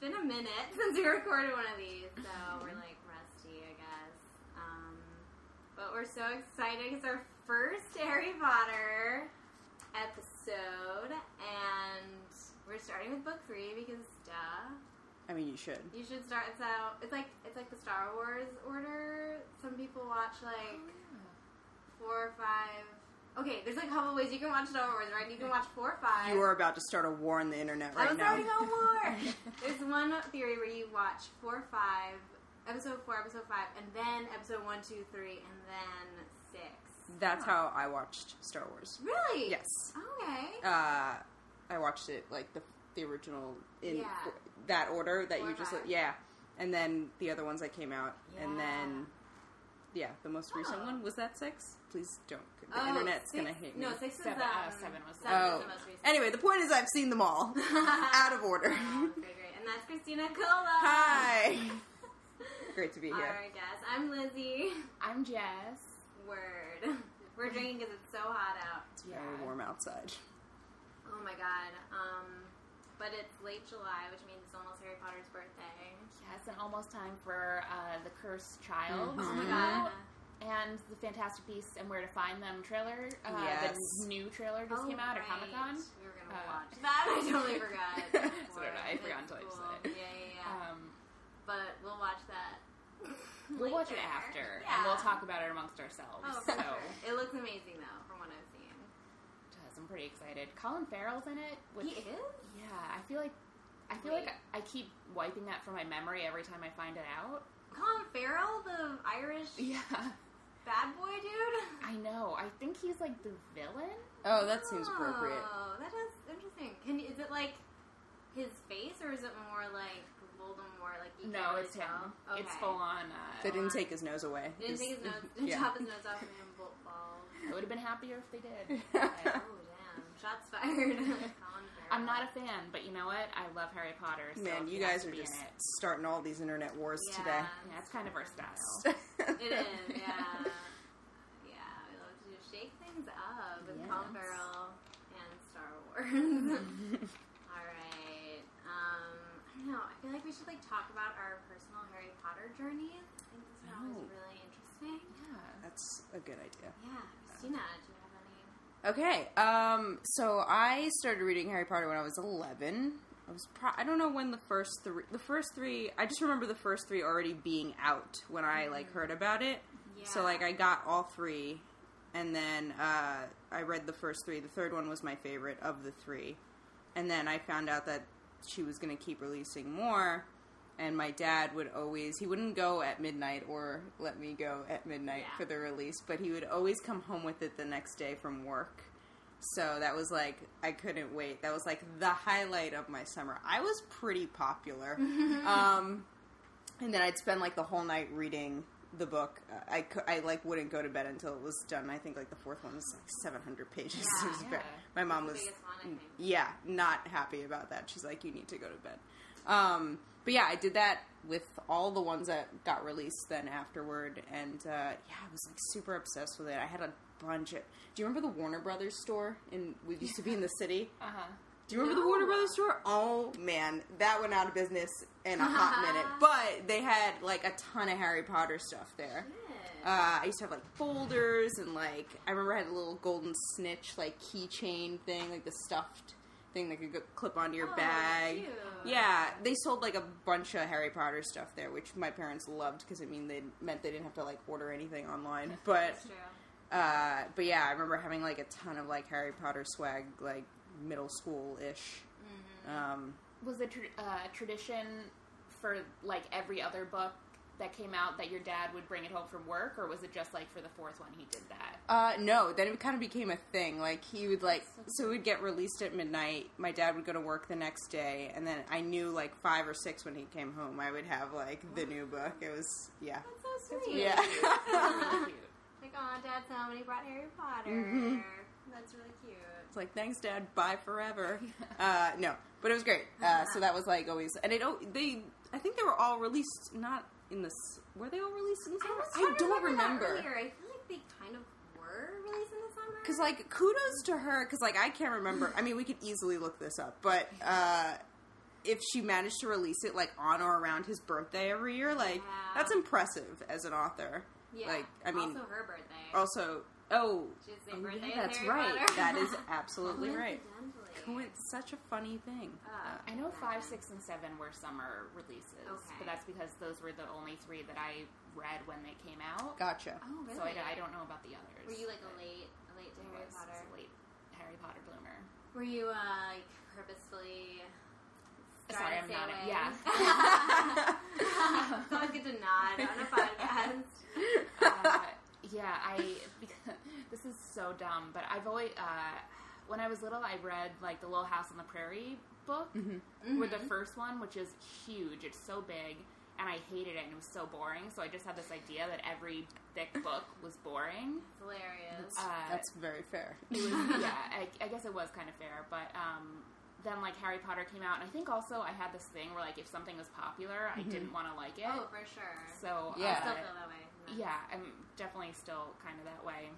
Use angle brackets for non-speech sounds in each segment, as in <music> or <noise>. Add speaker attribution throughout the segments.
Speaker 1: been a minute <laughs> since we recorded one of these, so we're like rusty, I guess. Um, but we're so excited. It's our first Harry Potter episode, and we're starting with book three because duh.
Speaker 2: I mean, you should.
Speaker 1: You should start. So it's like it's like the Star Wars order. Some people watch like
Speaker 3: Oh.
Speaker 1: four or five. Okay, there's like a couple ways you can watch Star Wars, right? You can watch four or five.
Speaker 2: You are about to start a war on the internet right
Speaker 1: I'm
Speaker 2: now.
Speaker 1: starting a
Speaker 2: <laughs>
Speaker 1: war. There's one theory where you watch four, five, episode four, episode five, and then episode one, two, three, and then six.
Speaker 2: That's how I watched Star Wars.
Speaker 1: Really?
Speaker 2: Yes.
Speaker 1: Okay.
Speaker 2: Uh, I watched it like the the original in
Speaker 1: Yeah.
Speaker 2: that order that
Speaker 1: Four
Speaker 2: you
Speaker 1: or
Speaker 2: just
Speaker 1: five.
Speaker 2: yeah, and then the other ones that came out, and
Speaker 1: Yeah.
Speaker 2: then yeah, the most recent
Speaker 1: Oh.
Speaker 2: one was that six. Please don't. The
Speaker 1: Oh,
Speaker 2: internet's
Speaker 1: six-
Speaker 2: gonna hate me.
Speaker 1: No, six was
Speaker 3: Seven-
Speaker 1: um,
Speaker 3: uh, seven was the-
Speaker 1: seven
Speaker 2: oh.
Speaker 1: the most recent.
Speaker 2: Anyway, the point is I've seen
Speaker 1: <laughs>
Speaker 2: them all out of order.
Speaker 1: Wow,
Speaker 2: <laughs>
Speaker 1: very Oh, great. And that's Christina Cola. <laughs>
Speaker 2: Hi. Great to be here.
Speaker 1: Our guest. I'm Lizzie. <laughs>
Speaker 3: I'm Jess.
Speaker 1: Word. We're drinking because it's so hot out.
Speaker 2: It's very warm outside.
Speaker 1: Oh my god. Um, but it's late July, which means it's almost Harry Potter's birthday.
Speaker 3: Yes, and almost time for uh, the Cursed Child.
Speaker 1: Oh my
Speaker 2: Mhm.
Speaker 1: god.
Speaker 3: And the Fantastic Beasts and Where to Find Them trailer. Uh,
Speaker 2: Yes.
Speaker 3: The new trailer just
Speaker 1: Oh,
Speaker 3: came out at
Speaker 1: right.
Speaker 3: Comic Con.
Speaker 1: We were gonna
Speaker 3: Uh,
Speaker 1: watch that. <laughs> I
Speaker 3: <laughs>
Speaker 1: totally forgot.
Speaker 3: So did I. I forgot until I just said
Speaker 1: Yeah,
Speaker 3: it.
Speaker 1: yeah, yeah.
Speaker 3: Um,
Speaker 1: but we'll watch that.
Speaker 3: we'll watch it
Speaker 1: later.
Speaker 3: after,
Speaker 1: Yeah.
Speaker 3: and we'll talk about it amongst ourselves.
Speaker 1: Oh,
Speaker 3: so
Speaker 1: for sure. it looks amazing though, from what I've seen.
Speaker 3: Yes, I'm pretty excited. Colin Farrell's in it. Which,
Speaker 1: he is.
Speaker 3: Yeah, I feel like I feel
Speaker 1: Wait.
Speaker 3: like I keep wiping that from my memory every time I find it out.
Speaker 1: Colin Farrell, the Irish
Speaker 3: Yeah,
Speaker 1: bad boy dude. <laughs>
Speaker 3: I know. I think he's like the villain.
Speaker 2: Oh, that seems appropriate.
Speaker 1: Oh, that is interesting. Can is it like his face, or is it more like Voldemort? Like you can't
Speaker 3: No,
Speaker 1: really
Speaker 3: it's him.
Speaker 1: tell?
Speaker 3: It's
Speaker 1: Okay.
Speaker 3: full on. Uh,
Speaker 2: They didn't take his nose away.
Speaker 1: They Didn't take his nose.
Speaker 3: <laughs>
Speaker 2: yeah. <laughs>
Speaker 1: Chop his nose off and him bolt balls.
Speaker 3: I would have been happier if they did. But
Speaker 1: <laughs> Oh damn! Shots fired. <laughs> Colin Farrell.
Speaker 3: I'm not a fan, but you know what? I love Harry Potter. So
Speaker 2: Man,
Speaker 3: he
Speaker 2: you
Speaker 3: has
Speaker 2: guys
Speaker 3: to
Speaker 2: are
Speaker 3: be in
Speaker 2: just
Speaker 3: it.
Speaker 2: starting all these internet wars
Speaker 1: Yeah.
Speaker 3: Yeah, that's kind of our style.
Speaker 2: today.
Speaker 1: It is. Yeah. yeah. We love to just shake things up with Colin
Speaker 3: Yes.
Speaker 1: Farrell and Star
Speaker 2: <laughs>
Speaker 1: Wars. All right. Um, I don't know. I feel like we should like talk about our personal Harry Potter journeys. I think this one was
Speaker 2: Oh.
Speaker 1: really interesting.
Speaker 3: Yeah.
Speaker 2: <laughs> That's a good idea.
Speaker 1: Yeah, Christina, do you have any?
Speaker 2: Okay, um, so I started reading Harry Potter when I was 11. I was pro- I don't know when the first three the first three I just remember the first three already being out when I like
Speaker 1: Mm.
Speaker 2: heard about it.
Speaker 1: Yeah.
Speaker 2: So like I got all three, and then uh, I read the first three. The third one was my favorite of the three, and then I found out that she was going to keep releasing more. And my dad would always he wouldn't go at midnight or let me go at midnight
Speaker 1: Yeah.
Speaker 2: for the release, but he would always come home with it the next day from work. So that was like I couldn't wait. That was like the highlight of my summer. I was pretty popular. um and then I'd spend like the whole night reading the book. Uh, I, cou- I like wouldn't go to bed until it was done. I think like the fourth one was like 700 pages. <laughs>
Speaker 1: Yeah,
Speaker 2: It was
Speaker 3: yeah.
Speaker 2: very- my mom
Speaker 1: the
Speaker 2: was Mm.
Speaker 1: biggest one, I think.
Speaker 2: yeah not happy about that. She's like you need to go to bed. Um, but yeah, I did that with all the ones that got released then afterward, and uh, yeah, I was like super obsessed with it. I had a bunch of. Do you remember the Warner Brothers store? And we used to be in the city.
Speaker 3: Uh huh.
Speaker 2: Do you remember
Speaker 1: No.
Speaker 2: the Warner Brothers store? Oh man, that went out of business in a
Speaker 1: <laughs>
Speaker 2: hot minute. But they had like a ton of Harry Potter stuff there.
Speaker 1: Good.
Speaker 2: Uh, I used to have like folders and like I remember I had a little golden snitch like keychain thing, like the stuffed thing that could go- clip onto your
Speaker 1: Oh,
Speaker 2: bag.
Speaker 1: cute.
Speaker 2: Yeah, they sold like a bunch of Harry Potter stuff there, which my parents loved because it mean they meant they didn't have to like order anything
Speaker 1: <laughs>
Speaker 2: online. But
Speaker 1: That's true.
Speaker 2: uh, but yeah, I remember having like a ton of like Harry Potter swag, like middle school ish.
Speaker 1: Mm-hmm.
Speaker 2: Um,
Speaker 3: Was it tr- uh, tradition for like every other book that came out that your dad would bring it home from work, or was it just like for the fourth one he did that?
Speaker 2: uh, no, then it kind of became a thing. Like he would like, so it would get released at midnight. My dad would go to work the next day, and then I knew like five or six when he came home, I would have like the new book. It was yeah,
Speaker 1: That's so sweet. <laughs>
Speaker 2: yeah.
Speaker 3: Really cute.
Speaker 1: Like, oh, Dad's home and he brought Harry Potter.
Speaker 2: Mm-hmm.
Speaker 1: That's really cute.
Speaker 2: It's like, thanks, Dad. Bye forever.
Speaker 1: <laughs>
Speaker 2: Uh, no, but it was great. Uh, so that was like always, and it al- they I think they were all released not in this. Were they all released in the summer?
Speaker 1: was
Speaker 2: I
Speaker 1: trying to
Speaker 2: don't
Speaker 1: that
Speaker 2: remember.
Speaker 1: earlier. I feel like they kind of were released in the summer.
Speaker 2: Because like kudos to her. Because like I can't remember. I mean, we could easily look this up, but uh, if she managed to release it like on or around his birthday every year, like
Speaker 1: Yeah.
Speaker 2: that's impressive as an author.
Speaker 1: Yeah.
Speaker 2: Like I mean,
Speaker 1: also her birthday.
Speaker 2: also, oh,
Speaker 1: She's the same
Speaker 2: oh, yeah,
Speaker 1: birthday. as
Speaker 2: that's
Speaker 1: Harry
Speaker 2: right.
Speaker 1: Potter.
Speaker 2: That
Speaker 1: <laughs>
Speaker 2: is absolutely right.
Speaker 1: Coincidentally.
Speaker 2: Coinc- such a funny thing.
Speaker 1: Ah.
Speaker 2: Uh,
Speaker 3: I know five, six, and seven were summer releases,
Speaker 1: Okay.
Speaker 3: but that's because those were the only three that I read when they came out.
Speaker 2: gotcha.
Speaker 1: <laughs> Oh, really?
Speaker 3: So I, I don't know about the others.
Speaker 1: Were you like a
Speaker 3: but
Speaker 1: late, a late to
Speaker 3: I
Speaker 1: Harry
Speaker 3: was
Speaker 1: Potter?
Speaker 3: a late Harry Potter bloomer?
Speaker 1: Were you uh, like purposefully?
Speaker 3: Sorry,
Speaker 1: trying
Speaker 3: I'm
Speaker 1: to
Speaker 3: not.
Speaker 1: stay
Speaker 3: A, yeah.
Speaker 1: <laughs> away? Always good to nod on a
Speaker 3: <laughs>
Speaker 1: podcast.
Speaker 3: uh, yeah, I. <laughs> this is so dumb, but I've always. Uh, when I was little, I read like the Little House on the Prairie book,
Speaker 2: Mm-hmm.
Speaker 3: with the first one, which is huge. It's so big, and I hated it, and it was so boring. So I just had this idea that every thick book was boring.
Speaker 1: Hilarious.
Speaker 3: Uh,
Speaker 2: That's very fair.
Speaker 1: <laughs>
Speaker 3: it was, yeah, I, I guess it was kind of fair, but um, then like Harry Potter came out, and I think also I had this thing where like if something was popular, I didn't want to like it.
Speaker 1: oh, for sure.
Speaker 3: So
Speaker 1: I
Speaker 2: Mm-hmm. Yeah.
Speaker 1: still
Speaker 3: uh,
Speaker 1: feel that way. <laughs>
Speaker 3: yeah, <laughs> I'm definitely still kind of that way.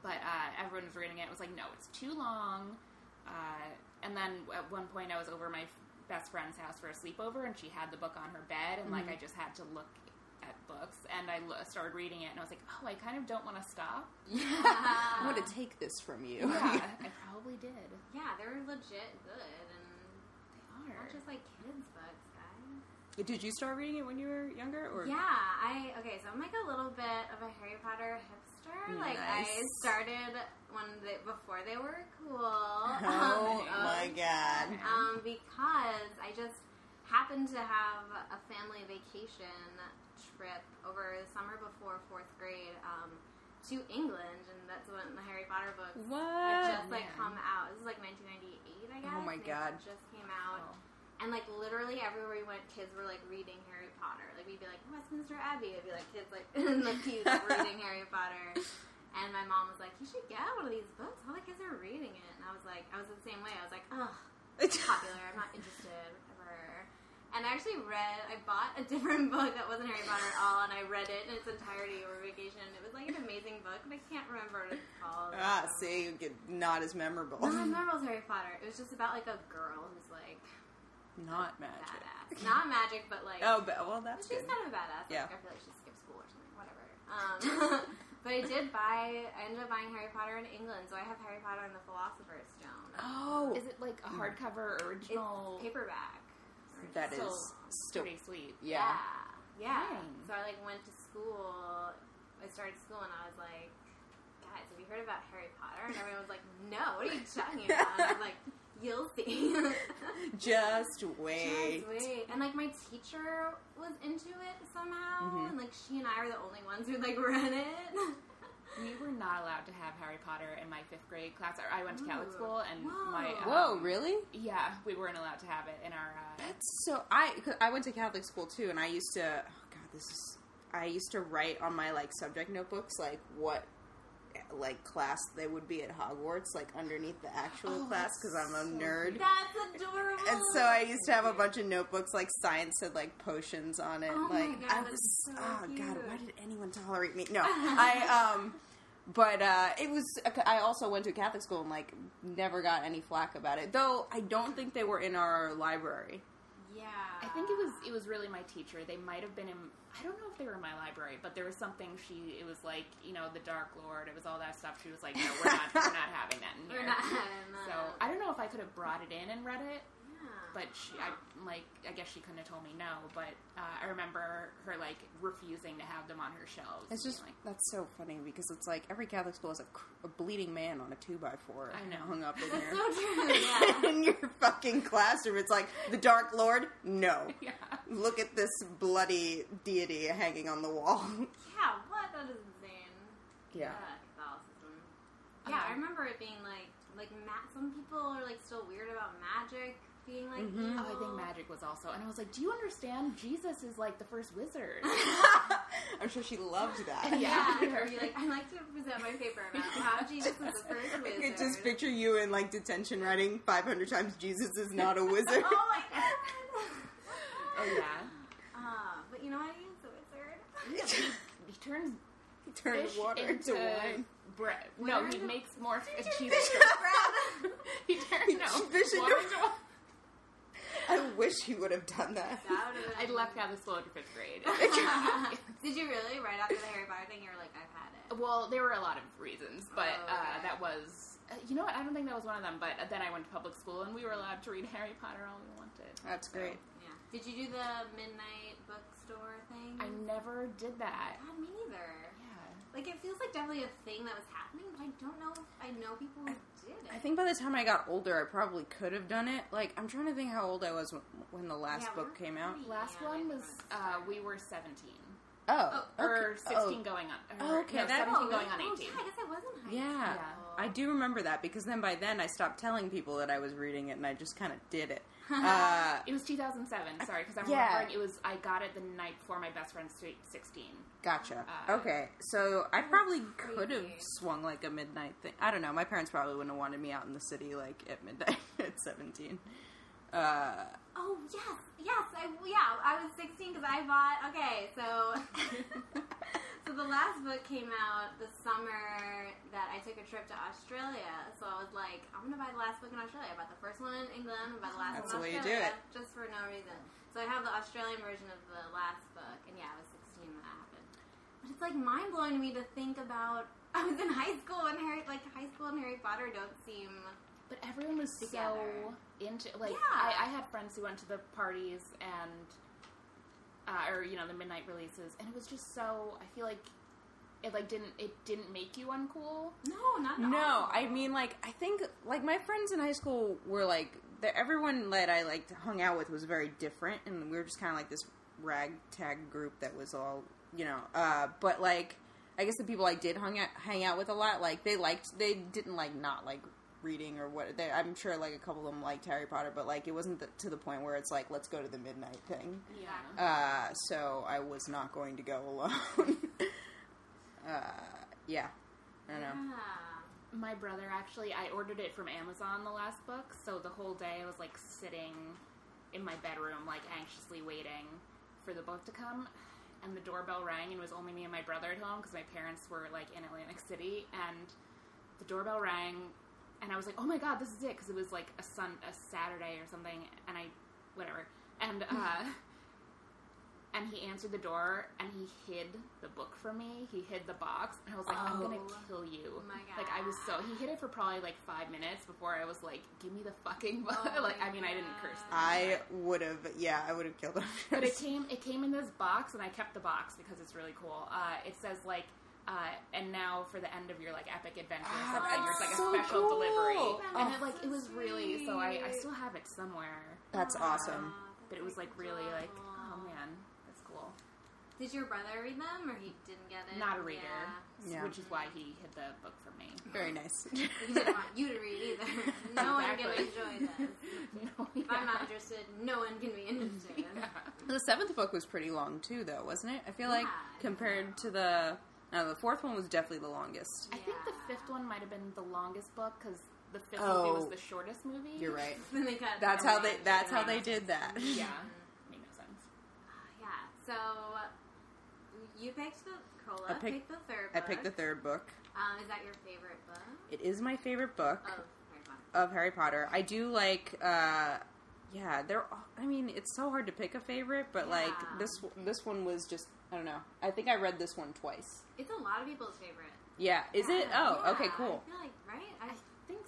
Speaker 3: But uh, everyone was reading it. It was like, no, it's too long. Uh, and then at one point, I was over my f- best friend's house for a sleepover, and she had the book on her bed, and like I just had to look at books, and I lo- started reading it, and I was like, oh, I kind of don't want to stop.
Speaker 2: I'm
Speaker 1: Yeah.
Speaker 2: going to take this from you.
Speaker 3: Yeah, I probably did.
Speaker 1: yeah, they're legit good and
Speaker 3: They are.
Speaker 1: not just like kids' books, guys.
Speaker 2: <laughs> Did you start reading it when you were younger? Or
Speaker 1: Yeah, I okay. So I'm like a little bit of a Harry Potter hipster. Like I
Speaker 2: Nice.
Speaker 1: started when they, before they were cool.
Speaker 2: Oh
Speaker 1: <laughs> Um,
Speaker 2: my god.
Speaker 1: Um, because I just happened to have a family vacation trip over the summer before fourth grade um, to England, and that's when the Harry Potter books
Speaker 2: What?
Speaker 1: had just like
Speaker 3: man.
Speaker 1: come out. This is like 1998, I guess.
Speaker 2: Oh
Speaker 1: and
Speaker 2: my
Speaker 1: they
Speaker 2: God.
Speaker 1: Just came out.
Speaker 3: Oh.
Speaker 1: And like literally everywhere we went, kids were like reading Harry Potter. Like we'd be like Westminster Abbey. It'd be like kids like <laughs> in the
Speaker 2: <laughs>
Speaker 1: pews like, reading Harry Potter. And my mom was like, "You should get one of these books. All the kids are reading it." And I was like, I was the same way. I was like, "Ugh, popular. I'm not interested." Whatever. And I actually read. I bought a <laughs> different book that wasn't Harry Potter at all, and I read it in its entirety over vacation. It was like an amazing book, but I can't remember what it's called. Um,
Speaker 2: ah, see, you get not as memorable.
Speaker 1: No, I remember it was Harry Potter. It was just about like a girl who's like
Speaker 2: <laughs> Not magic.
Speaker 1: badass. Not magic, but like
Speaker 2: Oh, but, well, that's
Speaker 1: she's
Speaker 2: good.
Speaker 1: kind of a badass.
Speaker 2: Yeah.
Speaker 1: Like, I feel like she skipped school or something. Whatever. Um, <laughs> but I did buy. I ended up buying Harry Potter in England, so I have Harry Potter and the Philosopher's Stone.
Speaker 2: Oh,
Speaker 3: Is it like a hardcover
Speaker 1: It's
Speaker 3: original?
Speaker 1: paperback.
Speaker 2: that is
Speaker 3: still
Speaker 2: still.
Speaker 3: pretty sweet.
Speaker 2: Yeah.
Speaker 1: Yeah. Yeah.
Speaker 3: Dang.
Speaker 1: So I like went to school. I started school and I was like, guys, have you heard about Harry Potter? And everyone was like, no, what are you talking about? And I was like, you'll
Speaker 2: <laughs>
Speaker 1: see. <laughs>
Speaker 2: Just
Speaker 1: Just
Speaker 2: wait.
Speaker 1: wait. And like my teacher was into it somehow,
Speaker 3: Mm-hmm.
Speaker 2: Mhm.
Speaker 1: and like she and I were the only ones who like <laughs> read it.
Speaker 3: We were not allowed to have Harry Potter in my fifth grade class. I went to Catholic
Speaker 1: Ooh.
Speaker 3: school, and
Speaker 1: Whoa.
Speaker 3: my um,
Speaker 2: Whoa, really?
Speaker 3: Yeah, we weren't allowed to have it in our. Uh,
Speaker 2: That's so. I 'cause I went to Catholic school too, and I used to. Oh God, this is. I used to write on my like subject notebooks like what like class they would be at Hogwarts like underneath the actual
Speaker 3: Oh,
Speaker 2: class
Speaker 3: that's
Speaker 2: because I'm a
Speaker 3: so
Speaker 2: nerd.
Speaker 1: That's adorable.
Speaker 2: And so I used to have a bunch of notebooks like science said like potions on it.
Speaker 1: Oh my
Speaker 2: like
Speaker 1: God,
Speaker 2: I
Speaker 1: that's
Speaker 2: was
Speaker 1: so
Speaker 2: oh god,
Speaker 1: cute.
Speaker 2: why did anyone tolerate me? No. I um but uh it was I also went to a Catholic school and like never got any flack about it. Though I don't think they were in our library.
Speaker 1: Yeah.
Speaker 3: I think it was it was really my teacher. They might have been in. I don't know if they were in my library, but there was something she. It was like you know the Dark Lord. It was all that stuff. She was like, no, we're not we're not having that.
Speaker 1: <laughs>
Speaker 3: In
Speaker 1: We're
Speaker 3: here.
Speaker 1: not having that.
Speaker 3: So I don't know if I could have brought it in and read it,
Speaker 1: Yeah.
Speaker 3: but she, I like I guess she couldn't have told me no. But uh, I remember her like refusing to have them on her shelves.
Speaker 2: It's
Speaker 3: and
Speaker 2: just
Speaker 3: being like <laughs>
Speaker 2: that's so funny because it's like every Catholic school has a, cr- a bleeding man on a two by four
Speaker 3: I know.
Speaker 2: hung
Speaker 1: <laughs>
Speaker 2: up in
Speaker 1: That's
Speaker 2: your
Speaker 1: so true. Yeah.
Speaker 2: <laughs> in your fucking classroom. It's like the Dark Lord. No,
Speaker 3: yeah.
Speaker 2: look at this bloody deity hanging on the wall. <laughs>
Speaker 1: yeah. What? That is insane.
Speaker 2: Yeah.
Speaker 1: Catholicism. Yeah, I
Speaker 3: Um,
Speaker 1: remember it being like like ma- some people are like still weird about magic being like
Speaker 2: Mhm.
Speaker 1: evil.
Speaker 3: Oh, I think magic <laughs> was also, and I was like, "Do you understand? Jesus is like the first wizard."
Speaker 2: <laughs> I'm sure she loved that.
Speaker 3: Yeah.
Speaker 1: Yeah,
Speaker 2: <laughs>
Speaker 1: yeah. or you like I like to present my paper about how Jesus
Speaker 3: <laughs>
Speaker 1: was the first
Speaker 2: I
Speaker 1: wizard.
Speaker 2: could just picture you in like detention writing 500 times Jesus is not a <laughs> wizard.
Speaker 1: Oh my god.
Speaker 3: oh <laughs> yeah,
Speaker 1: Uh, but you know what? He is a wizard.
Speaker 3: he turns
Speaker 2: he turned
Speaker 3: fish
Speaker 2: water
Speaker 3: into
Speaker 2: into <laughs> wine.
Speaker 3: bread.
Speaker 1: Water
Speaker 3: no, he
Speaker 1: into-
Speaker 3: makes more f- cheese.
Speaker 2: fish into
Speaker 3: he turns no
Speaker 2: Fish into-
Speaker 3: water into-
Speaker 2: <laughs> I wish he would have done that.
Speaker 1: That would've
Speaker 3: I
Speaker 1: been-
Speaker 3: left <laughs> out of school after fifth grade. <laughs>
Speaker 1: <laughs> Did you really? Right after the Harry Potter thing, you were like, I've had it.
Speaker 3: well, there were a lot of reasons, but
Speaker 1: Oh,
Speaker 3: uh,
Speaker 1: okay.
Speaker 3: that was. Uh, you know what? I don't think that was one of them. But then I went to public school, and we were allowed to read Harry Potter all we wanted.
Speaker 2: That's
Speaker 3: So,
Speaker 2: great.
Speaker 1: Yeah. Did you do the midnight bookstore thing?
Speaker 3: I never did that.
Speaker 1: God, me neither.
Speaker 3: Yeah.
Speaker 1: Like it feels like definitely a thing that was happening, but I don't know if I know people who did it.
Speaker 2: I think by the time I got older, I probably could have done it. Like, I'm trying to think how old I was wh- when the last
Speaker 1: Yeah, we
Speaker 2: book
Speaker 1: were
Speaker 2: came out.
Speaker 1: pretty
Speaker 3: Last
Speaker 1: young
Speaker 3: one
Speaker 1: when
Speaker 3: was
Speaker 1: it
Speaker 3: uh,
Speaker 1: started.
Speaker 3: we were seventeen
Speaker 2: Oh,
Speaker 3: or
Speaker 2: okay.
Speaker 3: sixteen
Speaker 2: Oh,
Speaker 3: going on.
Speaker 2: Oh,
Speaker 3: Or,
Speaker 2: okay,
Speaker 3: no,
Speaker 2: that-
Speaker 3: seventeen
Speaker 1: oh, really?
Speaker 3: going on
Speaker 1: Oh,
Speaker 3: eighteen.
Speaker 1: yeah, I guess I wasn't high.
Speaker 2: Yeah.
Speaker 1: school.
Speaker 2: I do remember that because then by then I stopped telling people that I was reading it and I just kind of did <laughs> it. Uh,
Speaker 3: It was 2007. Sorry, because I'm
Speaker 2: Yeah.
Speaker 3: remembering it was I got it the night before my best friend's sweet 16.
Speaker 2: gotcha.
Speaker 3: Uh,
Speaker 2: okay. So I probably could have
Speaker 1: crazy.
Speaker 2: swung like a midnight thing. I don't know. My parents probably wouldn't have wanted me out in the city like at midnight <laughs> at 17. Uh,
Speaker 1: Oh yes, yes. I yeah. I was 16 because I bought. Okay, so
Speaker 3: <laughs>
Speaker 1: so the last book came out the summer that I took a trip to Australia. So I was like, I'm gonna buy the last book in Australia. I bought the first one in England. I bought the last
Speaker 2: That's
Speaker 1: one
Speaker 2: the way
Speaker 1: in
Speaker 2: you do
Speaker 1: Australia just for no reason. So I have the Australian version of the last book, and yeah, I was 16 when that happened. But it's like mind blowing to me to think about. <laughs> I was in high school and Harry, like high school and Harry Potter don't seem.
Speaker 3: But everyone was
Speaker 1: Together.
Speaker 3: so into like
Speaker 1: Yeah.
Speaker 3: I, I had friends who went to the parties and uh, or you know the midnight releases, and it was just so I feel like it like didn't it didn't make you uncool.
Speaker 1: No, not at
Speaker 2: No,
Speaker 1: all.
Speaker 2: I mean, like, I think, like, my friends in high school were like, the, everyone that I, like, hung out with was very different, and we were just kind of like this ragtag group that was all, you know, uh, but, like, I guess the people I did hung out, hang out with a lot, like, they liked, they didn't, like, not like reading or what, they, I'm sure, like, a couple of them liked Harry Potter, but, like, it wasn't the, to the point where it's like, let's go to the midnight thing.
Speaker 1: Yeah.
Speaker 2: Uh, so I was not going to go <laughs> alone. uh, yeah. I don't know.
Speaker 1: Yeah.
Speaker 3: My brother actually, I ordered it from Amazon the last book, so the whole day I was like sitting in my bedroom, like anxiously waiting for the book to come. And the doorbell rang, and it was only me and my brother at home because my parents were like in Atlantic City. And the doorbell rang, and I was like, "Oh my god, this is it!" Because it was like a sun, a Saturday or something. And I, whatever. And uh, and he answered the door, and he hid the book from me. He hid the box, and I was like, "I'm gonna
Speaker 1: Oh.
Speaker 3: kill you!"
Speaker 1: Oh my
Speaker 3: Like I was so he hit it for probably like five minutes before I was like, "Give me the fucking book!"
Speaker 1: Oh
Speaker 3: <laughs> like
Speaker 1: my
Speaker 3: I mean, I didn't curse,
Speaker 1: God.
Speaker 3: them,
Speaker 2: I would have, yeah, I would have killed him.
Speaker 3: but it came it came in this box, and I kept the box because it's really cool. Uh, it says like, uh, "and now for the end of your like epic adventure,
Speaker 2: Ah,
Speaker 3: or something.
Speaker 1: that's
Speaker 3: it's like
Speaker 1: so
Speaker 3: a special
Speaker 2: cool.
Speaker 3: delivery,"
Speaker 2: That
Speaker 3: and
Speaker 1: is
Speaker 3: it, like
Speaker 1: so
Speaker 3: it was really so I, I
Speaker 1: sweet.
Speaker 3: still have it somewhere,
Speaker 2: That's
Speaker 1: Aw,
Speaker 2: awesome.
Speaker 1: that's
Speaker 3: but it was like really like, oh
Speaker 1: adorable.
Speaker 3: man, that's cool.
Speaker 1: Did your brother read them, or he didn't get it?
Speaker 3: Not a reader, s-
Speaker 2: Yeah.
Speaker 3: which is why he hid the book from me. <laughs>
Speaker 2: Very nice.
Speaker 1: Yeah. He didn't want you to read either.
Speaker 2: <laughs>
Speaker 1: No one
Speaker 3: Exactly.
Speaker 1: can enjoy this.
Speaker 3: no,
Speaker 1: If I'm not interested, no one
Speaker 2: <laughs>
Speaker 1: can be interested.
Speaker 2: the seventh book was pretty long too, though, wasn't it? I feel like
Speaker 1: Yeah.
Speaker 2: compared to the, no, the fourth one was definitely the longest.
Speaker 3: I think the
Speaker 1: Yeah.
Speaker 3: fifth one might have been the longest book because the fifth
Speaker 2: Oh.
Speaker 3: movie was the shortest movie.
Speaker 2: You're right.
Speaker 1: Then they cut.
Speaker 2: That's
Speaker 1: them
Speaker 2: how they.
Speaker 1: off.
Speaker 2: That's how they did that.
Speaker 3: Yeah, made no sense.
Speaker 1: Mm, Yeah. So you picked the Cola.
Speaker 2: I picked-
Speaker 1: picked the third.
Speaker 2: <laughs> I
Speaker 1: Book.
Speaker 2: picked the third book.
Speaker 1: Um, is that your favorite book?
Speaker 2: It is my favorite book
Speaker 1: Oh, Harry Potter.
Speaker 2: of Harry Potter. I do like. uh Yeah, they're. all- I mean, it's so hard to pick a favorite, but
Speaker 1: Yeah.
Speaker 2: like this. This one was just. I don't know. I think I read this one twice.
Speaker 1: It's a lot of people's favorite.
Speaker 2: Yeah. Is it? Oh,
Speaker 1: Yeah,
Speaker 2: okay, cool.
Speaker 1: I feel like right. I,
Speaker 3: I think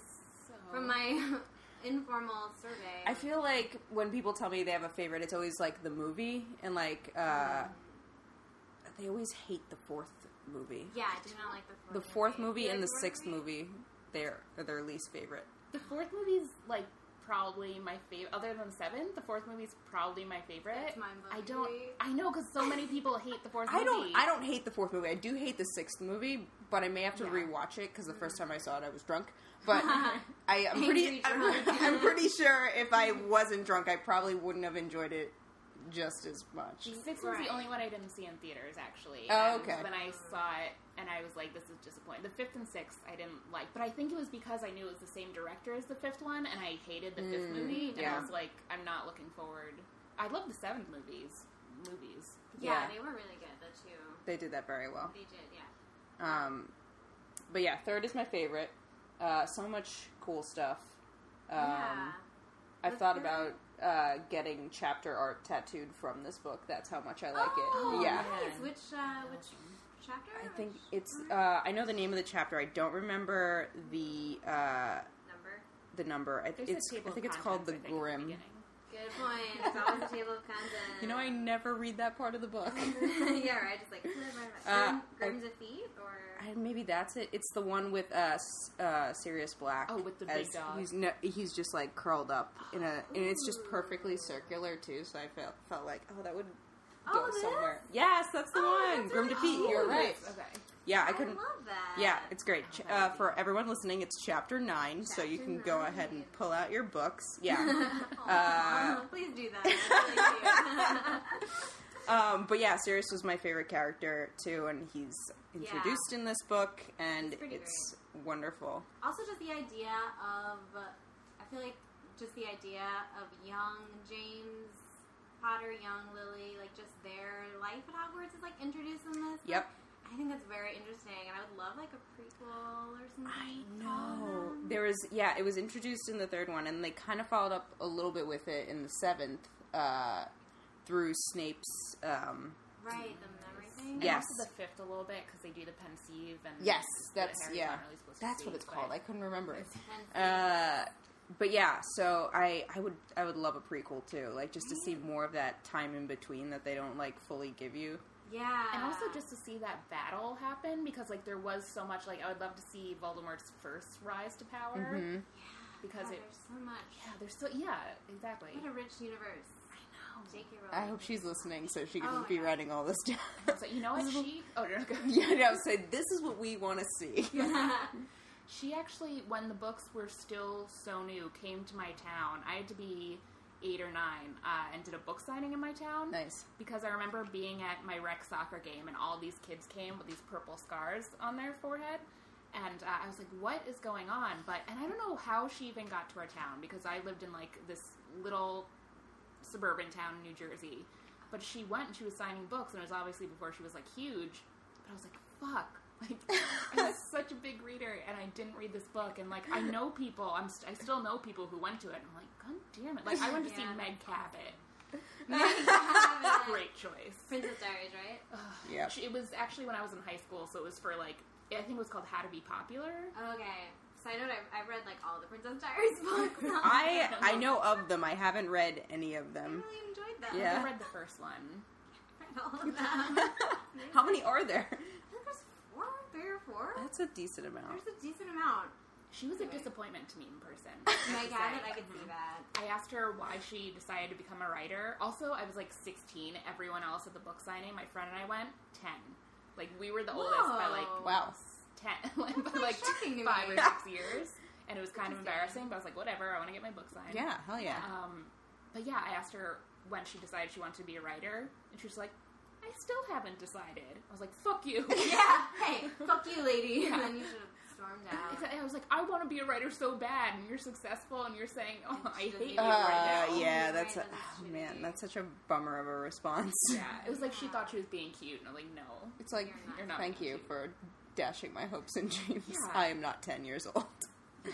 Speaker 3: so.
Speaker 1: from my <laughs> informal survey,
Speaker 2: I feel like when people tell me they have a favorite, it's always like the movie, and like uh, they always hate the fourth movie.
Speaker 1: Yeah, I do not like the fourth.
Speaker 2: The fourth movie
Speaker 1: You
Speaker 2: and the
Speaker 1: like
Speaker 2: sixth movie, they're are their least favorite.
Speaker 3: the fourth movie's like probably my favorite. Other than seven, the fourth movie's probably my favorite.
Speaker 1: That's mind-blowing
Speaker 3: I
Speaker 1: to
Speaker 3: don't.
Speaker 1: me.
Speaker 3: I know because so many people hate the fourth
Speaker 2: I
Speaker 3: movie.
Speaker 2: don't. I don't hate the fourth movie. I do hate the sixth movie, but I may have to
Speaker 3: Yeah.
Speaker 2: rewatch it because the first time I saw it, I
Speaker 1: <laughs>
Speaker 2: was drunk. But I, I'm
Speaker 1: Angry
Speaker 2: pretty. I'm,
Speaker 1: drunk.
Speaker 2: <laughs> I'm pretty sure if I wasn't drunk, I probably wouldn't have enjoyed it just as much.
Speaker 3: The sixth was
Speaker 1: Right.
Speaker 3: the only one I didn't see in theaters, actually.
Speaker 2: Oh,
Speaker 3: And
Speaker 2: okay.
Speaker 3: When I saw it, and I was like, "This is disappointing." The fifth and sixth I didn't like, but I think it was because I knew it was the same director as the fifth one, and I hated the fifth
Speaker 2: Mm,
Speaker 3: movie, and
Speaker 2: yeah.
Speaker 3: I was like, "I'm not looking forward." I love the seventh movies. Movies.
Speaker 1: Yeah,
Speaker 2: Yeah.
Speaker 1: they were really good. The two
Speaker 2: They did that very well.
Speaker 1: they did. Yeah.
Speaker 2: Um, but yeah, third is my favorite. Uh, so much cool stuff. Um,
Speaker 1: yeah.
Speaker 2: I've
Speaker 1: The
Speaker 2: thought
Speaker 1: third-
Speaker 2: about uh, getting chapter art tattooed from this book. That's how much I like
Speaker 1: oh,
Speaker 2: it. Yeah.
Speaker 1: Nice. Which uh, which chapter?
Speaker 2: I
Speaker 1: Which
Speaker 2: think it's. Uh, I know the name of the chapter. I don't remember the uh,
Speaker 1: number.
Speaker 2: the number. I,
Speaker 3: There's
Speaker 2: it's.
Speaker 3: a table
Speaker 2: I think
Speaker 3: of
Speaker 2: it's called the
Speaker 3: contents, I think, at
Speaker 2: Grim.
Speaker 3: beginning.
Speaker 1: Good point. It's always a table of contents.
Speaker 2: you
Speaker 1: <laughs>
Speaker 2: know, I never read that part of the
Speaker 3: <laughs>
Speaker 2: book.
Speaker 1: yeah, right. Just like
Speaker 2: Uh,
Speaker 1: Grim, Grim's a thief, or
Speaker 2: I, maybe that's it. It's the one with uh, S- uh Sirius Black.
Speaker 3: Oh, with the big dog.
Speaker 2: He's no, he's just like curled up in a, and it's just perfectly circular too. So I felt felt like, oh, that would go
Speaker 1: Oh, this?
Speaker 2: somewhere. Yes, that's the
Speaker 1: Oh,
Speaker 2: one.
Speaker 1: that's
Speaker 2: Grim
Speaker 1: really
Speaker 2: Defeat. You're
Speaker 1: cool.
Speaker 2: right.
Speaker 3: Okay.
Speaker 2: Yeah, I
Speaker 1: I,
Speaker 2: couldn't.
Speaker 1: love that.
Speaker 2: Yeah, it's great. Ch-
Speaker 3: that
Speaker 2: uh,
Speaker 3: would be-
Speaker 2: for everyone listening, it's chapter nine, so you
Speaker 1: Chapter
Speaker 2: can go
Speaker 1: nine.
Speaker 2: ahead and pull out your books. Yeah.
Speaker 3: <laughs>
Speaker 1: <laughs>
Speaker 2: Uh,
Speaker 1: Aw, please do that. That's
Speaker 2: <laughs>
Speaker 1: really cute.
Speaker 2: um, but yeah, Sirius was my favorite character too, and he's introduced in this book, and
Speaker 1: He's pretty
Speaker 2: it's wonderful.
Speaker 1: Also, just the idea of, I feel like just the idea of young James Potter, young Lily, like just their life at Hogwarts is like introduced in this. book.
Speaker 2: Yep.
Speaker 1: I think that's very interesting, and I would love like a prequel or something. to follow
Speaker 2: No,
Speaker 1: them.
Speaker 2: there was yeah. It was introduced in the third one, and they kind of followed up a little bit with it in the seventh uh, through Snape's. Um,
Speaker 1: Right, the memory thing.
Speaker 3: And
Speaker 2: Yes.
Speaker 3: also the fifth a little bit because they do the pensieve and
Speaker 2: yes,
Speaker 3: the
Speaker 2: that's
Speaker 3: Harry's
Speaker 2: yeah.
Speaker 3: not really supposed to
Speaker 2: That's what
Speaker 3: see,
Speaker 2: it's called.
Speaker 3: but-
Speaker 2: I couldn't remember
Speaker 3: <laughs>
Speaker 2: it.
Speaker 1: Wednesday.
Speaker 2: Uh, but yeah, so I I would I would love a prequel too, like just to see more of that time in between that they don't like fully give you.
Speaker 1: yeah,
Speaker 3: And also just to see that battle happen because like there was so much like I would love to see Voldemort's first rise to power
Speaker 2: Mhm.
Speaker 1: yeah,
Speaker 3: because
Speaker 1: God,
Speaker 3: it-
Speaker 1: there's so much.
Speaker 3: yeah there's so yeah exactly
Speaker 1: What a rich universe.
Speaker 3: I
Speaker 1: J.K. Rowling.
Speaker 2: I hope
Speaker 1: <laughs>
Speaker 2: she's listening so she can
Speaker 1: Oh my
Speaker 2: be
Speaker 1: God.
Speaker 2: writing all this down.
Speaker 3: know
Speaker 2: <laughs>
Speaker 3: so you know what she oh no, no, go.
Speaker 2: yeah, no, so this is what we want to see. <laughs>
Speaker 3: she actually when the books were still so new came to my town I had to be eight or nine uh, and did a book signing in my
Speaker 2: <laughs>
Speaker 3: town
Speaker 2: nice.
Speaker 3: because I remember being at my rec soccer game and all these kids came with these purple scars on their forehead. And uh, I was like, what is going on? But, and I don't know how she even got to our town because I lived in like this little suburban town in New Jersey. But she went and she was signing books, and it was obviously before she was like huge. But I was like, fuck. <laughs> Like, I was such a big reader, and I didn't read this book. And like, I know people, I'm st- I still know people who went to it. And I'm like, god damn it. Like, I went to see
Speaker 1: Yeah.
Speaker 3: Meg Cabot.
Speaker 1: Great.
Speaker 3: Great choice.
Speaker 1: Princess Diaries, right?
Speaker 2: Yeah.
Speaker 3: It was actually when I was in high school, so it was for like I think it was called How to Be Popular.
Speaker 1: Okay. So I know I've, I've read like all the Princess Diaries <laughs> books.
Speaker 2: I I know of them. I haven't read any of
Speaker 1: I
Speaker 2: <laughs> them.
Speaker 1: really enjoyed them.
Speaker 2: Yeah.
Speaker 3: I read the first one.
Speaker 1: <laughs> I read all of them.
Speaker 2: How many are there?
Speaker 1: I think there's four, three or four.
Speaker 2: That's a decent amount.
Speaker 1: There's a decent amount.
Speaker 3: She was a
Speaker 1: Right.
Speaker 3: disappointment to me in
Speaker 1: <laughs>
Speaker 3: person.
Speaker 1: Meg Abbott, Oh I
Speaker 3: I
Speaker 1: could see
Speaker 2: <laughs>
Speaker 1: that.
Speaker 3: I asked her why she decided to become a writer. Also, I was like 16. Everyone else at the book signing, my friend and I went 10. Like we were the oldest by like
Speaker 1: Whoa.
Speaker 2: Wow.
Speaker 3: 10, like, <laughs> by
Speaker 1: like,
Speaker 3: like
Speaker 1: shocking to
Speaker 3: five
Speaker 1: me.
Speaker 3: or six years, and it was kind of
Speaker 1: Interesting.
Speaker 3: embarrassing. But I was like, whatever. I want to get my book signed.
Speaker 2: Yeah. Hell yeah.
Speaker 3: Um, but yeah, I asked her when she decided she wanted to be a writer, and she was like, "I still haven't decided." I was like, "Fuck
Speaker 2: <laughs>
Speaker 3: you!" <laughs>
Speaker 1: Yeah. Hey, fuck you, lady. And then you should have stormed
Speaker 2: <laughs>
Speaker 1: out.
Speaker 3: Exactly. I was like, "I want to be a writer so bad, and you're successful, and you're saying, oh, I hate you
Speaker 1: Uh,
Speaker 3: right
Speaker 2: Uh, yeah,
Speaker 3: now."
Speaker 1: Yeah,
Speaker 2: that's a,
Speaker 1: that's
Speaker 2: oh,
Speaker 1: shitty.
Speaker 2: man, that's such a bummer of a response.
Speaker 3: Yeah, it was like she thought she was being cute, and I'm like, "No."
Speaker 2: It's like,
Speaker 1: You're not-
Speaker 3: You're not
Speaker 2: thank
Speaker 3: being
Speaker 2: you
Speaker 3: cute.
Speaker 2: for dashing my hopes and dreams.
Speaker 3: Yeah.
Speaker 2: I am not 10 years old.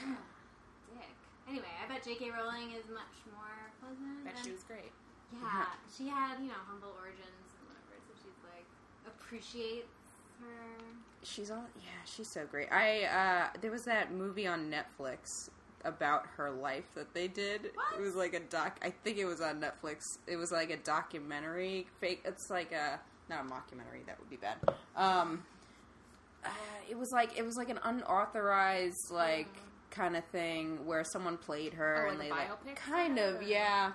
Speaker 1: Dick. Anyway, I bet J.K. Rowling is much more pleasant.
Speaker 3: But she
Speaker 1: than-
Speaker 3: was great.
Speaker 2: <laughs>
Speaker 1: Yeah, she had you know humble origins and whatever, so she's like appreciates her.
Speaker 2: She's all, yeah, she's so great. I, uh, there was that movie on Netflix about her life that they did.
Speaker 1: What?
Speaker 2: It was like a doc, I think it was on Netflix. It was like a documentary, fake, it's like a, not a mockumentary, that would be bad. Um, uh, it was like, it was like an unauthorized, like, kind of thing where someone played her
Speaker 3: Oh,
Speaker 2: and
Speaker 3: like
Speaker 2: they
Speaker 3: a
Speaker 2: Mm-hmm. like,
Speaker 3: biopic
Speaker 2: kind
Speaker 3: sort
Speaker 2: of,
Speaker 3: of?
Speaker 2: yeah.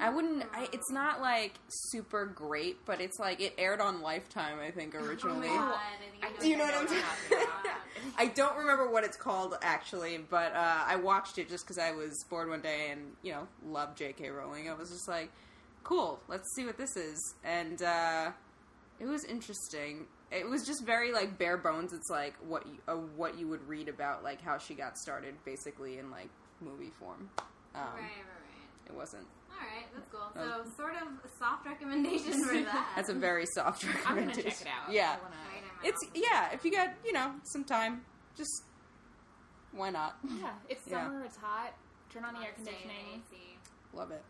Speaker 2: I wouldn't.
Speaker 3: Ah.
Speaker 2: I, it's not like super great, but it's like it aired on Lifetime, I think
Speaker 1: Oh my
Speaker 2: originally.
Speaker 1: god!
Speaker 3: I
Speaker 1: I think
Speaker 3: do
Speaker 2: you know what I'm
Speaker 1: exactly
Speaker 2: talking
Speaker 1: about.
Speaker 3: about.
Speaker 2: I don't remember what it's called actually, but uh, I watched it just because I was bored one day and you know loved J.K. Rowling. I was just like, cool, let's see what this is, and uh, it was interesting. It was just very like bare bones. It's like what you, uh, what you would read about like how she got started, basically in like movie form. <laughs> Um,
Speaker 1: Right, right,
Speaker 2: It wasn't.
Speaker 1: right. All right, that's cool. So, sort of a soft recommendation
Speaker 2: <laughs>
Speaker 1: for that.
Speaker 2: Oh. That's a very soft
Speaker 3: I'm
Speaker 2: recommendation.
Speaker 3: gonna check it out.
Speaker 2: Yeah.
Speaker 3: I wanna,
Speaker 1: Right, I'm out.
Speaker 2: It's yeah. If you got you know some time, just why not?
Speaker 3: yeah. It's
Speaker 2: Yeah.
Speaker 3: summer. It's hot. Turn on the air
Speaker 1: Stay in
Speaker 3: conditioning.
Speaker 1: AC.
Speaker 2: Love it.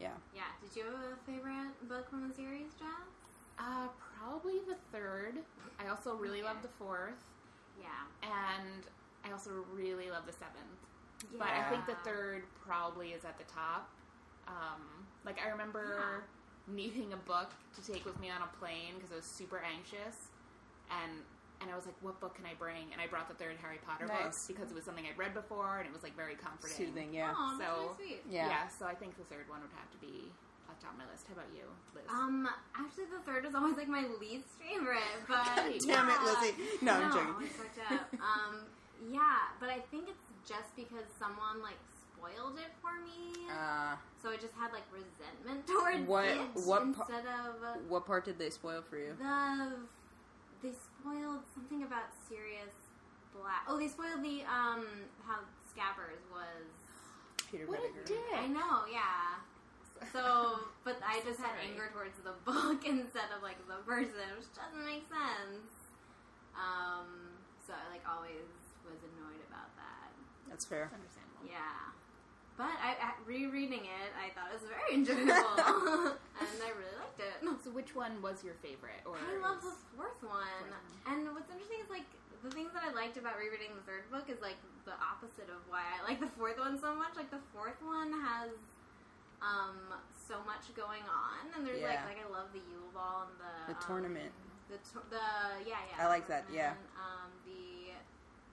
Speaker 2: Yeah.
Speaker 1: Yeah. Did you have a favorite book from the series, Jess?
Speaker 3: Uh, probably the third. I also really
Speaker 1: Okay.
Speaker 3: love the fourth,
Speaker 1: Yeah.
Speaker 3: and I also really love the seventh. But I think the third probably is at the top. Um, like I remember needing a book to take with me on a plane because I was super anxious, and and I was like, what book can I bring? And I brought the third Harry Potter book
Speaker 2: Nice.
Speaker 3: because it was something I'd read before, and it was like very comforting.
Speaker 2: Soothing,
Speaker 1: Aw,
Speaker 2: yeah.
Speaker 1: that's
Speaker 3: So-
Speaker 1: really sweet.
Speaker 2: Yeah.
Speaker 3: So I think the third one would have to be left on my list. How about you, Liz?
Speaker 1: Um, actually, the third is always like my least favorite,
Speaker 2: <laughs>
Speaker 1: but
Speaker 2: <laughs> Damn it,
Speaker 1: yeah.
Speaker 2: Lizzie. No, I'm joking.
Speaker 1: it's fucked up. um, yeah, but I think it's just because someone like spoiled it for me,
Speaker 2: Uh,
Speaker 1: so I just had like resentment <laughs> towards
Speaker 2: What-
Speaker 1: it
Speaker 2: what pa-
Speaker 1: instead of uh,
Speaker 2: what part did they spoil for you?
Speaker 1: the they spoiled something about Sirius Black. Oh, they spoiled the um how Scabbers was
Speaker 2: Peter
Speaker 3: What a
Speaker 2: Pettigrew.
Speaker 3: dick.
Speaker 1: I know, yeah. So, but I just had
Speaker 3: Sorry.
Speaker 1: anger towards the book <laughs> instead of like the person, which doesn't make sense. Um, so I like always was annoyed about that.
Speaker 2: That's fair.
Speaker 3: That's understandable.
Speaker 1: Yeah. But I, at rereading it, I thought it was very enjoyable, and I really liked it.
Speaker 3: So which one was your favorite? Or
Speaker 1: I love the
Speaker 3: is-
Speaker 1: fourth one. And what's interesting is like the things that I liked about rereading the third book is like the opposite of why I like the fourth one so much. Like the fourth one has um so much going on, and there's
Speaker 2: Yeah.
Speaker 1: like like I love the Yule Ball and the
Speaker 2: The
Speaker 1: um,
Speaker 2: tournament.
Speaker 1: The to- the yeah yeah.
Speaker 2: I like that, yeah.
Speaker 1: tournament, Um, the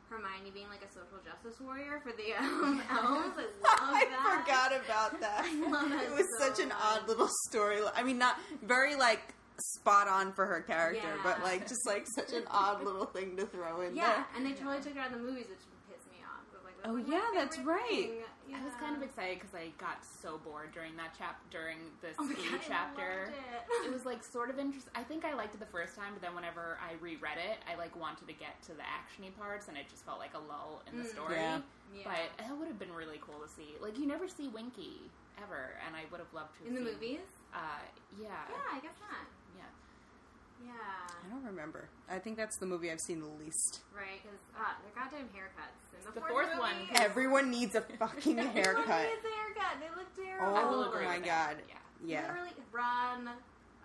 Speaker 1: Hermione being like a social justice warrior for the <laughs> um, elves.
Speaker 2: <laughs>
Speaker 1: I love that.
Speaker 2: forgot
Speaker 1: <laughs>
Speaker 2: about that.
Speaker 1: I love that
Speaker 2: it was
Speaker 1: so
Speaker 2: such an
Speaker 1: much.
Speaker 2: odd little story. I mean, not very like spot on for her character,
Speaker 1: Yeah.
Speaker 2: but like just like
Speaker 1: <laughs>
Speaker 2: such an odd little thing to throw in
Speaker 1: Yeah,
Speaker 2: there.
Speaker 1: and they totally took it out of the movies, which pissed me off. I was like, that's,
Speaker 2: Oh,
Speaker 1: like,
Speaker 2: yeah,
Speaker 1: my
Speaker 2: that's
Speaker 1: favorite
Speaker 2: right.
Speaker 1: thing.
Speaker 3: I was
Speaker 1: Yeah.
Speaker 3: kind of excited because I got so bored during that chap during the
Speaker 1: Oh
Speaker 3: <laughs>
Speaker 1: my
Speaker 3: ski
Speaker 1: God, I
Speaker 3: chapter.
Speaker 1: loved
Speaker 3: It
Speaker 1: it.
Speaker 3: was like sort of interesting. I think I liked it the first time, but then whenever I reread it, I like wanted to get to the actiony parts, and it just felt like a lull in the
Speaker 1: Mm.
Speaker 3: story.
Speaker 2: Yeah.
Speaker 1: <laughs> Yeah. uh,
Speaker 3: But that would have been really cool to see. Like you never see Winky ever, and I would have loved to. have
Speaker 1: in the
Speaker 3: seen-
Speaker 1: movies?
Speaker 3: Uh, yeah,
Speaker 1: Yeah, I guess not.
Speaker 3: yeah.
Speaker 2: I
Speaker 1: Yeah,
Speaker 2: don't remember. I think that's the movie I've seen the least.
Speaker 1: right. Because uh, their goddamn haircuts in the,
Speaker 3: The fourth
Speaker 1: movie,
Speaker 3: one.
Speaker 1: everyone
Speaker 2: Everyone needs a <laughs> fucking haircut.
Speaker 1: needs a haircut. They look terrible.
Speaker 3: I
Speaker 2: Oh
Speaker 3: will agree
Speaker 2: my
Speaker 3: with
Speaker 2: god.
Speaker 3: that. Yeah,
Speaker 2: Yeah.
Speaker 1: Literally, Ron,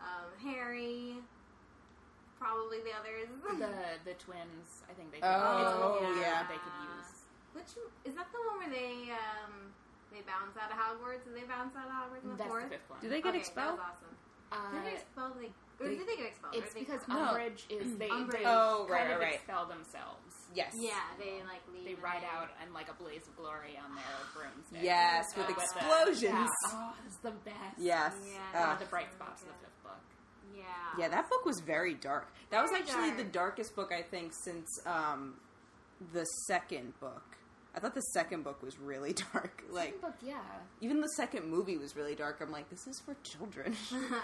Speaker 1: um, Harry, probably the others.
Speaker 3: the the twins. I think they. Could,
Speaker 2: Oh,
Speaker 3: it's-
Speaker 2: yeah.
Speaker 3: they could use.
Speaker 1: <laughs> Which is that the one where they um they bounce out of Hogwarts? Did they bounce out of Hogwarts in the
Speaker 3: That's
Speaker 1: fourth?
Speaker 3: the fifth one.
Speaker 2: Do they get
Speaker 1: okay,
Speaker 2: expelled?
Speaker 1: That was awesome.
Speaker 3: Uh,
Speaker 1: Did they get expelled? Like, or
Speaker 2: they-
Speaker 1: did they get expelled? or
Speaker 3: It's
Speaker 1: they
Speaker 3: because
Speaker 1: come?
Speaker 2: No.
Speaker 3: umbrage is they,
Speaker 1: Umbridge.
Speaker 3: they
Speaker 2: Oh, right,
Speaker 3: kind of
Speaker 2: right, right.
Speaker 3: expel themselves.
Speaker 2: Yes.
Speaker 1: yeah, they like leave.
Speaker 3: They
Speaker 1: and
Speaker 3: ride out in like a blaze of glory on their broomstick.
Speaker 2: Yes,
Speaker 1: with
Speaker 3: the-
Speaker 2: explosions.
Speaker 3: yeah. Oh, it's the best.
Speaker 2: Yes.
Speaker 1: Yeah.
Speaker 3: One
Speaker 2: Uh,
Speaker 3: of the bright spots of the fifth book.
Speaker 1: Yeah.
Speaker 2: yeah, that book was very dark. That was
Speaker 1: Very
Speaker 2: actually
Speaker 1: dark.
Speaker 2: the darkest book I think since um, the second book. I thought the second book was really <laughs> dark. Like
Speaker 3: Second book, yeah.
Speaker 2: even the second movie was really dark. I'm like, this is for children.
Speaker 1: <laughs>
Speaker 2: <laughs>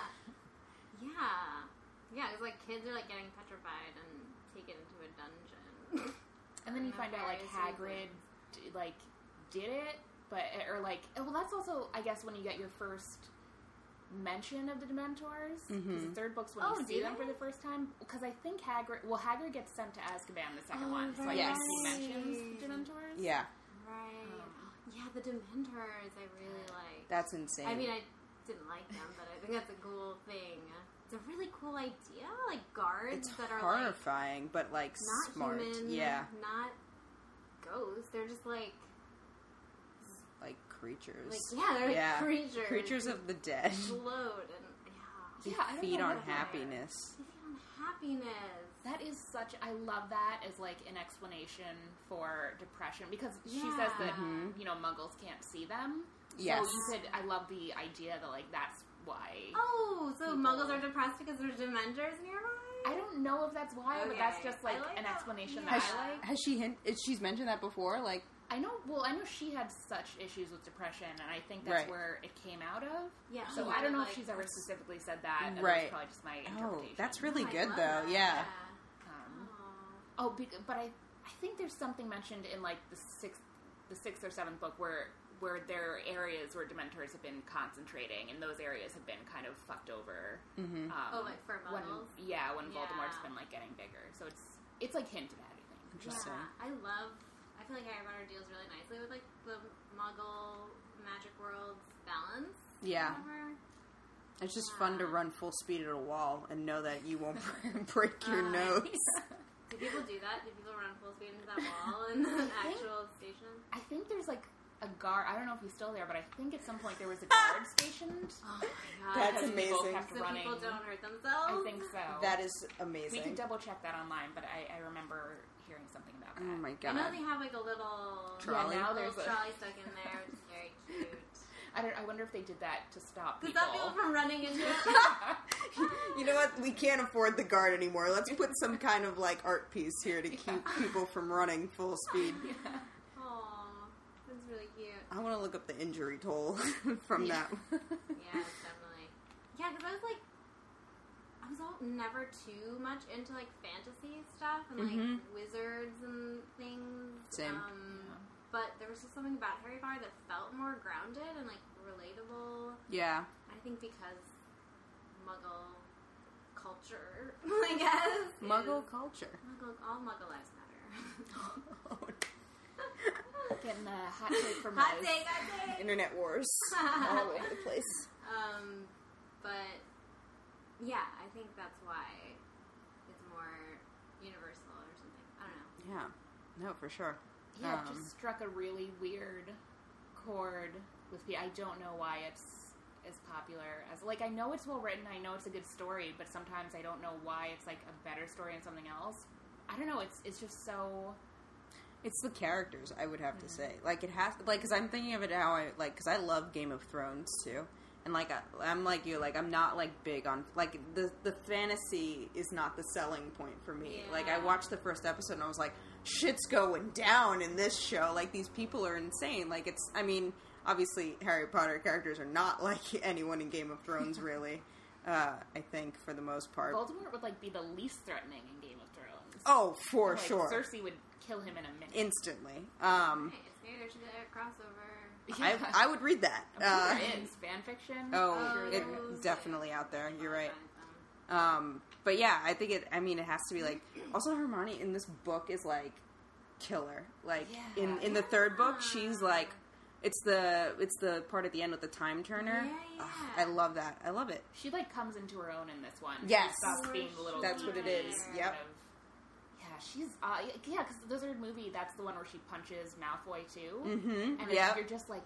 Speaker 1: yeah. Yeah, because like kids are like getting petrified and taken into a dungeon.
Speaker 3: <laughs> And then you
Speaker 1: Yeah,
Speaker 3: find out like
Speaker 1: various
Speaker 3: Hagrid, d- like, did it, but or like, oh, well, that's also I guess when you get your first mention of the Dementors. 'cause The
Speaker 2: Mhm.
Speaker 3: third book's when
Speaker 1: Oh,
Speaker 3: you see
Speaker 1: do
Speaker 3: them
Speaker 1: they?
Speaker 3: for the first time. Because I think Hagrid, well, Hagrid gets sent to Azkaban the second
Speaker 1: Oh,
Speaker 3: one, so I
Speaker 2: Yes.
Speaker 3: think he
Speaker 2: right.
Speaker 3: mentions the Dementors.
Speaker 2: yeah,
Speaker 1: right.
Speaker 3: Um,
Speaker 1: yeah, the Dementors. I really like.
Speaker 2: that's insane.
Speaker 1: I mean, I didn't like them, but I think that's a cool thing. It's a really cool idea. Like guards
Speaker 2: it's
Speaker 1: that are like
Speaker 2: horrifying, but like
Speaker 1: not
Speaker 2: smart.
Speaker 1: human.
Speaker 2: Yeah,
Speaker 1: Not ghosts. They're just like
Speaker 2: like creatures,
Speaker 1: like yeah, <laughs> they're like
Speaker 2: Yeah.
Speaker 1: creatures.
Speaker 2: creatures of the
Speaker 1: <laughs>
Speaker 2: dead.
Speaker 1: float and yeah.
Speaker 2: They
Speaker 3: Yeah, I don't
Speaker 2: feed
Speaker 3: know
Speaker 2: on
Speaker 3: what-
Speaker 2: happiness.
Speaker 1: They feed on happiness.
Speaker 3: That is such. I love that as like an explanation for depression because she
Speaker 1: Yeah.
Speaker 3: says that hmm.
Speaker 2: Mhm.
Speaker 3: you know Muggles can't see them.
Speaker 2: Yes.
Speaker 3: So you could. I love the idea that like that's why.
Speaker 1: Oh, so
Speaker 3: people.
Speaker 1: Muggles are depressed because there's Dementors nearby?
Speaker 3: I don't know if that's why, but that's
Speaker 1: Okay.
Speaker 3: just like,
Speaker 1: I like
Speaker 3: an
Speaker 1: that-
Speaker 3: explanation
Speaker 1: yeah.
Speaker 2: Has,
Speaker 3: that I like.
Speaker 2: has she hint? is- She's mentioned that before. Like,
Speaker 3: I know. Well, I know she had such issues with depression, and I think that's
Speaker 2: Right.
Speaker 3: where it came out of.
Speaker 1: Yeah.
Speaker 3: So
Speaker 1: she
Speaker 3: I don't know
Speaker 1: like-
Speaker 3: if she's ever specifically said that. and
Speaker 2: Right.
Speaker 3: That's probably just my
Speaker 2: oh,
Speaker 3: interpretation.
Speaker 2: that's
Speaker 1: Oh,
Speaker 2: really
Speaker 1: I
Speaker 2: good
Speaker 1: love
Speaker 2: though.
Speaker 1: that.
Speaker 2: Yeah.
Speaker 3: Um,
Speaker 1: Aw.
Speaker 3: Oh, bec- but I, I think there's something mentioned in like the sixth, the sixth or seventh book where where there are areas where Dementors have been concentrating, and those areas have been kind of fucked over.
Speaker 2: Mhm.
Speaker 3: Um,
Speaker 1: Oh, like for
Speaker 3: when,
Speaker 1: Muggles?
Speaker 3: yeah, when Voldemort's
Speaker 1: Yeah.
Speaker 3: been like getting bigger, so it's it's like hinted
Speaker 2: <laughs>
Speaker 3: at. I think. <laughs>
Speaker 2: Interesting.
Speaker 1: Yeah, I love. I feel like Harry Potter deals really nicely with like the Muggle magic world's balance.
Speaker 2: Yeah.
Speaker 1: Remember?
Speaker 2: It's just fun to run full speed at a wall and know that you won't <laughs> break your
Speaker 1: Uh,
Speaker 2: nose.
Speaker 1: Did people do that? Did people run full speed into that wall
Speaker 3: <laughs>
Speaker 1: in the actual station?
Speaker 3: I think there's like a guard. I don't know if he's still there, but I think at some point there was
Speaker 2: <laughs>
Speaker 3: a guard stationed.
Speaker 1: Oh my god.
Speaker 2: Ah! That's
Speaker 3: because People
Speaker 2: amazing.
Speaker 3: kept
Speaker 1: so
Speaker 3: running.
Speaker 1: people don't hurt themselves.
Speaker 3: I think so.
Speaker 2: That is
Speaker 3: we
Speaker 2: amazing.
Speaker 3: can double check that online, but I, I remember hearing something about
Speaker 2: oh
Speaker 3: that.
Speaker 2: my
Speaker 1: I
Speaker 2: god.
Speaker 1: know they have like a little
Speaker 2: Trolley?
Speaker 1: Yeah, now
Speaker 3: There's
Speaker 1: there's
Speaker 3: a-
Speaker 1: trolley stuck in there, which <laughs> is very cute.
Speaker 3: I don't. I wonder if they did that to stop
Speaker 1: To
Speaker 3: people.
Speaker 1: stop people from running <laughs> into it.
Speaker 3: <laughs>
Speaker 2: <laughs> You know what? We can't afford the guard anymore. Let's
Speaker 3: <laughs>
Speaker 2: put some kind of like art piece here to keep people from running full speed.
Speaker 3: Yeah.
Speaker 1: Aw, that's really cute.
Speaker 2: I want to look up the injury toll <laughs> from
Speaker 3: Yeah.
Speaker 2: that.
Speaker 1: Yeah, definitely. Yeah, because I was like, I was all never too much into like fantasy stuff and like
Speaker 2: Mhm.
Speaker 1: wizards and things.
Speaker 2: Same.
Speaker 1: Um, But there was just something about Harry Potter that felt more grounded and like relatable.
Speaker 2: yeah.
Speaker 1: I think because Muggle culture, <laughs> I guess. is-
Speaker 2: Muggle culture. <laughs> Oh,
Speaker 1: Muggle, all Muggle lives matter.
Speaker 3: Getting the hot take
Speaker 1: <laughs>
Speaker 3: from
Speaker 1: hot
Speaker 3: Liz.
Speaker 1: take, hot take.
Speaker 2: Internet <laughs> wars all over the place.
Speaker 1: Um, but yeah, I think that's why it's more universal or something. I don't know.
Speaker 2: Yeah. No, for sure. Um,
Speaker 3: Yeah, it just struck a really weird chord with me. I don't know why it's as popular as like I know it's well written. I know it's a good story, but sometimes I don't know why it's like a better story in something else. I don't know. It's it's just so
Speaker 2: It's the characters, I would have to say. Like it has, like because I'm thinking of it how I like because I love Game of Thrones too, and like I, I'm like you, like I'm not like big on like the the fantasy is not the selling point for me. Like I
Speaker 1: Yeah.
Speaker 2: watched the first episode and I was like, shit's going down in this show. Like these people are insane. Like it's, I mean, obviously Harry Potter characters are not <laughs> like anyone in Game of Thrones really. Uh, I think for the most part.
Speaker 3: Voldemort would like be the least threatening in Game of Thrones.
Speaker 2: Er, Oh, for
Speaker 3: Like,
Speaker 2: sure,
Speaker 3: Cersei would kill him in a minute. <laughs>
Speaker 2: instantly. Um,
Speaker 1: Nice. Maybe there should be a crossover.
Speaker 2: I,
Speaker 3: Yeah.
Speaker 2: I would read that.
Speaker 3: I'm sure
Speaker 2: Uh,
Speaker 3: it is fan fiction.
Speaker 2: Oh,
Speaker 1: Oh,
Speaker 2: it
Speaker 1: those-
Speaker 2: definitely out there. You're right.
Speaker 1: Find some.
Speaker 2: Um, but yeah, I think it. I mean, it has to be like. Also, Hermione in this book is like killer. Like
Speaker 3: Yeah. Uh-huh.
Speaker 2: in in the third book, she's like. It's the it's the part at the end with the time turner.
Speaker 1: Yeah, yeah.
Speaker 2: Ugh, I love that. I love it.
Speaker 3: She like comes into her own in this one.
Speaker 2: Yes.
Speaker 3: she stops
Speaker 1: For
Speaker 3: being the little.
Speaker 2: That's what it
Speaker 3: demon
Speaker 2: is.
Speaker 3: and
Speaker 2: Yep.
Speaker 3: kind of- Yeah, she's uh, yeah, because the Wizard movie. That's the one where she punches Malfoy too,
Speaker 2: Mm-hmm.
Speaker 3: and
Speaker 2: Yeah.
Speaker 3: it's, you're just like,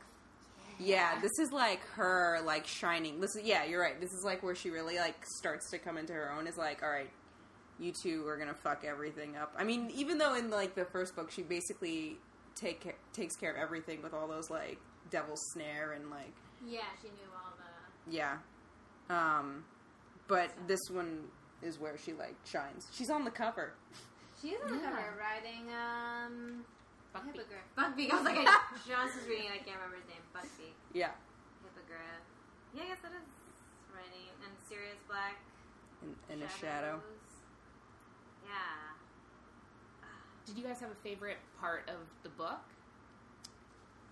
Speaker 2: Yeah, this is like her like shining. This is yeah, you're right. This is like where she really like starts to come into her own. Is like, all right, you two are gonna fuck everything up. I mean, even though in like the first book she basically take ca- takes care of everything with all those like devil's snare and like
Speaker 1: Yeah, she knew all the.
Speaker 2: yeah, um, but this one is where she like shines. She's on the cover.
Speaker 1: She's on the
Speaker 3: Yeah.
Speaker 1: cover riding um
Speaker 3: Buckbeak.
Speaker 1: hippogriff. Buckbeak. I was like, <laughs> I just was reading. it, I can't remember his name. Buckbeak.
Speaker 2: Yeah,
Speaker 1: Hippogriff. Yeah, I guess that is writing. And Sirius Black.
Speaker 2: in, in a shadow.
Speaker 1: Shadows. Yeah.
Speaker 3: Did you guys have a favorite part of the book?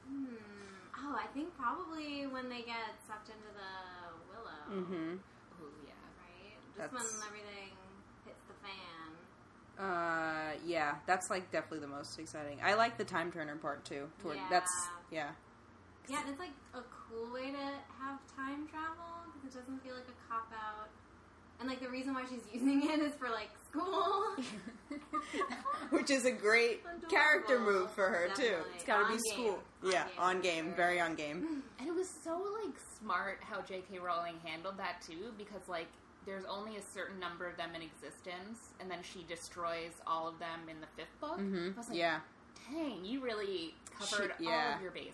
Speaker 1: Hmm. Oh, I think probably when they get sucked into the willow,
Speaker 2: Mm-hmm.
Speaker 3: Oh yeah,
Speaker 1: right? Just
Speaker 2: That's-
Speaker 1: when everything hits the fan.
Speaker 2: Uh, yeah, that's like definitely the most exciting. I like the time turner part too. Toward
Speaker 1: Yeah.
Speaker 2: that's yeah, <laughs>
Speaker 1: Yeah, and it's like a cool way to have time travel because it doesn't feel like a cop out. And like the reason why she's <laughs> using it is for like
Speaker 2: <laughs>
Speaker 1: school.
Speaker 2: which is a great
Speaker 1: Adorable.
Speaker 2: character move for her too.
Speaker 1: Definitely.
Speaker 2: It's got to
Speaker 1: On
Speaker 2: be
Speaker 1: game.
Speaker 2: school.
Speaker 1: On
Speaker 2: yeah,
Speaker 1: game,
Speaker 2: on
Speaker 1: for
Speaker 2: game,
Speaker 1: sure.
Speaker 2: very
Speaker 1: <laughs>
Speaker 2: on game.
Speaker 3: and it was so like smart how J.K. Rowling handled that too, because like there's only a certain number of them in existence, and then she destroys all of them in the fifth book.
Speaker 2: hmm
Speaker 3: I was like,
Speaker 2: Yeah,
Speaker 3: Dang, you really covered all
Speaker 2: yeah.
Speaker 3: of your bases.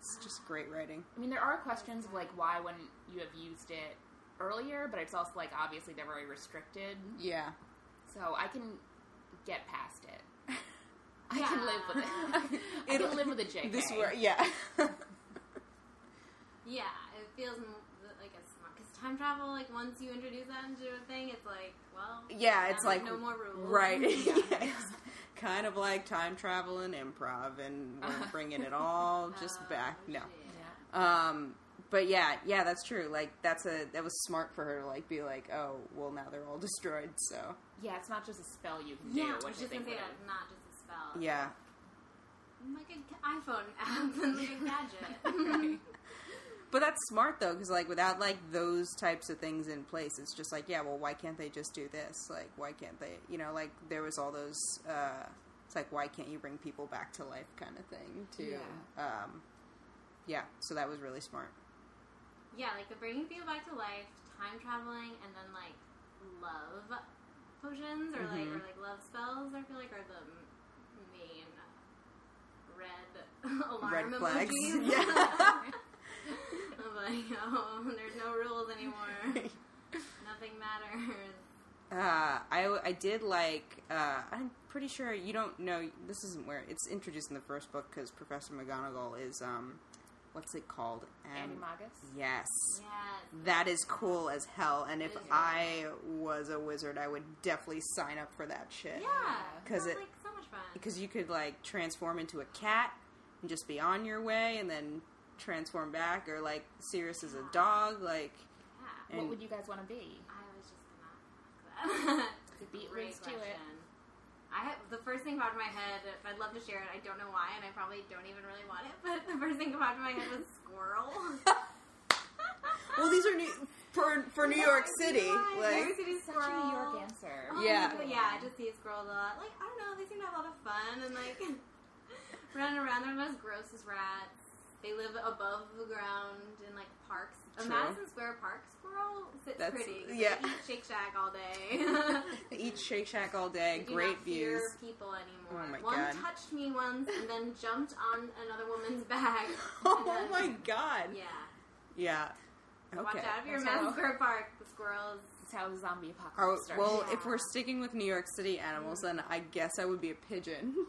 Speaker 2: it's just great writing.
Speaker 3: I mean, there are questions of like why when you have used it earlier, but it's also like obviously they're very restricted.
Speaker 2: Yeah,
Speaker 3: So I can get past it. I can live
Speaker 1: <laughs>
Speaker 3: with it. I
Speaker 2: It'll-
Speaker 3: can live with a JK.
Speaker 2: this were yeah.
Speaker 1: Yeah, it feels m- like a smart because time travel. Like once you introduce that into a thing, it's like well,
Speaker 2: Yeah, it's
Speaker 1: now there's
Speaker 2: like,
Speaker 1: no more rules, <laughs>
Speaker 2: Right.
Speaker 1: Yeah.
Speaker 2: <laughs> Yes. Kind of like time travel and improv, and
Speaker 1: <laughs>
Speaker 2: we're
Speaker 3: Uh-huh.
Speaker 2: bringing it all just
Speaker 1: Oh,
Speaker 2: back. No.
Speaker 1: shit.
Speaker 3: Yeah.
Speaker 2: Um, but yeah, yeah, that's true. Like that's a that was smart for her to like be like, oh, well now they're all <laughs> destroyed. So
Speaker 3: Yeah, it's not just a spell you can
Speaker 1: Yeah,
Speaker 3: do,
Speaker 1: I was
Speaker 3: which I
Speaker 1: just gonna
Speaker 3: think
Speaker 1: say
Speaker 3: would
Speaker 1: that, not just a spell.
Speaker 2: yeah,
Speaker 1: <laughs>
Speaker 2: <laughs>
Speaker 1: Like an iPhone app and like a gadget.
Speaker 2: But that's smart though, because like without like those types of things in place, it's just like, yeah, well, why can't they just do this? Like, why can't they? You know, like there was all those. Uh, it's like, why can't you bring people back to life, kind of thing. To, um, yeah. So that was really smart.
Speaker 1: Yeah, like the bringing people back to life, time traveling, and then like love potions or like or
Speaker 2: Mm-hmm.
Speaker 1: like love spells. I feel like are the m- main red <laughs> alarm
Speaker 2: Red flags. <laughs>
Speaker 1: emojis.
Speaker 2: Yeah.
Speaker 1: <laughs> I'm like, <laughs> oh, there's no rules
Speaker 2: <laughs>
Speaker 1: anymore. Nothing matters.
Speaker 2: Uh, I, I did like, uh, I'm pretty sure you don't know, this isn't where, it's introduced in the first book because Professor McGonagall is, um, what's it called?
Speaker 1: um,
Speaker 2: An-
Speaker 3: Animagus.
Speaker 2: Yes.
Speaker 1: Yes.
Speaker 2: That is cool as hell, and if
Speaker 1: It is.
Speaker 2: I was a wizard, I would definitely sign up for that shit.
Speaker 1: Yeah.
Speaker 2: 'Cause
Speaker 1: Sounds
Speaker 2: it-
Speaker 1: like so much fun.
Speaker 2: Because you could, like, transform into a cat and just be on your way and then transform back, or, like, Sirius is a dog,
Speaker 1: <laughs>
Speaker 2: like,
Speaker 1: yeah.
Speaker 2: and
Speaker 3: What would you guys want to be?
Speaker 1: I was just gonna ask that. <laughs>
Speaker 3: To beat
Speaker 1: Great
Speaker 3: Liz to it.
Speaker 1: question. I have, the first thing popped in my head. I'd love to share it. I don't know why, and I probably don't even really want it. <laughs> But the first thing that popped in my head was squirrel.
Speaker 2: well, these are new, for, for New
Speaker 1: <laughs>
Speaker 2: York City,
Speaker 1: Yeah, New York
Speaker 2: like,
Speaker 1: City
Speaker 3: Such a
Speaker 1: squirrel.
Speaker 3: New York answer.
Speaker 1: Oh,
Speaker 2: Yeah.
Speaker 1: but yeah. I just see squirrels a lot. Like I don't know, they seem to have a lot of fun and like <laughs> running around. They're not as gross as rats. They live above the ground in like parks. A
Speaker 2: True.
Speaker 1: Madison Square Park squirrel sits
Speaker 2: That's-
Speaker 1: pretty.
Speaker 2: yeah.
Speaker 1: They eat Shake Shack all
Speaker 2: <laughs>
Speaker 1: day. <laughs>
Speaker 2: eat Shake Shack all day,
Speaker 1: I do
Speaker 2: great
Speaker 1: not
Speaker 2: views. <laughs>
Speaker 1: Fear people anymore.
Speaker 2: Oh my
Speaker 1: One
Speaker 2: God.
Speaker 1: touched me once and then jumped on another woman's <laughs> back.
Speaker 2: Oh
Speaker 1: And then-
Speaker 2: my god.
Speaker 1: Yeah.
Speaker 2: Yeah.
Speaker 1: Watch
Speaker 2: Okay.
Speaker 1: out if you're in
Speaker 3: That's
Speaker 1: Madison
Speaker 3: all.
Speaker 1: Square Park. The squirrels.
Speaker 3: That's how the zombie apocalypse
Speaker 2: Oh,
Speaker 3: started.
Speaker 2: well,
Speaker 1: Yeah.
Speaker 2: if we're sticking with New York City animals,
Speaker 1: Mm-hmm.
Speaker 2: then I guess I would be a pigeon <laughs>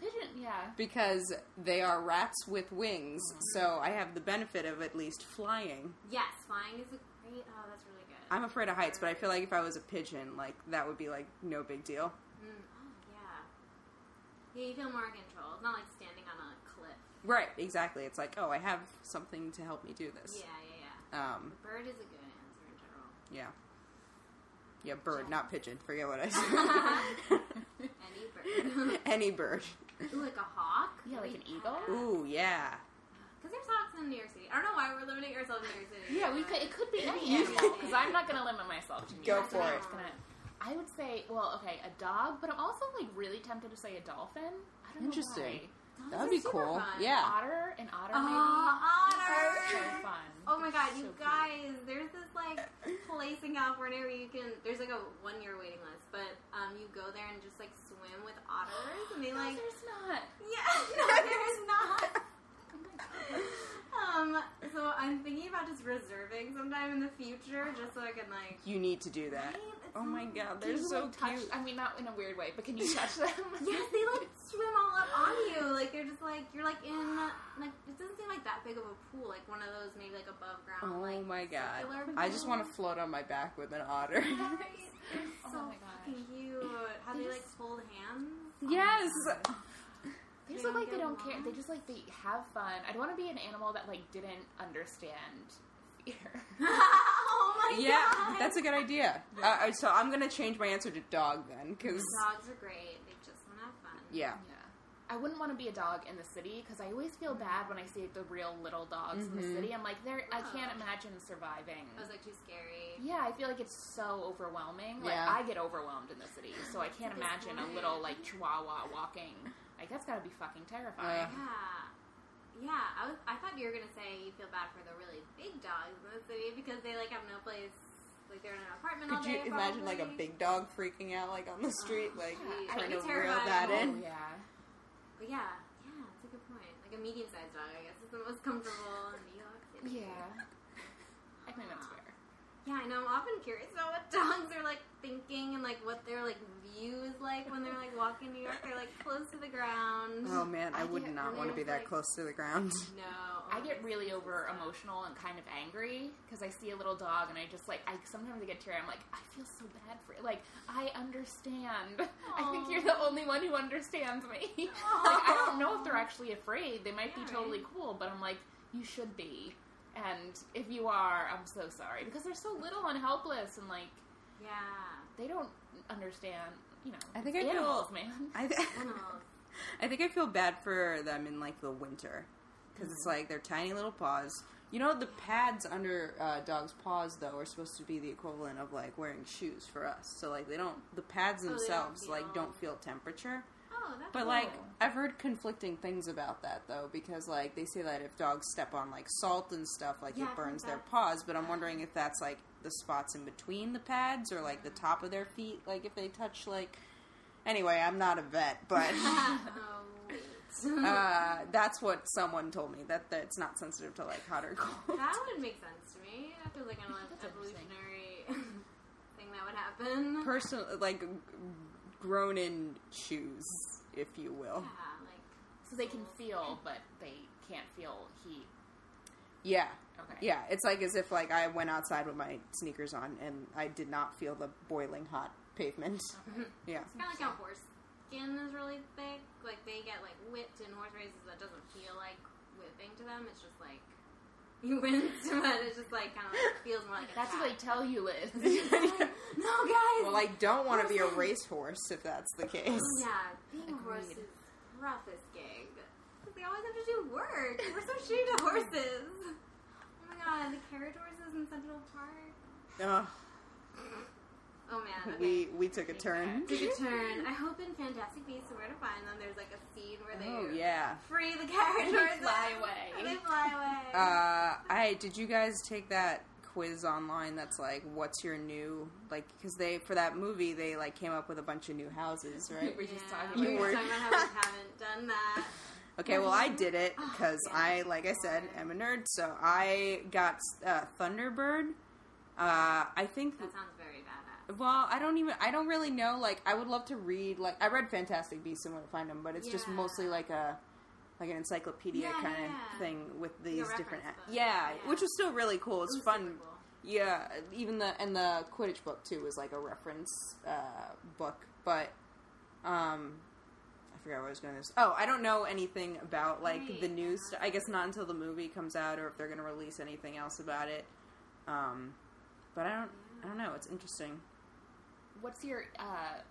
Speaker 3: pigeon, yeah.
Speaker 2: because they are rats with wings. So I have the benefit of at least flying.
Speaker 1: Yes, flying is a great. Oh, that's really good.
Speaker 2: I'm afraid of heights, but I feel like if I was a pigeon, like that would be like no big deal.
Speaker 1: Mm, oh, yeah. Yeah, you feel more in control. It's not like standing on a cliff.
Speaker 2: Right, exactly. It's like, oh, I have something to help me do this.
Speaker 1: Yeah, yeah, yeah.
Speaker 2: Um,
Speaker 1: Bird is a good answer in general.
Speaker 2: yeah. Yeah, bird, not pigeon. Forget what I
Speaker 1: Any bird. <laughs>
Speaker 2: said. Any bird.
Speaker 1: Ooh, like a hawk.
Speaker 3: Yeah, like an eagle?
Speaker 2: Ooh, yeah.
Speaker 1: Because there's hawks in New York City. I don't know why we're limiting ourselves to New York City.
Speaker 3: Yeah, we could. It could be any
Speaker 1: Yeah.
Speaker 3: animal because I'm not going to limit myself to New
Speaker 2: Go
Speaker 3: York City.
Speaker 2: for
Speaker 3: I'm
Speaker 2: it.
Speaker 3: just gonna- I would say, well, okay, a dog, but I'm also like really tempted to say a dolphin. I don't
Speaker 2: Interesting.
Speaker 3: know why.
Speaker 2: That'd be
Speaker 1: super
Speaker 2: cool.
Speaker 1: fun.
Speaker 2: Yeah. Ah.
Speaker 3: Otter, an otter
Speaker 1: Oh,
Speaker 3: maybe.
Speaker 1: otters.
Speaker 3: So <laughs> fun.
Speaker 1: Oh my god,
Speaker 3: So
Speaker 1: you
Speaker 3: cute.
Speaker 1: guys, there's this like place in California where you can there's like a one year waiting list, but um you go there and just like swim with otters and they
Speaker 3: No,
Speaker 1: like
Speaker 3: there's not.
Speaker 1: <laughs> Yeah, <laughs> no there's not Um so I'm thinking about just reserving sometime in the future just so I can like
Speaker 2: <laughs> You need to do that.
Speaker 1: Right? It's
Speaker 2: Oh my
Speaker 1: not-
Speaker 2: god,
Speaker 3: Can
Speaker 2: they're
Speaker 3: you,
Speaker 2: so
Speaker 3: like, touch,
Speaker 2: cute.
Speaker 3: I mean, not in a weird way, but can you touch them?
Speaker 1: <laughs> Yes, they like swim all up on you. Like they're just like you're like in like it doesn't seem like that big of a pool, like one of those maybe like above ground.
Speaker 2: Oh
Speaker 1: like,
Speaker 2: my god.
Speaker 1: circular
Speaker 2: I just want
Speaker 1: pools.
Speaker 2: <laughs> to float on my back with an otter.
Speaker 1: so
Speaker 3: <laughs> Oh my gosh.
Speaker 1: fucking cute. How
Speaker 3: They
Speaker 1: they like
Speaker 3: just-
Speaker 1: hold
Speaker 2: <laughs>
Speaker 1: hands? <laughs>
Speaker 2: yes!
Speaker 3: They
Speaker 1: They
Speaker 3: just look
Speaker 1: don't
Speaker 3: like they
Speaker 1: get
Speaker 3: don't care.
Speaker 1: along?
Speaker 3: They just like they have fun. I'd want to be an animal that like didn't understand fear.
Speaker 1: oh my
Speaker 2: Yeah,
Speaker 1: god.
Speaker 2: that's a good idea. Uh, uh, so I'm gonna change my answer to dog then, because.
Speaker 1: Dogs are great. They just want to have fun.
Speaker 2: Yeah.
Speaker 3: yeah. I wouldn't want to be a dog in the city because I always
Speaker 1: Mm-hmm.
Speaker 3: feel bad when I see the real little dogs in
Speaker 2: Mhm.
Speaker 3: the city. I'm like, they're I can't
Speaker 1: Oh.
Speaker 3: imagine surviving.
Speaker 1: It was like too scary.
Speaker 3: Yeah, I feel like it's so overwhelming. Like
Speaker 2: Yeah.
Speaker 3: I get overwhelmed in the city, so I can't imagine a little like chihuahua walking. Like that's gotta be fucking terrifying.
Speaker 2: Yeah.
Speaker 1: Yeah. Yeah, I was. I thought you were gonna say you feel bad for the really big dogs in the city because they like have no place. Like they're in an apartment all
Speaker 2: Could you
Speaker 1: day.
Speaker 2: imagine like a
Speaker 1: probably.
Speaker 2: big dog freaking out like on the street, like
Speaker 1: yeah.
Speaker 2: trying to
Speaker 1: It's
Speaker 2: reel that
Speaker 1: terrifying.
Speaker 2: in?
Speaker 3: Oh, yeah.
Speaker 1: But yeah, yeah, that's a good point. Like a medium-sized dog, I guess, is the most comfortable in New York City.
Speaker 3: Yeah. I think that's fair.
Speaker 1: Yeah, I know. I'm often curious about what <laughs> dogs are like thinking and like what their like view is like when they're like walking New York. They're like close to the ground.
Speaker 2: Oh man, I,
Speaker 3: I
Speaker 2: would
Speaker 3: get
Speaker 2: not want to
Speaker 1: really,
Speaker 2: be that
Speaker 1: like-
Speaker 2: close to the ground. <laughs>
Speaker 1: No,
Speaker 3: I get really
Speaker 1: Oh,
Speaker 3: over
Speaker 1: yeah.
Speaker 3: emotional and kind of angry because I see a little dog and I just like I sometimes I get teary. I'm like I feel so bad for it. Like I understand. I think
Speaker 1: Aw.
Speaker 3: you're the only one who understands me. <laughs> like I don't know if they're actually afraid. They might
Speaker 1: Yeah,
Speaker 3: be totally
Speaker 1: right.
Speaker 3: cool, but I'm like you should be. And if you are, I'm so sorry because they're so little and helpless and like
Speaker 1: Yeah,
Speaker 3: they don't understand. You know,
Speaker 2: I think
Speaker 3: it's
Speaker 2: I feel-
Speaker 3: animals, man. <laughs>
Speaker 2: I th- <laughs>
Speaker 1: animals.
Speaker 2: Mm-hmm. I think I feel bad for them in like the winter because it's like their tiny little paws You know, the pads under uh, dogs' paws though are supposed to be the equivalent of like wearing shoes for us. So like they don't the pads
Speaker 1: Oh, they don't
Speaker 2: themselves
Speaker 1: feel-
Speaker 2: like don't feel temperature.
Speaker 1: Oh, that's
Speaker 2: But
Speaker 1: cool. <laughs>
Speaker 2: like I've heard conflicting things about that though because like they say that if dogs step on like salt and stuff like
Speaker 1: Yeah, I
Speaker 2: it
Speaker 1: think
Speaker 2: burns their
Speaker 1: that's-
Speaker 2: paws, but I'm wondering if that's like the spots in between the pads or like the top of their feet like if they touch like Anyway, I'm not a vet, <laughs> but
Speaker 1: <laughs> oh, wait.
Speaker 2: uh, that's what someone told me that, that it's not sensitive to like hot or
Speaker 1: <laughs>
Speaker 2: cold.
Speaker 1: that would make sense to me. That feels like an
Speaker 3: That's interesting.
Speaker 1: evolutionary <laughs> thing that would happen.
Speaker 2: Person like g- grown in shoes, if you will.
Speaker 1: yeah, like
Speaker 3: So they can feel, but they can't feel heat.
Speaker 2: Yeah,
Speaker 3: Okay.
Speaker 2: yeah. It's like as if like I went outside with my sneakers on and I did not feel the boiling hot pavement. Yeah,
Speaker 1: it's kind of like how horse skin is really thick. Like they get like whipped in horse races that doesn't feel like whipping to them. It's just like <laughs> you winced, but it's just like kind of like, feels more like a
Speaker 3: That's what
Speaker 1: tap.
Speaker 3: they tell you,
Speaker 2: <laughs>
Speaker 3: Liz.
Speaker 1: <laughs> no, guys.
Speaker 2: well, I don't want to be a racehorse if that's the case.
Speaker 1: Yeah, being a horse
Speaker 3: Agreed.
Speaker 1: is roughest gig. 'Cause They always have to do work. We're so shitty to horses. <laughs> Oh my god, the carriage horses in Central Park.
Speaker 2: <laughs> Ugh,
Speaker 1: Oh man,
Speaker 2: we
Speaker 1: okay.
Speaker 2: we took a turn.
Speaker 1: Took a turn. I hope in Fantastic Beasts and Where to Find Them, there's like a scene where they
Speaker 2: Oh yeah.
Speaker 1: free the carriage
Speaker 3: They
Speaker 1: horses.
Speaker 3: fly
Speaker 1: <laughs>
Speaker 3: away.
Speaker 1: They fly away.
Speaker 2: <laughs> Uh, I did you guys take that quiz online that's like what's your new like because they for that movie they like came up with a bunch of new houses right
Speaker 3: We're just
Speaker 1: Yeah. <laughs>
Speaker 3: talking
Speaker 1: We
Speaker 2: You
Speaker 3: about
Speaker 1: were
Speaker 2: <laughs> were-
Speaker 1: talking about how we haven't done that.
Speaker 2: Okay, well, I did it
Speaker 1: Oh,
Speaker 2: because
Speaker 1: yeah.
Speaker 2: I, like I said, am a nerd. So I got uh, Thunderbird. Uh, I think.
Speaker 1: That sounds very badass.
Speaker 2: Well, I don't even. I don't really know. Like, I would love to read. Like, I read Fantastic Beasts and Where to Find Them, but it's just
Speaker 1: Yeah.
Speaker 2: mostly like a like an encyclopedia
Speaker 1: Yeah,
Speaker 2: kind
Speaker 1: yeah.
Speaker 2: of thing with these
Speaker 1: reference
Speaker 2: different.
Speaker 1: book.
Speaker 2: Yeah,
Speaker 1: Yeah.
Speaker 2: which was still really cool. It's
Speaker 1: It was
Speaker 2: fun.
Speaker 1: super cool.
Speaker 2: Yeah, even the and the Quidditch book too was like a reference uh, book, but um, I forgot where I was going. with This oh, I don't know anything about like the
Speaker 1: Right.
Speaker 2: news. St- I guess not until the movie comes out or if they're going to release anything else about it. Um, but I don't, I don't know. It's interesting.
Speaker 3: What's your uh,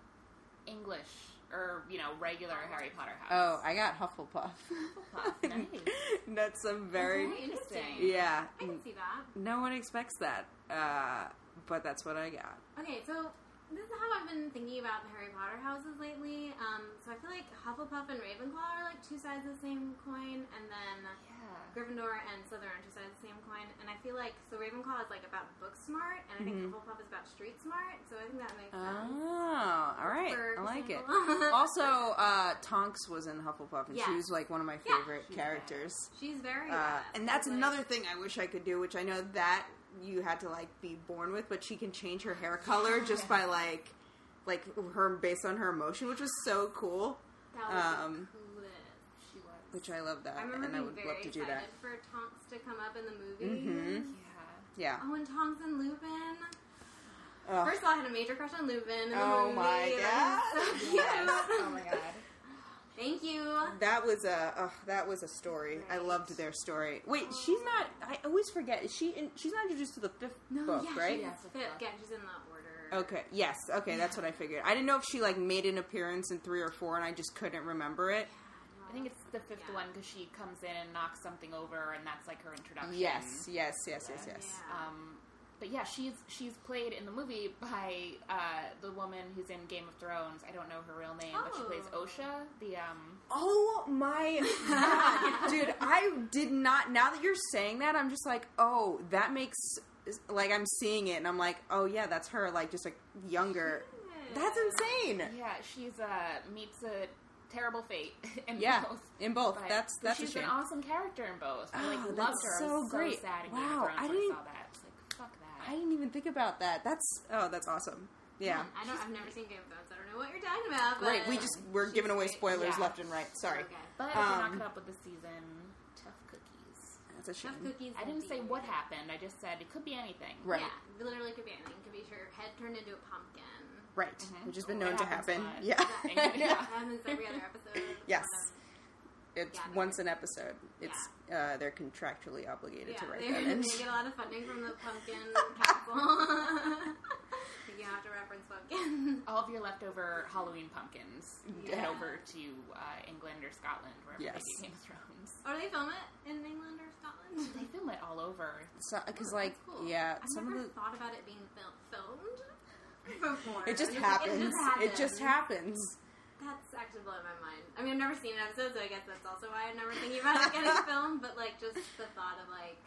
Speaker 3: English or you know regular Harry Potter
Speaker 2: Oh,
Speaker 3: house?
Speaker 2: I got Hufflepuff. <laughs>
Speaker 3: Hufflepuff, nice.
Speaker 2: That's a very
Speaker 1: Very interesting.
Speaker 2: yeah.
Speaker 1: I can see that.
Speaker 2: No one expects that, uh, but that's what I got.
Speaker 1: Okay, so this is how I've been thinking about the Harry Potter houses lately. Um, so I feel like Hufflepuff and Ravenclaw are like two sides of the same coin, and then
Speaker 3: Yeah.
Speaker 1: Gryffindor and Slytherin are two sides of the same coin. And I feel like so Ravenclaw is like about book smart, and I think
Speaker 2: Mhm.
Speaker 1: Hufflepuff is about street smart. So I think that makes sense.
Speaker 2: Oh, all right.
Speaker 1: For
Speaker 2: I like it.
Speaker 1: <laughs> example.
Speaker 2: also, uh, Tonks was in Hufflepuff, and she
Speaker 1: Yeah.
Speaker 2: was like one of my
Speaker 1: Yeah.
Speaker 2: favorite
Speaker 3: She's
Speaker 2: characters.
Speaker 1: She's very,
Speaker 2: Uh,
Speaker 1: badass.
Speaker 2: and that's
Speaker 1: Like,
Speaker 2: another thing I wish I could do, which I know that you had to like be born with, but she can change her hair color just by like, like her based on her emotion, which was so cool.
Speaker 1: That was
Speaker 2: um,
Speaker 1: the coolest.
Speaker 3: She was.
Speaker 2: Which I love that,
Speaker 1: I remember
Speaker 2: and I
Speaker 1: being
Speaker 2: would
Speaker 1: very
Speaker 2: love to do that.
Speaker 1: excited for Tonks to come up in the movie.
Speaker 2: Mhm.
Speaker 3: Yeah.
Speaker 2: Yeah.
Speaker 1: Oh, and Tonks and Lupin.
Speaker 2: Ugh.
Speaker 1: Uh-huh. First of all, I had a major crush on Lupin. In the
Speaker 2: Oh
Speaker 1: movie,
Speaker 2: my
Speaker 1: and
Speaker 2: god!
Speaker 1: I was So cute. <laughs>
Speaker 2: Yes. <laughs> Oh my god!
Speaker 1: Thank you.
Speaker 2: That was a ugh, that was a story. I
Speaker 1: Right.
Speaker 2: loved their story. Wait, she's not. I always forget. Is she in, she's not introduced to the fifth
Speaker 1: No,
Speaker 2: book,
Speaker 1: yeah,
Speaker 2: right?
Speaker 1: She is
Speaker 3: Yes,
Speaker 1: fifth.
Speaker 3: of
Speaker 1: Yeah, she's in that order.
Speaker 2: Okay. Yes. Okay. That's what I figured. I didn't know if she like made an appearance in three or four, and I just couldn't remember it.
Speaker 3: I think it's the fifth
Speaker 1: Yeah.
Speaker 3: one because she comes in and knocks something over, and that's like her introduction.
Speaker 2: Yes. Yes. Yes. Yes. Yes.
Speaker 1: Yeah.
Speaker 3: Um, but yeah, she's she's played in the movie by uh, the woman who's in Game of Thrones. I don't know her real name, but she
Speaker 1: Oh.
Speaker 3: plays Osha. The um,
Speaker 2: Oh my <laughs> god, dude! I did not. Now that you're saying that, I'm just like, oh, that makes like I'm seeing it, and I'm like, oh yeah, that's her. Like just like younger. That's insane.
Speaker 3: yeah, she's uh meets a terrible fate <laughs> in
Speaker 2: Yeah,
Speaker 3: both.
Speaker 2: in both.
Speaker 3: But-
Speaker 2: that's
Speaker 3: but
Speaker 2: that's a
Speaker 3: she's
Speaker 2: shame.
Speaker 3: an awesome character in both. I like
Speaker 2: Oh,
Speaker 3: loved
Speaker 2: that's
Speaker 3: her. I
Speaker 2: so
Speaker 3: was
Speaker 2: great.
Speaker 3: so sad in Game
Speaker 2: Wow,
Speaker 3: of Thrones
Speaker 2: I
Speaker 3: when I saw
Speaker 2: didn't-
Speaker 3: that. It's like fuck that.
Speaker 2: I didn't even think about that. That's oh, that's awesome. Yeah,
Speaker 1: I don't. I've never seen Game of Thrones. I don't know what you're talking about. But
Speaker 2: great. We just we're
Speaker 1: she's
Speaker 2: giving away
Speaker 1: great.
Speaker 2: spoilers
Speaker 3: Yeah.
Speaker 2: left and right. Sorry,
Speaker 1: Okay.
Speaker 3: but if you
Speaker 2: um,
Speaker 3: knock it up with the season, tough cookies.
Speaker 2: that's a shame.
Speaker 1: Tough cookies.
Speaker 3: I didn't say
Speaker 1: indeed.
Speaker 3: what happened. I just said it could be anything.
Speaker 2: Right,
Speaker 1: Yeah, literally could be anything. Could be your head turned into a
Speaker 2: <laughs>
Speaker 1: pumpkin.
Speaker 2: right,
Speaker 1: Mm-hmm.
Speaker 3: Mhm.
Speaker 2: which has been
Speaker 3: That
Speaker 2: known to happen.
Speaker 3: happens a lot.
Speaker 2: Yeah,
Speaker 1: <laughs>
Speaker 3: Yeah.
Speaker 1: That happens every other episode. Um,
Speaker 2: Yes.
Speaker 1: Whatever.
Speaker 2: <laughs> it's
Speaker 1: Yeah.
Speaker 2: once an episode. It's uh, they're contractually obligated to
Speaker 1: Yeah,
Speaker 2: write
Speaker 1: they,
Speaker 2: that
Speaker 1: <laughs>
Speaker 2: in. <laughs>
Speaker 1: they get a lot of funding from the pumpkin castle. yeah. have to reference pumpkins. <laughs>
Speaker 3: all of your leftover Halloween pumpkins head
Speaker 1: Yeah.
Speaker 3: over to uh, England or Scotland, wherever
Speaker 2: Yes.
Speaker 3: they do Game of Thrones.
Speaker 1: or do they film it in England or Scotland?
Speaker 3: <laughs> They film it all over.
Speaker 2: because
Speaker 1: Oh,
Speaker 2: like
Speaker 1: that's cool.
Speaker 2: yeah,
Speaker 1: I've
Speaker 2: some
Speaker 1: never
Speaker 2: of the
Speaker 1: thought about it being fil- filmed <laughs> before.
Speaker 2: it just
Speaker 1: It
Speaker 2: happens. It just
Speaker 1: happens.
Speaker 2: happens.
Speaker 1: That's actually blowing my mind. I mean, I've never seen an episode, so I guess that's also why I'm never thinking about it
Speaker 3: <laughs>
Speaker 1: getting filmed. But like, just the thought of like,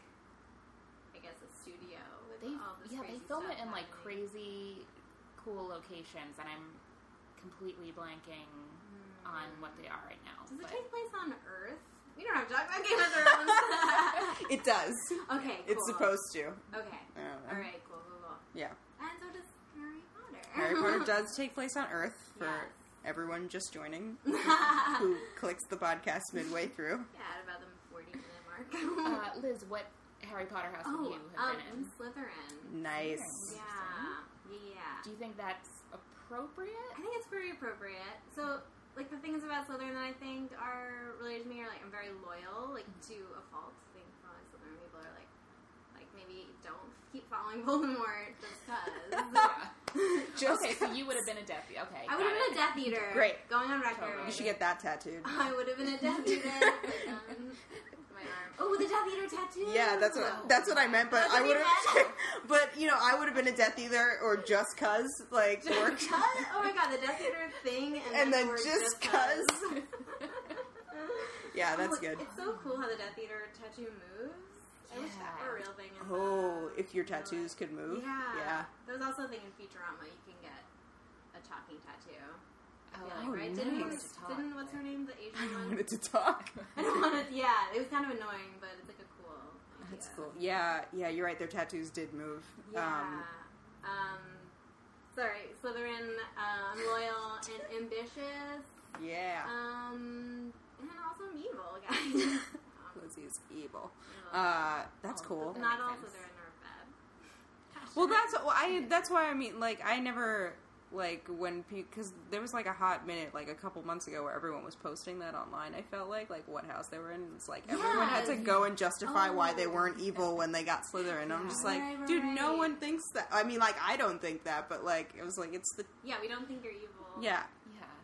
Speaker 1: I guess a studio with
Speaker 3: They
Speaker 1: all Oh, this
Speaker 3: yeah, they
Speaker 1: crazy
Speaker 3: film it
Speaker 1: stuff
Speaker 3: in like
Speaker 1: happening.
Speaker 3: crazy, cool locations, and I'm completely blanking on what they are right now.
Speaker 1: Hmm. Does it
Speaker 3: but-
Speaker 1: take place on Earth? We don't have to talk about Game of
Speaker 3: <laughs>
Speaker 1: Thrones.
Speaker 2: It does.
Speaker 1: okay, cool.
Speaker 2: It's supposed to.
Speaker 1: Okay.
Speaker 2: I don't know.
Speaker 1: All right. Cool. Cool. Cool.
Speaker 2: Yeah.
Speaker 1: And so does Harry Potter.
Speaker 2: Harry
Speaker 1: <laughs>
Speaker 2: Potter does take place on Earth for
Speaker 1: Yes. <laughs>
Speaker 2: everyone just joining
Speaker 1: yeah,
Speaker 2: who clicks the podcast midway through.
Speaker 1: at about the 40 minute mark. <laughs>
Speaker 3: uh, Liz, what Harry Potter house
Speaker 1: oh,
Speaker 3: would you have
Speaker 1: um,
Speaker 3: been in?
Speaker 1: I'm Slytherin.
Speaker 2: Nice.
Speaker 1: Yeah.
Speaker 3: Interesting.
Speaker 1: Yeah.
Speaker 3: Do you think that's
Speaker 1: <laughs>
Speaker 3: appropriate?
Speaker 1: I think it's pretty appropriate. So, like, the things about Slytherin that I think are related to me are, like, I'm very loyal, like, to a fault. I think a lot of Slytherin people are, like, like, maybe don't keep following <laughs> Voldemort just because.
Speaker 3: Yeah.
Speaker 2: <laughs> Just
Speaker 3: Okay, so you would have been a Death Eater. Okay,
Speaker 1: I would have been a Death Eater.
Speaker 2: Great.
Speaker 1: Going on record.
Speaker 3: Totally.
Speaker 2: You should get that tattooed.
Speaker 1: <laughs> I would have been a Death Eater.
Speaker 2: <laughs>
Speaker 1: but, um, my arm. Oh, the Death Eater tattoo.
Speaker 2: Yeah, that's
Speaker 1: Oh.
Speaker 2: what that's what I meant. But
Speaker 1: That's
Speaker 2: I
Speaker 1: what
Speaker 2: would
Speaker 1: you
Speaker 2: have, <laughs> but you know, I would have been a Death Eater or just cause
Speaker 1: <laughs>
Speaker 2: like worked,
Speaker 1: Just 'cause? Oh my god, the Death Eater thing, and,
Speaker 2: and then
Speaker 1: we're
Speaker 2: just
Speaker 1: cuz.
Speaker 2: cause.
Speaker 1: <laughs>
Speaker 2: Yeah, that's
Speaker 1: Oh, <laughs>
Speaker 2: good.
Speaker 1: It's so cool how the Death Eater tattoo moves. I wish that
Speaker 3: Yeah.
Speaker 1: were a real thing. in
Speaker 2: Oh,
Speaker 1: the-
Speaker 2: if your tattoos could move,
Speaker 1: Yeah.
Speaker 2: yeah.
Speaker 1: There was also a thing in Futurama you can get a talking tattoo.
Speaker 3: <laughs> Oh,
Speaker 1: Yeah,
Speaker 2: Oh,
Speaker 1: right?
Speaker 2: nice.
Speaker 1: Didn't,
Speaker 3: Nice.
Speaker 1: didn't what's her name? The
Speaker 2: <laughs> I
Speaker 1: Asian one.
Speaker 2: wanted to talk.
Speaker 1: <laughs> I don't want to. Yeah, it was kind of annoying, but it's like a cool. Idea.
Speaker 2: That's cool. Yeah, yeah, you're right. Their tattoos did move.
Speaker 1: Yeah.
Speaker 2: Um,
Speaker 1: Um, sorry, Slytherin. Uh, I'm loyal and
Speaker 2: <laughs>
Speaker 1: ambitious.
Speaker 2: yeah.
Speaker 1: Um, and also I'm evil, guys. <laughs> Um,
Speaker 2: Lizzie's evil.
Speaker 1: evil.
Speaker 2: <laughs> Uh, that's
Speaker 3: Oh,
Speaker 2: cool.
Speaker 3: that
Speaker 1: Not
Speaker 3: makes
Speaker 1: all
Speaker 3: sense.
Speaker 1: Slytherin are bad.
Speaker 2: Well, that's well, I. That's why I mean, like, I never like when because there was like a hot minute, like a couple months ago, where everyone was posting that online. I felt like like what house they were in. It's like everyone had to
Speaker 1: Yes.
Speaker 2: go and justify why they
Speaker 1: Oh.
Speaker 2: weren't evil when they got Slytherin. I'm just like,
Speaker 1: Right, right,
Speaker 2: dude, no
Speaker 1: right.
Speaker 2: one thinks that. I mean, like, I don't think that, but like, it was like it's the
Speaker 1: Yeah, we don't think you're evil.
Speaker 2: yeah,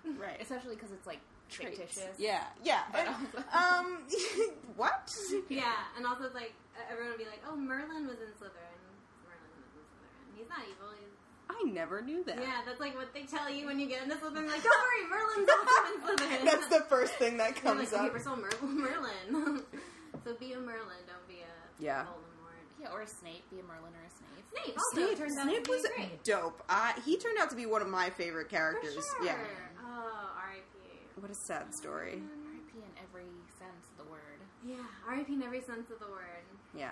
Speaker 3: Yeah.
Speaker 2: right.
Speaker 3: Especially
Speaker 1: <laughs>
Speaker 3: because it's like fictitious.
Speaker 2: Yeah, yeah.
Speaker 3: <laughs> But
Speaker 2: um, <laughs> what?
Speaker 1: Yeah, and also like everyone would be like, "Oh, Merlin was in Slytherin." Merlin was in Slytherin. He's not evil. He's...
Speaker 2: I never knew that.
Speaker 1: Yeah. <laughs> that's like what they tell you when you get into Slytherin. Like, don't worry, Merlin's
Speaker 2: <laughs>
Speaker 1: also in Slytherin.
Speaker 2: That's the first thing that
Speaker 1: You're like,
Speaker 2: comes
Speaker 1: okay,
Speaker 2: up.
Speaker 1: we're still Mer- <laughs> Merlin. <laughs> so be a Merlin, don't be a
Speaker 2: Yeah.
Speaker 1: Voldemort.
Speaker 3: Yeah, or a Snape. Be a Merlin or a Snape.
Speaker 1: Snape also
Speaker 2: Snape,
Speaker 1: turns out
Speaker 2: Snape
Speaker 1: to be
Speaker 2: was
Speaker 1: great.
Speaker 2: dope. Uh, he turned out to be one of my favorite
Speaker 1: For
Speaker 2: characters.
Speaker 1: sure.
Speaker 2: Yeah.
Speaker 1: Oh, R.I.P.
Speaker 2: What a sad story.
Speaker 3: R.I.P. in every sense of the word.
Speaker 1: Yeah, R.I.P. in every sense of the word.
Speaker 2: Yeah.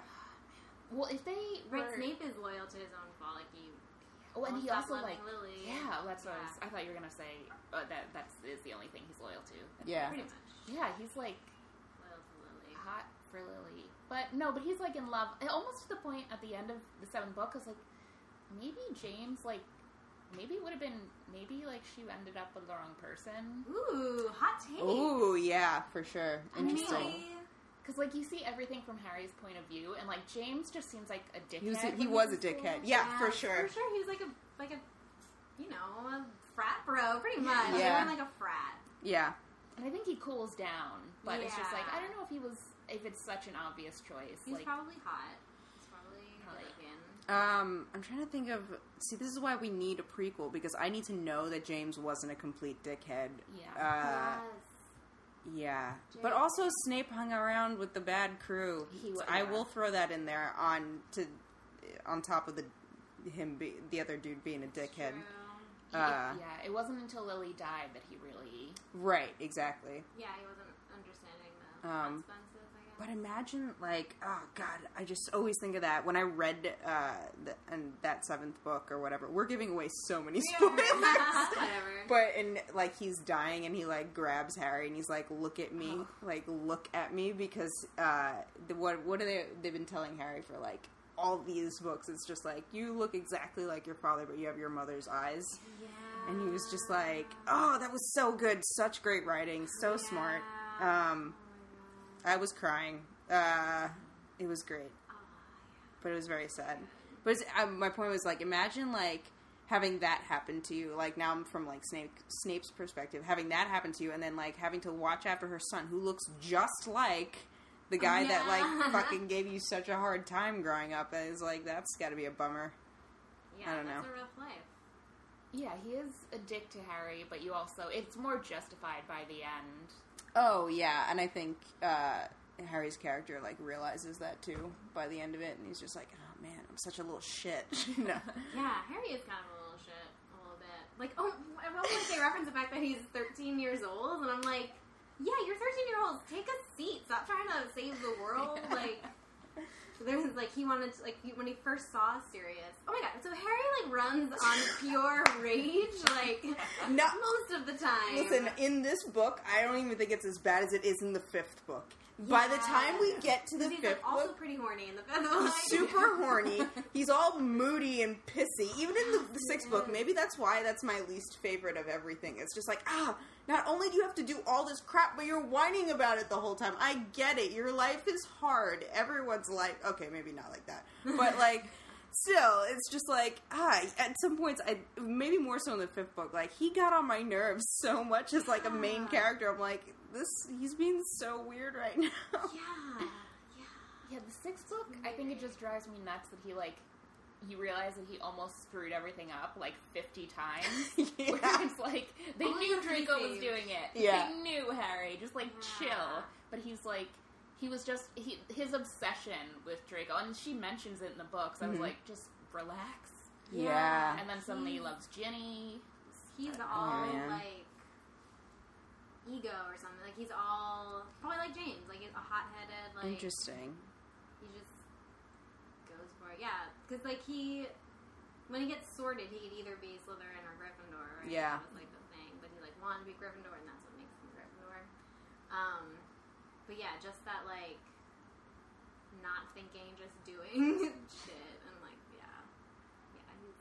Speaker 3: Well, if they
Speaker 1: Right,
Speaker 3: were,
Speaker 1: Snape is loyal to his own fall. Like he,
Speaker 3: Oh, and
Speaker 1: won't
Speaker 3: he
Speaker 1: stop
Speaker 3: also like.
Speaker 1: loving Lily.
Speaker 3: Yeah, that's what I
Speaker 1: Yeah.
Speaker 3: was. I thought you were gonna say uh, that. That's is the only thing he's loyal to.
Speaker 2: Yeah.
Speaker 1: pretty much
Speaker 3: Yeah, he's like
Speaker 1: loyal to Lily.
Speaker 3: hot for Lily, but no, but he's like in love. and Almost to the point at the end of the seventh book, I was like, maybe James like. Maybe it would have been maybe like she ended up with the wrong person
Speaker 1: Ooh, hot take.
Speaker 2: Ooh, yeah, for sure.
Speaker 3: I mean,
Speaker 2: Interesting.
Speaker 1: Maybe.
Speaker 3: because like you see everything from Harry's point of view and like James just seems like a dickhead.
Speaker 2: He was,
Speaker 3: when
Speaker 2: he was a
Speaker 3: in school.
Speaker 2: dickhead. Yeah, for sure.
Speaker 1: For sure, he was like a like a you know a frat bro, pretty much.
Speaker 2: Yeah.
Speaker 1: They were like a frat.
Speaker 2: Yeah.
Speaker 3: And I think he cools down, but it's just like
Speaker 1: Yeah.
Speaker 3: I don't know if he was if it's such an obvious choice.
Speaker 1: He's
Speaker 3: like
Speaker 1: probably hot. He's probably
Speaker 3: Probably.
Speaker 1: Republican.
Speaker 2: Um, I'm trying to think of. See, this is why we need a prequel because I need to know that James wasn't a complete dickhead.
Speaker 3: yeah.
Speaker 2: Uh,
Speaker 1: Uh-huh.
Speaker 2: yeah. But
Speaker 1: James-
Speaker 2: also, Snape hung around with the bad crew.
Speaker 3: He wa-
Speaker 2: I
Speaker 3: yeah.
Speaker 2: will throw that in there on to on top of the him be, the other dude being a
Speaker 1: yes,
Speaker 2: dickhead.
Speaker 1: true.
Speaker 3: He-
Speaker 2: uh,
Speaker 3: yeah, it wasn't until Lily died that he really
Speaker 2: Right. Exactly.
Speaker 1: Yeah, he wasn't understanding the
Speaker 2: Um,
Speaker 1: consequences. I
Speaker 2: But
Speaker 1: <laughs> guess.
Speaker 2: imagine, like, oh God, I just always think of that when I read uh, the, and that seventh book or whatever. We're giving away so many spoilers. <laughs>
Speaker 1: Whatever.
Speaker 2: but and like he's dying and he like grabs Harry and he's like, "Look at me, like look at me," because uh, the, what what are they? They've been telling Harry for like all these books. It's just like you look exactly like your father, but you have your mother's eyes.
Speaker 1: yeah.
Speaker 2: And he was just like, "Oh, that was so good, such great writing, so smart."
Speaker 1: Yeah.
Speaker 2: Um,
Speaker 1: Oh my God.
Speaker 2: I was crying. Uh, it was great,
Speaker 1: Oh, yeah.
Speaker 2: um, but it was very sad. But it's, I, my point was like, imagine like having that happen to you, like now I'm from like Snape Snape's perspective, having that happen to you, and then like having to watch after her son, who looks just like the guy that <laughs>
Speaker 1: Yeah.
Speaker 2: like fucking gave you such a hard time growing up, and is like that's got to be a bummer.
Speaker 1: Yeah,
Speaker 2: I don't
Speaker 1: that's
Speaker 2: know.
Speaker 1: a rough life.
Speaker 3: Yeah, he is a dick to Harry, but you also it's more justified by the end.
Speaker 2: Oh yeah, and I think uh, Harry's character like realizes that too by the end of it, and he's just like, oh man, I'm such a little shit. <laughs> no.
Speaker 1: Yeah, Harry is kind of a little shit, a little bit. Like, oh, at one point they reference the fact that he's 13 years old, and I'm like, yeah, you're 13 year old. Take a seat. Stop trying to save the
Speaker 2: <laughs>
Speaker 1: world. Like, there's like he wanted to, like he- when he first saw Sirius. Oh my god! So Harry like runs
Speaker 2: <laughs>
Speaker 1: on pure rage, like
Speaker 2: No.
Speaker 1: most of the time.
Speaker 2: Listen, in this book, I don't even think it's as bad as it is in the fifth book. By the
Speaker 1: Yeah.
Speaker 2: time we get to the
Speaker 1: he's
Speaker 2: fifth
Speaker 1: like, also
Speaker 2: book,
Speaker 1: pretty horny in the fifth one.
Speaker 2: he's
Speaker 1: <laughs>
Speaker 2: super horny. He's all moody and pissy. Even in the, the sixth book, maybe that's why that's my least favorite of everything. It's just like, ah, not only do you have to do all this crap, but you're whining about it the whole time. I get it. Your life is hard. Everyone's life. Okay, maybe not like that. But like. Still, it's just like ah. At some points, I maybe more so in the fifth book, like he got on my nerves so much as like a main
Speaker 1: Yeah.
Speaker 2: character. I'm like, this he's being so weird right now.
Speaker 1: Yeah, yeah.
Speaker 3: Yeah, the sixth book, I think it just drives me nuts that he like you realize that he almost screwed everything up like fifty
Speaker 2: <laughs>
Speaker 3: times. <laughs> Where
Speaker 2: Yeah.
Speaker 3: it's like they
Speaker 1: Only
Speaker 3: knew
Speaker 1: the three
Speaker 3: Draco was
Speaker 1: thieves.
Speaker 3: doing it.
Speaker 2: Yeah.
Speaker 3: They knew Harry. Just like chill.
Speaker 1: Yeah.
Speaker 3: But he's like he was just he, his obsession with Draco and she mentions it in the books. I was
Speaker 2: Mhm.
Speaker 3: like, just relax.
Speaker 2: Yeah.
Speaker 3: And then suddenly he
Speaker 1: He's-
Speaker 3: loves
Speaker 2: <laughs>
Speaker 3: Ginny. <laughs>
Speaker 1: He's all
Speaker 2: Oh, man.
Speaker 1: like ego or something. Like he's all probably like James, like he's a hot-headed. Like
Speaker 2: Interesting.
Speaker 1: he just goes for it. Yeah, because like he, when he gets sorted, he could either be Slytherin or Gryffindor. Right?
Speaker 2: Yeah.
Speaker 1: that was like the thing. But he like wanted to be Gryffindor, and that's what makes him Gryffindor. Um, but yeah, just that like not thinking, just doing <laughs> shit, and like yeah, yeah, he's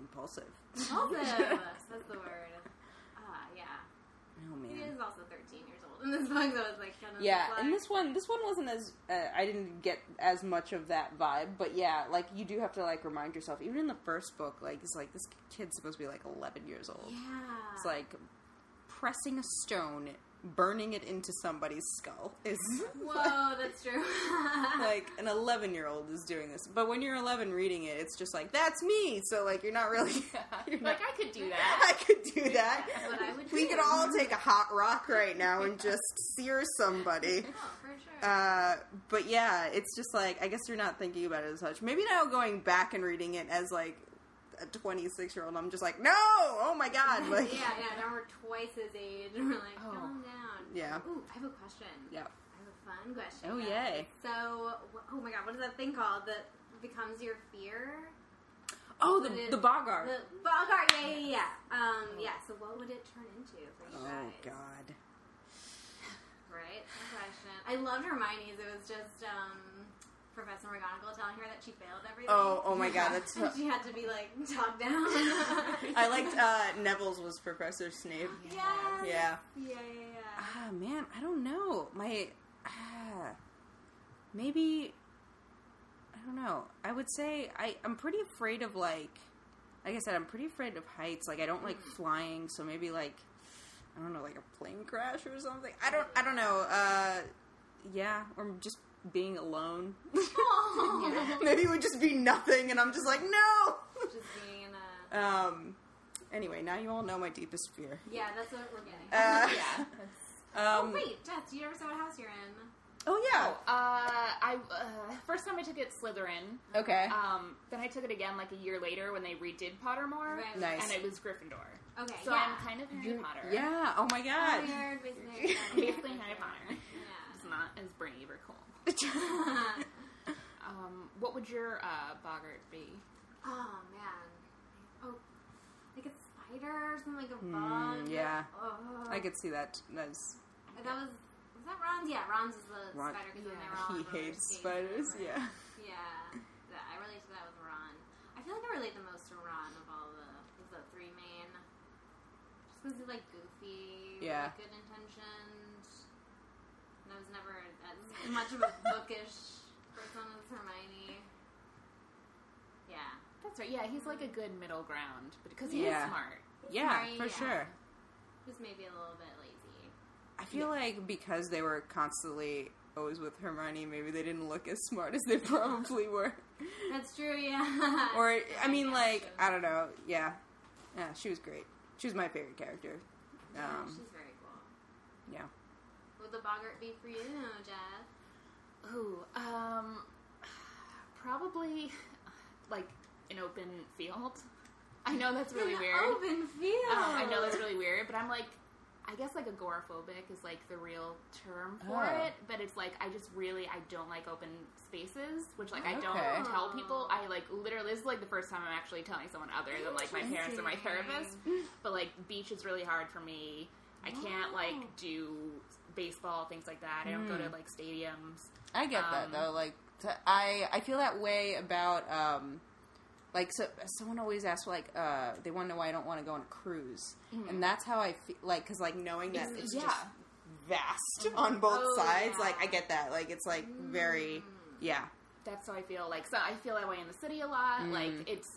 Speaker 2: Impulsive. <laughs>
Speaker 1: Impulsive. That's the word. Ah, yeah.
Speaker 2: Oh
Speaker 1: He
Speaker 2: man.
Speaker 1: is also 13 years old in this book, though. It's like kind of
Speaker 2: Yeah,
Speaker 1: like,
Speaker 2: and this one, this one wasn't as uh, I didn't get as much of that vibe, but yeah, like you do have to like remind yourself, even in the first book, like it's like this kid's supposed to be like 11 years old.
Speaker 1: Yeah.
Speaker 2: It's like pressing a stone, burning it into somebody's skull is
Speaker 1: Whoa, that's true.
Speaker 2: <laughs> like an 11 year old is doing this. But when you're 11 reading it, it's just like that's me. So like you're not really <laughs> you're
Speaker 3: like
Speaker 2: not-
Speaker 3: I could
Speaker 2: <laughs>
Speaker 3: do that.
Speaker 2: I could do that.
Speaker 1: That's what I would
Speaker 2: we
Speaker 1: do.
Speaker 2: could all take a hot rock right now and just sear somebody.
Speaker 1: <laughs> Oh, for sure.
Speaker 2: Uh, but yeah, it's just like I guess you're not thinking about it as much. Maybe now going back and reading it as like a 26 year old, I'm just like, no, oh
Speaker 1: <laughs>
Speaker 2: my god, like
Speaker 1: yeah, yeah. Now we're twice his age, <laughs> and we're like,
Speaker 3: Oh.
Speaker 1: calm down.
Speaker 2: Yeah.
Speaker 1: Ooh, I have a question.
Speaker 2: yeah,
Speaker 1: I have a fun question.
Speaker 2: Oh,
Speaker 1: guys.
Speaker 2: yay.
Speaker 1: So, wh- oh my god, what is that thing called that becomes your fear?
Speaker 2: oh
Speaker 1: What is-
Speaker 2: the the bogar.
Speaker 1: The Bogart, yeah, yeah, yeah. Um, yeah, so what would it turn into for you
Speaker 2: oh
Speaker 1: guys?
Speaker 2: god,
Speaker 1: Right? Good question. I loved Hermione's. It was just um, Professor McGonagall telling her that she failed everything.
Speaker 2: oh oh my god,
Speaker 1: <laughs>
Speaker 2: that's.
Speaker 1: And she had to be like talked down.
Speaker 2: <laughs> I liked uh, Neville's was Professor Snape.
Speaker 1: Yes. Yeah. Yeah.
Speaker 2: Yeah.
Speaker 1: Yeah.
Speaker 2: <laughs>
Speaker 1: yeah.
Speaker 2: Ah, man, I don't know. My, ah, maybe, I don't know. I would say I, I'm pretty afraid of like, like I said, I'm pretty afraid of heights. Like I don't like
Speaker 1: Mm.
Speaker 2: flying, so maybe like, I don't know, like a plane crash or something. I don't, I don't know. Uh, yeah, or just being
Speaker 1: <laughs>
Speaker 2: alone. <laughs>
Speaker 1: Oh.
Speaker 2: maybe it would just be nothing, and I'm just like, no.
Speaker 1: <laughs>
Speaker 2: <laughs>
Speaker 1: Just being uh, in a.
Speaker 2: Um. Anyway, now you all know my deepest
Speaker 1: <laughs>
Speaker 2: fear.
Speaker 1: Yeah, that's what we're getting.
Speaker 2: Uh,
Speaker 3: yeah.
Speaker 1: oh
Speaker 2: Um,
Speaker 1: wait, Jess, do you ever say what house you're in?
Speaker 2: oh yeah.
Speaker 3: Oh, uh, I uh, first time I took it Slytherin.
Speaker 1: Oh.
Speaker 2: Okay.
Speaker 3: <laughs>
Speaker 1: Uh,
Speaker 3: Um, then I took it again like a year later when they redid Pottermore,
Speaker 1: Right.
Speaker 2: Nice.
Speaker 3: and it was Gryffindor.
Speaker 1: Okay.
Speaker 3: So
Speaker 1: yeah.
Speaker 3: I'm kind of Harry Potter.
Speaker 2: Yeah. Oh my god. <laughs>
Speaker 1: Weird, basically,
Speaker 3: I'm basically Harry Potter. It's
Speaker 1: Yeah.
Speaker 3: not as brave or cool.
Speaker 2: <laughs>
Speaker 1: <laughs>
Speaker 3: <laughs> Um, what would your uh, boggart be?
Speaker 1: Oh man. Oh, like a spider or something like a
Speaker 2: Hmm,
Speaker 1: bug.
Speaker 2: yeah.
Speaker 1: Oh.
Speaker 2: I could see that. That's
Speaker 1: That was was that Ron's? Yeah, Ron's is the
Speaker 2: Ron-
Speaker 1: spider because
Speaker 3: Yeah.
Speaker 1: they're all
Speaker 2: he
Speaker 1: on roller
Speaker 2: hates
Speaker 1: skates,
Speaker 2: spiders.
Speaker 1: right?
Speaker 2: Yeah.
Speaker 1: Yeah. That- I relate to that with Ron. I feel like I relate the most to Ron of all the of the three main. Just because he's like goofy, with,
Speaker 2: Yeah.
Speaker 1: like, good intentions. And I was never as
Speaker 2: <laughs>
Speaker 1: much of a bookish person as Hermione. Yeah.
Speaker 3: That that's right. Yeah, he's like a good middle ground because he's
Speaker 2: Yeah.
Speaker 3: smart.
Speaker 2: Yeah,
Speaker 1: Right,
Speaker 2: for
Speaker 1: yeah.
Speaker 2: sure.
Speaker 1: Who's maybe a little bit lazy.
Speaker 2: I feel like because they were constantly always with Hermione, maybe they didn't look as smart as they <laughs> probably were.
Speaker 1: That's true, yeah.
Speaker 2: Or I
Speaker 1: Yeah,
Speaker 2: mean, like
Speaker 1: she
Speaker 2: I
Speaker 1: was-
Speaker 2: don't know. Yeah, yeah, she was great. She was my favorite character.
Speaker 1: yeah,
Speaker 2: Um,
Speaker 1: she's very cool.
Speaker 2: yeah.
Speaker 1: Would the boggart be for you, Jeff?
Speaker 3: Ooh, um, probably like an open field. I know that's <laughs> really
Speaker 1: An
Speaker 3: weird.
Speaker 1: Open field.
Speaker 3: Um, I
Speaker 1: <laughs>
Speaker 3: know that's really weird, but I'm like, I guess like agoraphobic is like the real term for
Speaker 2: Oh.
Speaker 3: it. But it's like I just really I don't like open spaces, which like I don't
Speaker 2: Okay.
Speaker 3: tell people. I like literally this is like the first time I'm actually telling someone other than like my parents or my therapist. But like beach is really hard for me. I can't
Speaker 1: Oh.
Speaker 3: like do baseball things like that. I don't go to like stadiums.
Speaker 2: I get that
Speaker 3: Um,
Speaker 2: though. Like t I I I feel that way about um like so someone always asks like uh they want to know why I don't want to go on a cruise, and that's how I feel like because like knowing that
Speaker 3: It's-
Speaker 2: it's,
Speaker 3: Mm-hmm. yeah.
Speaker 2: just vast <laughs> on both
Speaker 1: Oh,
Speaker 2: sides.
Speaker 1: yeah.
Speaker 2: Like I get that. Like it's like very
Speaker 3: Mm. <laughs>
Speaker 2: yeah.
Speaker 3: That's how I feel. Like so I feel that way in the city a lot. Like it's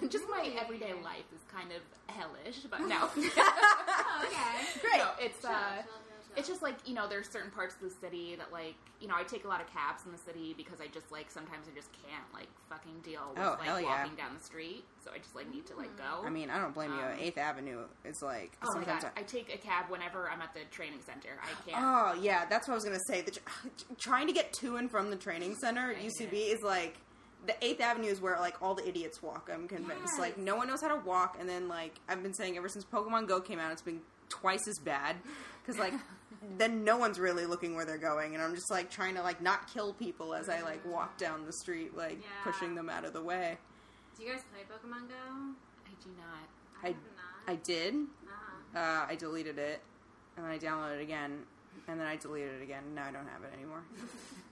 Speaker 3: <laughs> just
Speaker 1: Really?
Speaker 3: my everyday life is kind of hellish, but no.
Speaker 1: Oh, okay.
Speaker 2: Great.
Speaker 3: No, <laughs> it's uh,
Speaker 1: Chill, chill, chill, chill.
Speaker 3: it's just like you know, there's certain parts of the city that like you know, I take a lot of cabs in the city because I just like sometimes I just can't like fucking deal with
Speaker 2: Oh,
Speaker 3: like
Speaker 2: hell
Speaker 3: walking
Speaker 2: yeah. Mm-hmm.
Speaker 3: down the street, so I just like need to like go.
Speaker 2: I mean, I don't blame
Speaker 3: Um,
Speaker 2: you. Eighth Avenue is like
Speaker 3: oh my
Speaker 2: sometimes.
Speaker 3: god, I
Speaker 2: I,
Speaker 3: take a cab whenever I'm at the training center. I can't.
Speaker 2: oh yeah, that's what I was gonna say. The, tr- <sighs> trying to get to and from the training center at
Speaker 3: Right.
Speaker 2: UCB is like the Eighth Avenue is where like all the idiots walk. I'm convinced.
Speaker 1: Yes.
Speaker 2: Like no one knows how to walk, and then like I've been saying ever since Pokemon Go came out, it's been twice as bad because like then no one's really looking where they're going, and I'm just like trying to like not kill people as I like walk down the street, like
Speaker 1: Yeah.
Speaker 2: pushing them out of the way.
Speaker 1: Do you guys play Pokemon Go?
Speaker 3: I do not.
Speaker 2: I-
Speaker 1: have not.
Speaker 2: I did
Speaker 1: uh-huh.
Speaker 2: Uh, I deleted it, and then I downloaded it again, and then I deleted it again. and Now I don't have it anymore.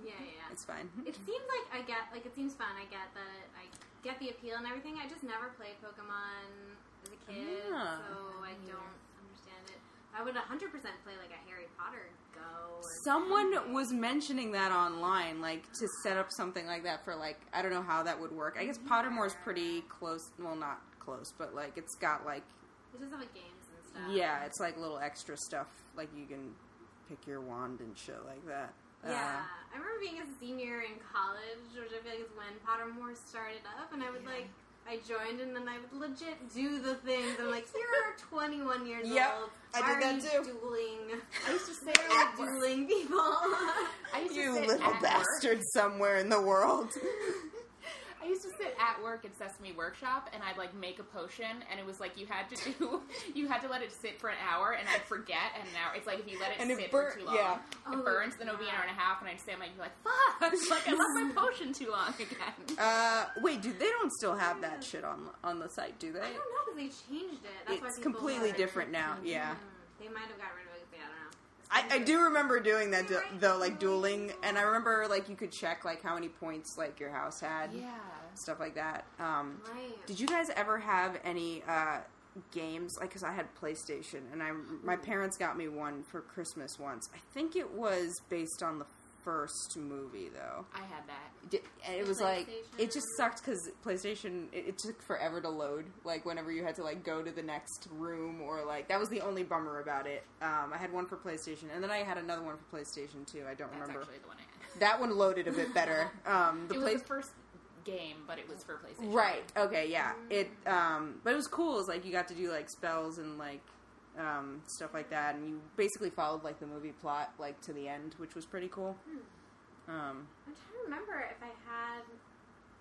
Speaker 1: Yeah, yeah.
Speaker 2: It's fine.
Speaker 1: It seems like I get like it seems fun. I get that it, I get the appeal and everything. I just never played Pokemon as a kid,
Speaker 2: Ah.
Speaker 1: so I
Speaker 3: Neither.
Speaker 1: don't understand it. I would 100% play like a Harry Potter Go. Or
Speaker 2: Someone was mentioning that online, like to set up something like that for like I don't know how that would work. I guess
Speaker 1: Mm-hmm.
Speaker 2: Pottermore's pretty close. Well, not close, but like it's got like
Speaker 1: It does have like games and stuff.
Speaker 2: yeah, it's like little extra stuff. Like you can pick your wand and shit like that. Uh,
Speaker 1: Yeah, I remember being a senior in college, which I feel like is when Pottermore started up, and I would like, I joined and then I would legit do the things. I'm like,
Speaker 2: <laughs>
Speaker 1: you're 21 years
Speaker 2: Yep,
Speaker 1: old.
Speaker 2: I
Speaker 1: Why
Speaker 2: did
Speaker 1: are you
Speaker 2: that too.
Speaker 1: Dueling, <laughs>
Speaker 3: I used to
Speaker 2: <laughs>
Speaker 3: say
Speaker 1: Why are you dueling people.
Speaker 3: I used to
Speaker 2: you
Speaker 3: sit
Speaker 2: little
Speaker 3: at Work.
Speaker 2: bastard somewhere in the world.
Speaker 1: <laughs>
Speaker 3: I used to sit at work at Sesame Workshop and I'd like make a potion and it was like you had to do <laughs> you had to let it sit for an hour and I'd forget and an hour it's like if you let it
Speaker 2: And it
Speaker 3: sit
Speaker 2: burnt-
Speaker 3: for too long
Speaker 2: yeah.
Speaker 1: Oh,
Speaker 3: it burns then it'll be an hour and a half and I'd stand like like fuck <laughs> like I
Speaker 1: <laughs>
Speaker 3: left my potion too long again.
Speaker 2: Uh, wait, dude, they don't still have that shit on on the site, do they?
Speaker 1: I don't know because they changed it. That's why
Speaker 2: it's
Speaker 1: people
Speaker 2: completely
Speaker 1: are-
Speaker 2: different now. Yeah,
Speaker 1: Mm, They might have got rid of it. Yeah, I don't know.
Speaker 2: I, I do remember doing that du- though, like dueling, and I remember like you could check like how many points like your house had, stuff like that. Um,
Speaker 1: Right.
Speaker 2: did you guys ever have any uh, games? Like, cause I had PlayStation, and I my parents got me one for Christmas once. I think it was based on the first movie though.
Speaker 3: I had that.
Speaker 2: D- and it
Speaker 1: The
Speaker 2: was like it
Speaker 1: PlayStation.
Speaker 2: just sucked because PlayStation it, it took forever to load. Like whenever you had to like go to the next room or like that was the only bummer about it. Um, I had one for PlayStation and then I had another one for PlayStation too. I don't
Speaker 3: That's
Speaker 2: remember.
Speaker 3: actually the one I had.
Speaker 2: That one loaded a bit
Speaker 3: <laughs>
Speaker 2: better. Um, the
Speaker 3: it was
Speaker 2: play-
Speaker 3: the first game, but it was for PlayStation.
Speaker 2: right? Okay, yeah.
Speaker 3: Mm-hmm.
Speaker 2: It um, but it was cool. It was like you got to do like spells and like um, stuff like that, and you basically followed like the movie plot like to the end, which was pretty cool.
Speaker 3: Hmm.
Speaker 2: Um,
Speaker 1: I'm trying to remember if I had.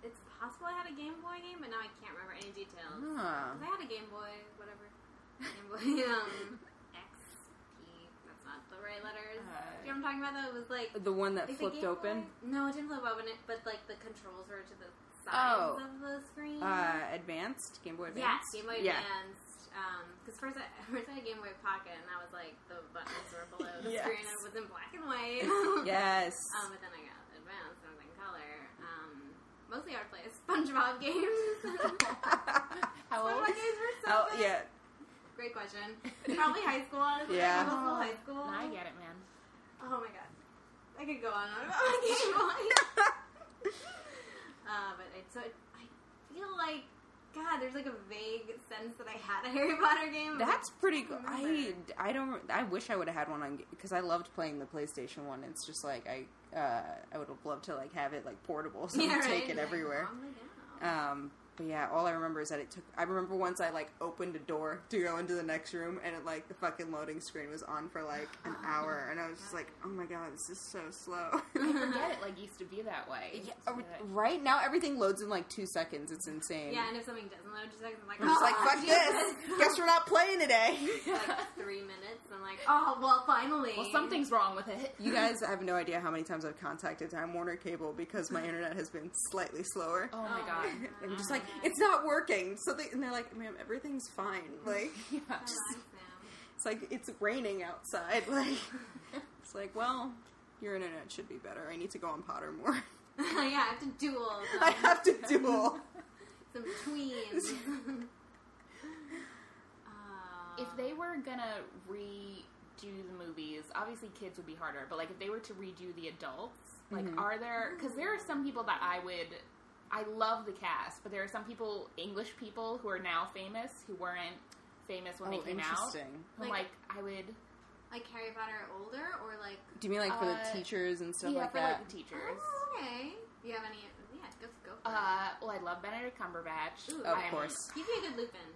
Speaker 1: It's possible I had a Game Boy game, but now I can't remember any details.
Speaker 2: huh.
Speaker 1: 'Cause I had a Game Boy, whatever. Game
Speaker 2: <laughs>
Speaker 1: Boy um, XP. That's not the right letters. Do you know what I'm talking about? Though it was like
Speaker 2: the one Uh, that
Speaker 1: like the
Speaker 2: flipped
Speaker 1: Game
Speaker 2: open.
Speaker 1: Boy- No, it didn't flip open. It, but like the controls were to the sides
Speaker 2: Oh.
Speaker 1: of the screen.
Speaker 2: Uh, advanced Game Boy
Speaker 1: yeah,
Speaker 2: Advance.
Speaker 1: Game Boy
Speaker 2: Yeah.
Speaker 1: Advanced. Because first, I, <laughs> first I had a Game Boy Pocket, and that was like the buttons were below the
Speaker 2: Yes.
Speaker 1: screen. and It was in black and white.
Speaker 2: <laughs> Yes.
Speaker 1: <laughs> Um, but then I got advanced and I was in color. Um, mostly I would play <laughs> SpongeBob games.
Speaker 3: How old?
Speaker 1: SpongeBob games were so
Speaker 2: oh
Speaker 1: good.
Speaker 2: yeah. <laughs>
Speaker 1: Great question. Probably high school, honestly.
Speaker 2: Yeah.
Speaker 1: Middle school, high school.
Speaker 3: I get it, man.
Speaker 1: Oh my god. <laughs> I could go on and on about my Game Boy. uh, but I, so I feel like God, there's like a vague sense that I had a Harry Potter game. <laughs>
Speaker 2: That's pretty cool. I,
Speaker 1: remember.
Speaker 2: I don't. I wish I would have had one on because I loved playing the PlayStation one. It's just like I uh, I would have loved to like have it like portable <laughs> so I could take it
Speaker 1: Like,
Speaker 2: everywhere.
Speaker 1: oh my God.
Speaker 2: Um, but yeah, all I remember is that it took. I remember once I like opened a door to go into the next room, and it like the fucking loading screen was on for like an
Speaker 1: Oh,
Speaker 2: hour, and I was just like, oh my god, this is so
Speaker 1: <laughs>
Speaker 2: slow.
Speaker 3: I forget it like used to be that way.
Speaker 2: <laughs>
Speaker 3: It
Speaker 2: Yeah,
Speaker 3: used to be that-
Speaker 2: right now everything loads in like two seconds. It's insane.
Speaker 1: yeah, and if something doesn't load, just like I'm like,
Speaker 2: Um, I'm just like,
Speaker 1: <laughs> "Oh,
Speaker 3: <laughs>
Speaker 2: fuck this.
Speaker 1: Jesus."
Speaker 2: Guess we're not playing today.
Speaker 1: like three minutes. I'm like, oh well, finally.
Speaker 3: well, something's wrong
Speaker 2: <laughs>
Speaker 3: with it.
Speaker 2: You guys have no idea how many times I've contacted Time Warner Cable because my internet has been slightly slower.
Speaker 3: Oh my
Speaker 1: Oh.
Speaker 3: god.
Speaker 2: <laughs> I'm just like, it's not working. So they, and they're like, ma'am, everything's
Speaker 3: <laughs>
Speaker 2: fine. Like,
Speaker 3: Yeah.
Speaker 1: Relax, ma'am.
Speaker 2: it's like, it's raining outside. <laughs> Like, it's like, well, your internet should be better. I need to go on Pottermore. <laughs>
Speaker 1: <laughs> yeah, I have to duel
Speaker 3: Oh.
Speaker 2: I
Speaker 1: some,
Speaker 2: have to duel.
Speaker 1: some tweens.
Speaker 3: <laughs>
Speaker 1: Uh,
Speaker 3: If they were gonna redo the movies, obviously kids would be harder, but like if they were to redo the adults, like
Speaker 2: Mm-hmm.
Speaker 3: are there cuz there are some people that I would I love the cast, but there are some people, English people who are now famous who weren't famous when
Speaker 2: Oh,
Speaker 3: they came out.
Speaker 2: interesting.
Speaker 3: Who,
Speaker 1: Like-
Speaker 3: like I would
Speaker 1: like Harry Potter older or like
Speaker 2: Do you mean like for
Speaker 3: Uh,
Speaker 2: the teachers and stuff
Speaker 3: yeah,
Speaker 2: like
Speaker 3: for
Speaker 2: that?
Speaker 3: like the teachers.
Speaker 1: Oh, okay. Do you have any? Yeah, let's go. For
Speaker 3: Uh, well, I love Benedict Cumberbatch.
Speaker 1: Ooh.
Speaker 2: of
Speaker 1: I am-
Speaker 2: course.
Speaker 1: it. He'd be a good Lupin.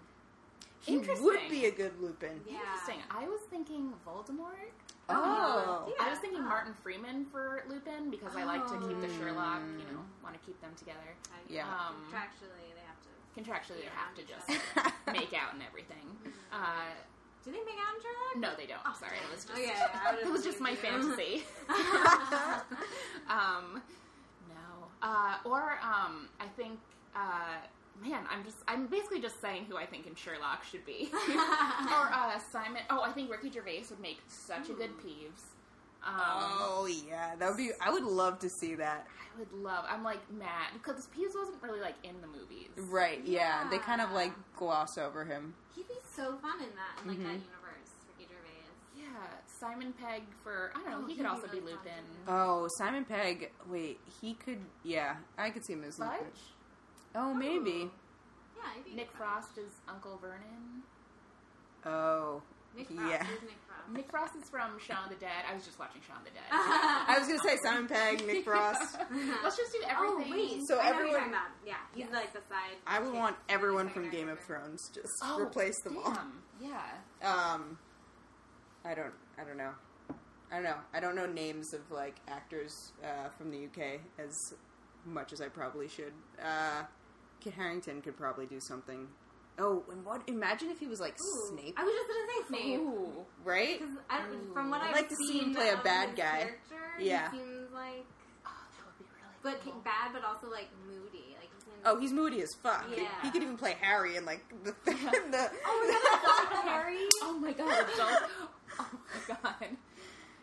Speaker 2: He would
Speaker 3: interesting.
Speaker 2: be a good Lupin.
Speaker 1: Yeah.
Speaker 3: Interesting. I was thinking Voldemort.
Speaker 2: Oh.
Speaker 1: Yeah.
Speaker 3: I was thinking
Speaker 1: Oh.
Speaker 3: Martin Freeman for Lupin because I like to keep the
Speaker 2: Oh.
Speaker 3: Sherlock.
Speaker 1: Mm.
Speaker 3: You know, want to keep them together.
Speaker 1: I-
Speaker 2: Yeah.
Speaker 3: Um,
Speaker 1: Contractually, they have to.
Speaker 3: Contractually, they
Speaker 1: Yeah, <laughs>
Speaker 3: have to
Speaker 1: each
Speaker 2: <laughs>
Speaker 3: just
Speaker 2: other.
Speaker 3: make out and everything. Uh,
Speaker 1: Do they make out in Sherlock?
Speaker 3: no, they don't.
Speaker 1: Oh,
Speaker 3: Sorry,
Speaker 1: damn.
Speaker 3: it was just
Speaker 1: Oh, yeah, yeah, I would've
Speaker 3: <laughs> it was just my
Speaker 1: believed you.
Speaker 3: fantasy. <laughs> um, no. Uh, or um, I think. Uh, Man, I'm just I'm basically just saying who I think in Sherlock
Speaker 1: <laughs>
Speaker 3: should be. or uh, Simon oh, I think Ricky Gervais would make such a good
Speaker 1: Hmm.
Speaker 3: Peeves. Um,
Speaker 2: Oh yeah, that would be. I would love to see that.
Speaker 3: I would love. I'm like mad because Peeves wasn't really like in the movies.
Speaker 2: Right? Yeah, they kind of
Speaker 1: Yeah.
Speaker 2: like gloss over him.
Speaker 1: <laughs> He'd be so fun in that, in like that
Speaker 3: Mm-hmm.
Speaker 1: universe. Ricky Gervais.
Speaker 3: Yeah, Simon Pegg for I don't know.
Speaker 1: Oh,
Speaker 3: he
Speaker 1: he'd
Speaker 3: could also
Speaker 1: really
Speaker 3: be
Speaker 1: fun.
Speaker 3: Lupin.
Speaker 2: Oh, Simon Pegg. Wait, he could. Yeah, I could see him as Lupin.
Speaker 3: Fudge.
Speaker 2: Oh, maybe.
Speaker 1: Yeah, he'd be
Speaker 3: Nick
Speaker 1: fun.
Speaker 3: Frost is Uncle Vernon.
Speaker 2: Oh,
Speaker 1: Nick Frost.
Speaker 2: yeah.
Speaker 1: Who's Nick Frost?
Speaker 3: Nick <laughs> Frost is from Shaun of the Dead. I was just watching Shaun of the
Speaker 1: <laughs>
Speaker 3: Dead.
Speaker 2: I was gonna say Simon Pegg, Nick <laughs> Frost.
Speaker 3: Let's just do
Speaker 1: Oh
Speaker 3: everything.
Speaker 1: wait,
Speaker 2: So
Speaker 1: I know who
Speaker 2: everyone-
Speaker 1: you're talking about. Yeah, he's
Speaker 3: Yes.
Speaker 1: like the side.
Speaker 2: I would want
Speaker 1: He's
Speaker 2: everyone
Speaker 1: the
Speaker 2: from <laughs>
Speaker 1: side
Speaker 2: Game of
Speaker 1: character.
Speaker 2: Thrones. Just
Speaker 3: Oh,
Speaker 2: replace them all.
Speaker 3: damn. Yeah.
Speaker 2: Um, I don't. I don't know. I don't know. I don't know names of like actors uh, from the UK as much as I probably should. Uh, Kit Harrington could probably do something. Oh, and what? Imagine if he was like
Speaker 1: Ooh.
Speaker 2: Snape,
Speaker 1: I was just gonna say Snape.
Speaker 3: Ooh.
Speaker 2: right?
Speaker 1: Because I don't, from what
Speaker 2: I'd
Speaker 1: I've
Speaker 2: like to see him
Speaker 1: seen
Speaker 2: play a
Speaker 1: of
Speaker 2: bad
Speaker 1: his
Speaker 2: guy.
Speaker 1: Character,
Speaker 2: Yeah.
Speaker 1: he seems like
Speaker 3: Oh, that would be really.
Speaker 1: but
Speaker 3: cool.
Speaker 1: bad, but also like moody. Like he seems.
Speaker 2: Oh, he's moody as fuck. He-
Speaker 1: Yeah.
Speaker 2: He, could even play Harry and like the. <laughs> the
Speaker 1: <laughs> Oh my
Speaker 2: <laughs>
Speaker 1: God, that's Harry.
Speaker 3: Oh my god. Don't. <laughs> Oh my god.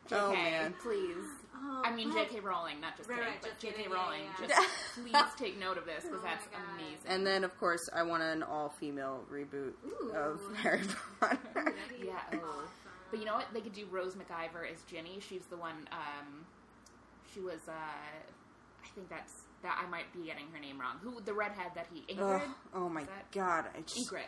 Speaker 3: JK,
Speaker 2: Oh, man.
Speaker 3: please.
Speaker 1: Oh,
Speaker 3: I mean,
Speaker 1: but-
Speaker 3: J.K. Rowling, not just
Speaker 1: Right,
Speaker 3: kidding,
Speaker 1: right,
Speaker 3: but
Speaker 1: just
Speaker 3: J.K.
Speaker 1: kidding, yeah,
Speaker 3: Rowling.
Speaker 1: yeah.
Speaker 2: <laughs>
Speaker 3: Just
Speaker 1: <laughs>
Speaker 3: please take note of this because
Speaker 1: Oh my
Speaker 3: that's
Speaker 1: God.
Speaker 3: amazing.
Speaker 2: and then of course I want an all-female reboot
Speaker 1: Ooh.
Speaker 2: of <laughs> Harry Potter.
Speaker 1: That'd be
Speaker 3: Yeah,
Speaker 1: awesome.
Speaker 3: oh. But you know what? They could do Rose McIver as Ginny. She's the one. Um, she was. Uh, I think that's that. I might be getting her name wrong. Who the redhead that he Ingrid?
Speaker 2: Ugh, oh my
Speaker 3: Is that-
Speaker 2: god! I just,
Speaker 3: Egret.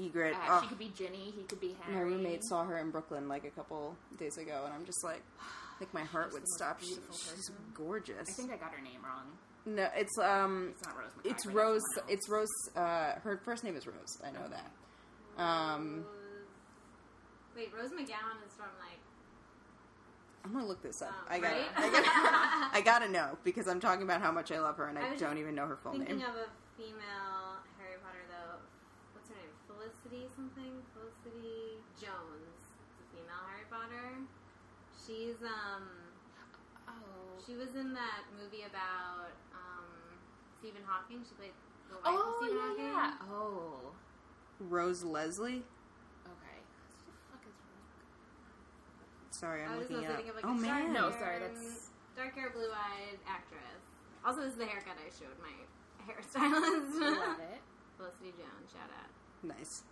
Speaker 2: Egret.
Speaker 3: Uh,
Speaker 2: ugh.
Speaker 3: She could be Ginny. He could be Harry.
Speaker 2: My roommate saw her in Brooklyn like a couple days ago, and I'm just like, <sighs> like my heart
Speaker 3: She's the
Speaker 2: would
Speaker 3: most
Speaker 2: stop. She-
Speaker 3: beautiful
Speaker 2: she's
Speaker 3: person.
Speaker 2: gorgeous.
Speaker 3: I think I got her name wrong.
Speaker 2: no, it's um,
Speaker 3: It's not Rose. McIver,
Speaker 2: it's
Speaker 3: that's
Speaker 2: Rose.
Speaker 3: someone else.
Speaker 2: It's Rose. Uh, her first name is Rose. I know that. Um,
Speaker 1: Rose- Wait, Rose McGowan is from like.
Speaker 2: I'm gonna look this up.
Speaker 1: Um,
Speaker 2: I gotta,
Speaker 1: right?
Speaker 2: I gotta, <laughs> I gotta know because I'm talking about how much I love her, and
Speaker 1: I
Speaker 2: I,
Speaker 1: was
Speaker 2: don't
Speaker 1: just
Speaker 2: even know her full
Speaker 1: Thinking
Speaker 2: name.
Speaker 1: of a female Harry Potter though. What's her name? Felicity something? Felicity Jones. is a female Harry Potter. She's um
Speaker 3: Oh.
Speaker 1: she was in that movie about um Stephen Hawking. She played the wife of Stephen
Speaker 3: Oh
Speaker 1: Hawking.
Speaker 3: yeah, yeah. Oh.
Speaker 2: Rose Leslie.
Speaker 3: Okay. Who the fuck is Rose?
Speaker 2: Sorry,
Speaker 1: I
Speaker 2: I'm
Speaker 1: was
Speaker 2: looking
Speaker 1: also
Speaker 2: up.
Speaker 1: thinking of like
Speaker 2: oh
Speaker 1: a shark
Speaker 2: man,
Speaker 3: No, sorry,
Speaker 1: hair,
Speaker 3: that's-
Speaker 1: dark hair, blue eyed actress. Also this is the haircut I showed my <laughs> hairstylist.
Speaker 3: <laughs> Love it.
Speaker 1: Felicity Jones, shout out.
Speaker 2: nice.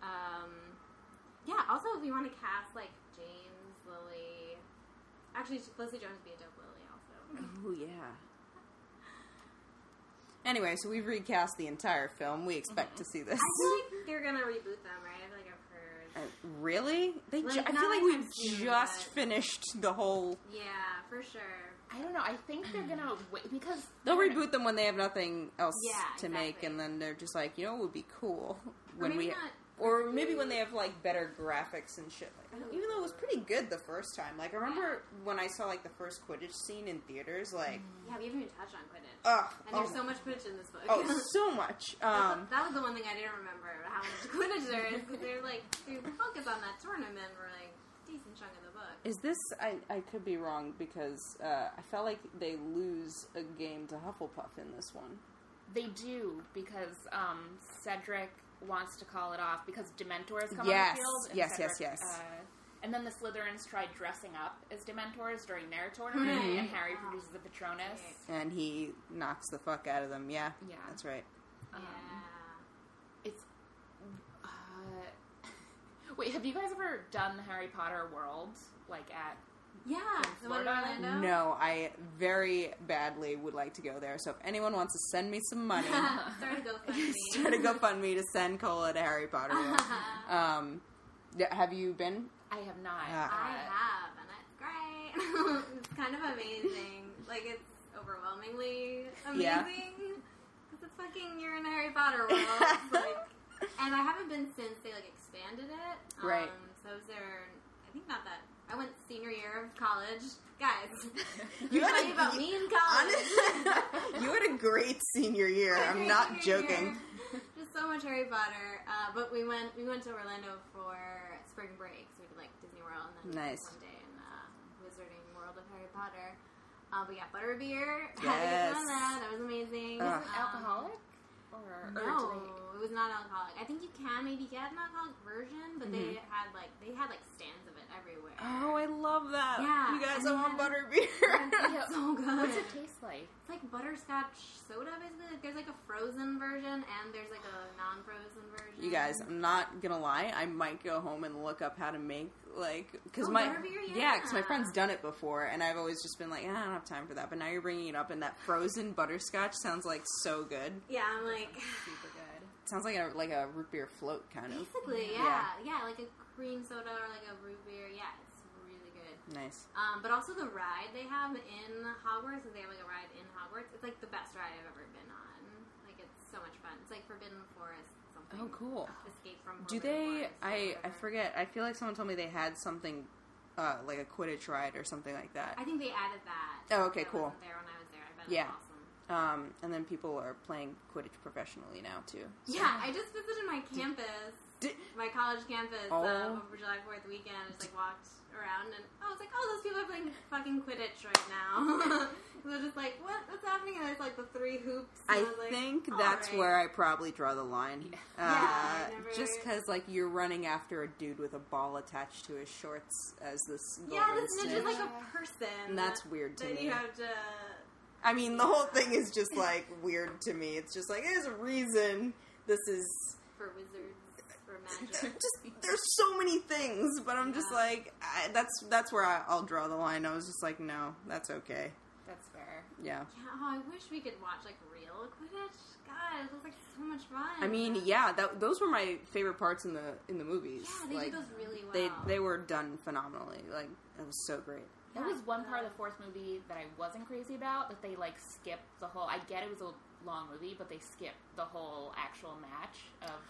Speaker 1: Um, yeah. Also, if you want to cast like James Lily, actually, Felicity Jones would be a dope Lily also.
Speaker 2: Oh yeah. Anyway, so we've recast the entire film. We expect to see this.
Speaker 1: Mm-hmm. I feel like they're gonna reboot them, right? I feel like I've
Speaker 2: Uh,
Speaker 1: heard.
Speaker 2: really? They ju-
Speaker 1: Like,
Speaker 2: I
Speaker 1: not
Speaker 2: feel like
Speaker 1: anytime
Speaker 2: we've
Speaker 1: soon,
Speaker 2: just
Speaker 1: but-
Speaker 2: finished the whole.
Speaker 1: Yeah, for sure.
Speaker 3: I don't know. I think they're gonna wait because
Speaker 2: They'll
Speaker 3: they're-
Speaker 2: reboot them when they have nothing else
Speaker 1: Yeah,
Speaker 2: to make,
Speaker 1: exactly.
Speaker 2: and then they're just like, you know, it would be cool when
Speaker 1: maybe
Speaker 2: we,
Speaker 1: not
Speaker 2: or maybe when they have like better graphics and shit. Like, that.
Speaker 1: Ooh.
Speaker 2: even though it was pretty good the first time, like I remember when I saw like the first Quidditch scene in theaters, like,
Speaker 1: Yeah, we haven't even touched on Quidditch.
Speaker 2: ugh,
Speaker 1: Mm-hmm. and
Speaker 2: oh,
Speaker 1: there's so much Quidditch in this book. <laughs>
Speaker 2: oh, so much. Um,
Speaker 1: that was the one thing I didn't remember how much Quidditch there is because they're like they focus on that tournament for like a decent chunk of the book.
Speaker 2: Is this? I, I could be wrong because uh, I felt like they lose a game to Hufflepuff in this one.
Speaker 3: They do because um, Cedric wants to call it off because Dementors come on
Speaker 2: Yes,
Speaker 3: the field.
Speaker 2: yes, yes,
Speaker 3: Cedric,
Speaker 2: yes.
Speaker 3: Uh, and then the Slytherins tried dressing up as Dementors during their tournament,
Speaker 2: Hmm.
Speaker 1: Right.
Speaker 3: and Harry
Speaker 1: Oh.
Speaker 3: produces the Patronus.
Speaker 2: And he knocks the fuck out of them. Yeah,
Speaker 3: Yeah.
Speaker 2: that's right.
Speaker 3: Um,
Speaker 1: yeah.
Speaker 3: It's. Uh, <laughs> wait, have you guys ever done Harry Potter World? Like at.
Speaker 1: Yeah. The one in
Speaker 3: Florida?
Speaker 1: Orlando?
Speaker 2: No, I very badly would like to go there. So if anyone wants to send me
Speaker 1: <laughs>
Speaker 2: some money,
Speaker 1: <laughs> Sorry
Speaker 2: <laughs>
Speaker 1: to go funny.
Speaker 2: start a GoFundMe to send Cola to Harry Potter. World.
Speaker 1: <laughs>
Speaker 2: um, yeah, have you been?
Speaker 3: I have not.
Speaker 2: Ah.
Speaker 1: I
Speaker 3: uh,
Speaker 1: have, and it's great. <laughs> it's kind of amazing. Like it's overwhelmingly
Speaker 2: Yeah.
Speaker 1: amazing. Because it's fucking you're in a Harry Potter world.
Speaker 2: <laughs>
Speaker 1: It's like, and I haven't been since they like expanded it. Um,
Speaker 2: Right.
Speaker 1: So I was there. I think not that. I went senior year of college, guys.
Speaker 2: You
Speaker 1: You
Speaker 2: had
Speaker 1: talking
Speaker 2: a-
Speaker 1: about me in college?
Speaker 2: <laughs> you had a great senior
Speaker 1: <laughs>
Speaker 2: year. I'm
Speaker 1: Senior
Speaker 2: not
Speaker 1: year.
Speaker 2: joking.
Speaker 1: <laughs> Just so much Harry Potter. Uh, but we went we went to Orlando for spring break, so we did like Disney World and then
Speaker 2: Nice.
Speaker 1: one day in uh, Wizarding World of Harry Potter. Uh, we got <laughs> butterbeer.
Speaker 2: Yes. Uh-huh.
Speaker 1: Had a good time on that. That was amazing.
Speaker 2: Ugh.
Speaker 3: Is it alcoholic? Or, or
Speaker 1: No,
Speaker 3: do they-
Speaker 1: it was not alcoholic. I think you can maybe get an alcoholic version, but they had like they had like stands of it everywhere.
Speaker 2: Mm-hmm. Oh, I love that.
Speaker 1: Yeah,
Speaker 2: you guys,
Speaker 1: and
Speaker 2: I want
Speaker 1: then- <laughs>
Speaker 2: butterbeer.
Speaker 1: It's <laughs> so good. <laughs>
Speaker 3: What's it taste like?
Speaker 1: It's like butterscotch soda, basically. Like, there's like a frozen version and there's like a non-frozen version.
Speaker 2: You guys, I'm not gonna lie. I might go home and look up how to make like because
Speaker 1: Oh,
Speaker 2: my
Speaker 1: butterbeer,
Speaker 2: yeah, because my
Speaker 1: yeah.
Speaker 2: friend's done it before, and I've always just been like, "Ah, I don't have time for that. But now you're bringing it up, and that frozen butterscotch sounds like so good.
Speaker 1: Yeah, I'm like, <sighs>
Speaker 3: Super good.
Speaker 2: sounds like a like a root beer float kind of
Speaker 1: basically, yeah, yeah, like a cream soda or like a root beer. Yeah, it's really good.
Speaker 2: nice.
Speaker 1: Um, but also the ride they have in Hogwarts, because they have like a ride in Hogwarts. It's like the best ride I've ever been on. Like it's so much fun. It's like Forbidden Forest. Something.
Speaker 2: Oh, cool.
Speaker 1: Escape from.
Speaker 2: Do
Speaker 1: Forbidden
Speaker 2: they?
Speaker 1: Forest or
Speaker 2: I I
Speaker 1: whatever.
Speaker 2: forget. I feel like someone told me they had something uh, like a Quidditch ride or something like that.
Speaker 1: I think they added that.
Speaker 2: Oh, okay,
Speaker 1: That
Speaker 2: cool.
Speaker 1: wasn't there when I was there. I bet
Speaker 2: Yeah.
Speaker 1: it's awesome.
Speaker 2: Um, and then people are playing Quidditch professionally now too.
Speaker 1: Yeah, I just visited my campus,
Speaker 2: Did-
Speaker 1: my college campus,
Speaker 2: Oh.
Speaker 1: um, over July Fourth weekend. I just like walked around and I was like, oh, those people are playing fucking Quidditch right now. <laughs> so I was just like, what? What's happening? And it's like the three hoops. And
Speaker 2: I
Speaker 1: was like,
Speaker 2: think
Speaker 1: all
Speaker 2: that's
Speaker 1: right.
Speaker 2: where I probably draw the line.
Speaker 1: Yeah, I
Speaker 2: Uh,
Speaker 1: never-
Speaker 2: Just because, like, you're running after a dude with a ball attached to his shorts as this golden
Speaker 1: Yeah, this
Speaker 2: snitch.
Speaker 1: is just like a
Speaker 3: Yeah.
Speaker 1: person.
Speaker 2: and that's weird to
Speaker 1: that
Speaker 2: me.
Speaker 1: you have to.
Speaker 2: I mean, the whole thing is
Speaker 1: <laughs>
Speaker 2: just, like, weird to me. It's just like, there's a reason this is...
Speaker 1: For wizards, for magic.
Speaker 2: <laughs> Just there's so many things, but I'm just
Speaker 1: Yeah.
Speaker 2: like I, that's that's where I, I'll draw the line. I was just like, no, that's okay.
Speaker 3: That's fair.
Speaker 2: Yeah,
Speaker 1: Yeah, oh, I wish we could watch like real Quidditch. God, it was like so much fun.
Speaker 2: I mean, yeah, that, those were my favorite parts in the in the movies.
Speaker 1: yeah, they
Speaker 2: like,
Speaker 1: did those really well.
Speaker 2: they they were done phenomenally. Like it was so great.
Speaker 3: There
Speaker 1: Yeah.
Speaker 3: was one part of the fourth movie that I wasn't crazy about that they like skipped the whole. I get it was a long movie, but they skipped the whole actual match of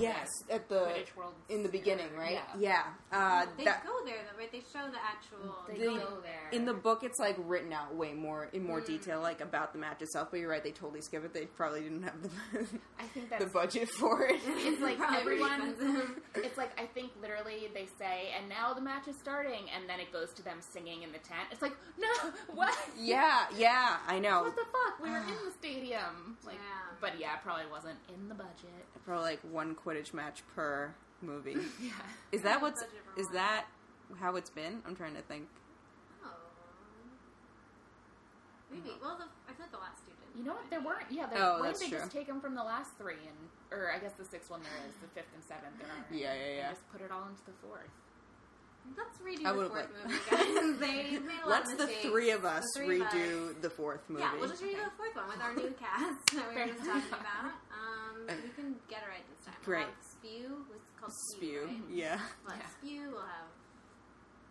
Speaker 2: Yes, at the
Speaker 3: Quidditch World
Speaker 2: in the beginning, right?
Speaker 3: Yeah.
Speaker 2: Yeah. Uh,
Speaker 1: Oh, they
Speaker 2: that,
Speaker 1: go there though, right? They show the actual.
Speaker 3: They,
Speaker 2: They-
Speaker 3: go there
Speaker 2: in the book, it's like written out way more in more detail, like about the match itself. But you're right; they totally skip it. They probably didn't have the, <laughs>
Speaker 3: I think
Speaker 2: the
Speaker 3: that's
Speaker 2: budget for it.
Speaker 1: <laughs>
Speaker 3: It's like
Speaker 1: Probably
Speaker 3: everyone.
Speaker 1: <laughs> expensive.
Speaker 3: It's like I think literally they say, and now the match is starting, and then it goes to them singing in the tent. It's like no, <laughs> what?
Speaker 2: <laughs> yeah, yeah, I know.
Speaker 3: What the fuck? We were in the stadium. Like,
Speaker 1: Yeah.
Speaker 3: but yeah, it probably wasn't in the budget. <laughs>
Speaker 2: Probably like one Quidditch match per movie.
Speaker 3: Yeah.
Speaker 2: Is that what's?
Speaker 1: Budget for
Speaker 2: Is
Speaker 1: one.
Speaker 2: that how it's been? I'm trying to think.
Speaker 1: Oh. Maybe. Well, the, I feel like the last two did.
Speaker 3: You know what? There weren't. Yeah, there
Speaker 2: Oh,
Speaker 3: weren't.
Speaker 2: that's
Speaker 3: They just
Speaker 2: true.
Speaker 3: take them from the last three, and or I guess the sixth one there is the fifth and seventh. There aren't.
Speaker 2: Yeah, yeah,
Speaker 3: They
Speaker 2: yeah.
Speaker 3: just put it all into the fourth.
Speaker 1: Let's redo
Speaker 2: I
Speaker 1: the
Speaker 2: would've
Speaker 1: fourth
Speaker 2: liked-
Speaker 1: movie,
Speaker 2: <laughs>
Speaker 1: guys. they made a lot
Speaker 2: Let's
Speaker 1: of
Speaker 2: the
Speaker 1: mistakes.
Speaker 2: three of us
Speaker 1: three of
Speaker 2: redo the fourth movie.
Speaker 1: Yeah, we'll just redo
Speaker 3: Okay.
Speaker 1: the fourth one with our
Speaker 2: <laughs>
Speaker 1: new cast that we were
Speaker 3: Fair
Speaker 1: just
Speaker 3: enough.
Speaker 1: talking about. Um, we can get it right this time.
Speaker 2: Great.
Speaker 1: We'll have Spew. It's called Spew.
Speaker 2: Spew.
Speaker 1: right?
Speaker 2: Yeah.
Speaker 1: We'll have
Speaker 3: Yeah.
Speaker 1: Spew. We'll
Speaker 2: <laughs>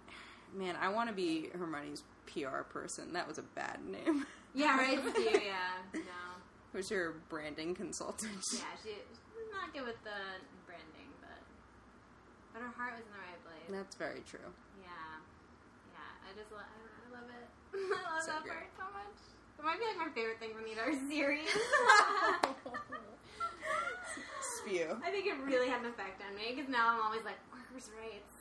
Speaker 1: have.
Speaker 2: Man, I want to be Hermione's PR person. That was a bad name. <laughs>
Speaker 1: Yeah, right. <laughs> Spew. Yeah. No.
Speaker 2: Who's your branding consultant?
Speaker 1: Yeah, she, she's not good with the branding, but but her heart was in the right place.
Speaker 2: That's very true.
Speaker 1: Yeah. Yeah. I just love. I, don't know, I love it. <laughs> I love
Speaker 2: So
Speaker 1: that
Speaker 2: good.
Speaker 1: part so much. It might be like my favorite thing from the entire <laughs>
Speaker 2: <laughs>
Speaker 1: series.
Speaker 2: Spew.
Speaker 1: I think it really had an effect on me because now I'm always like workers'
Speaker 2: <laughs>
Speaker 1: rights,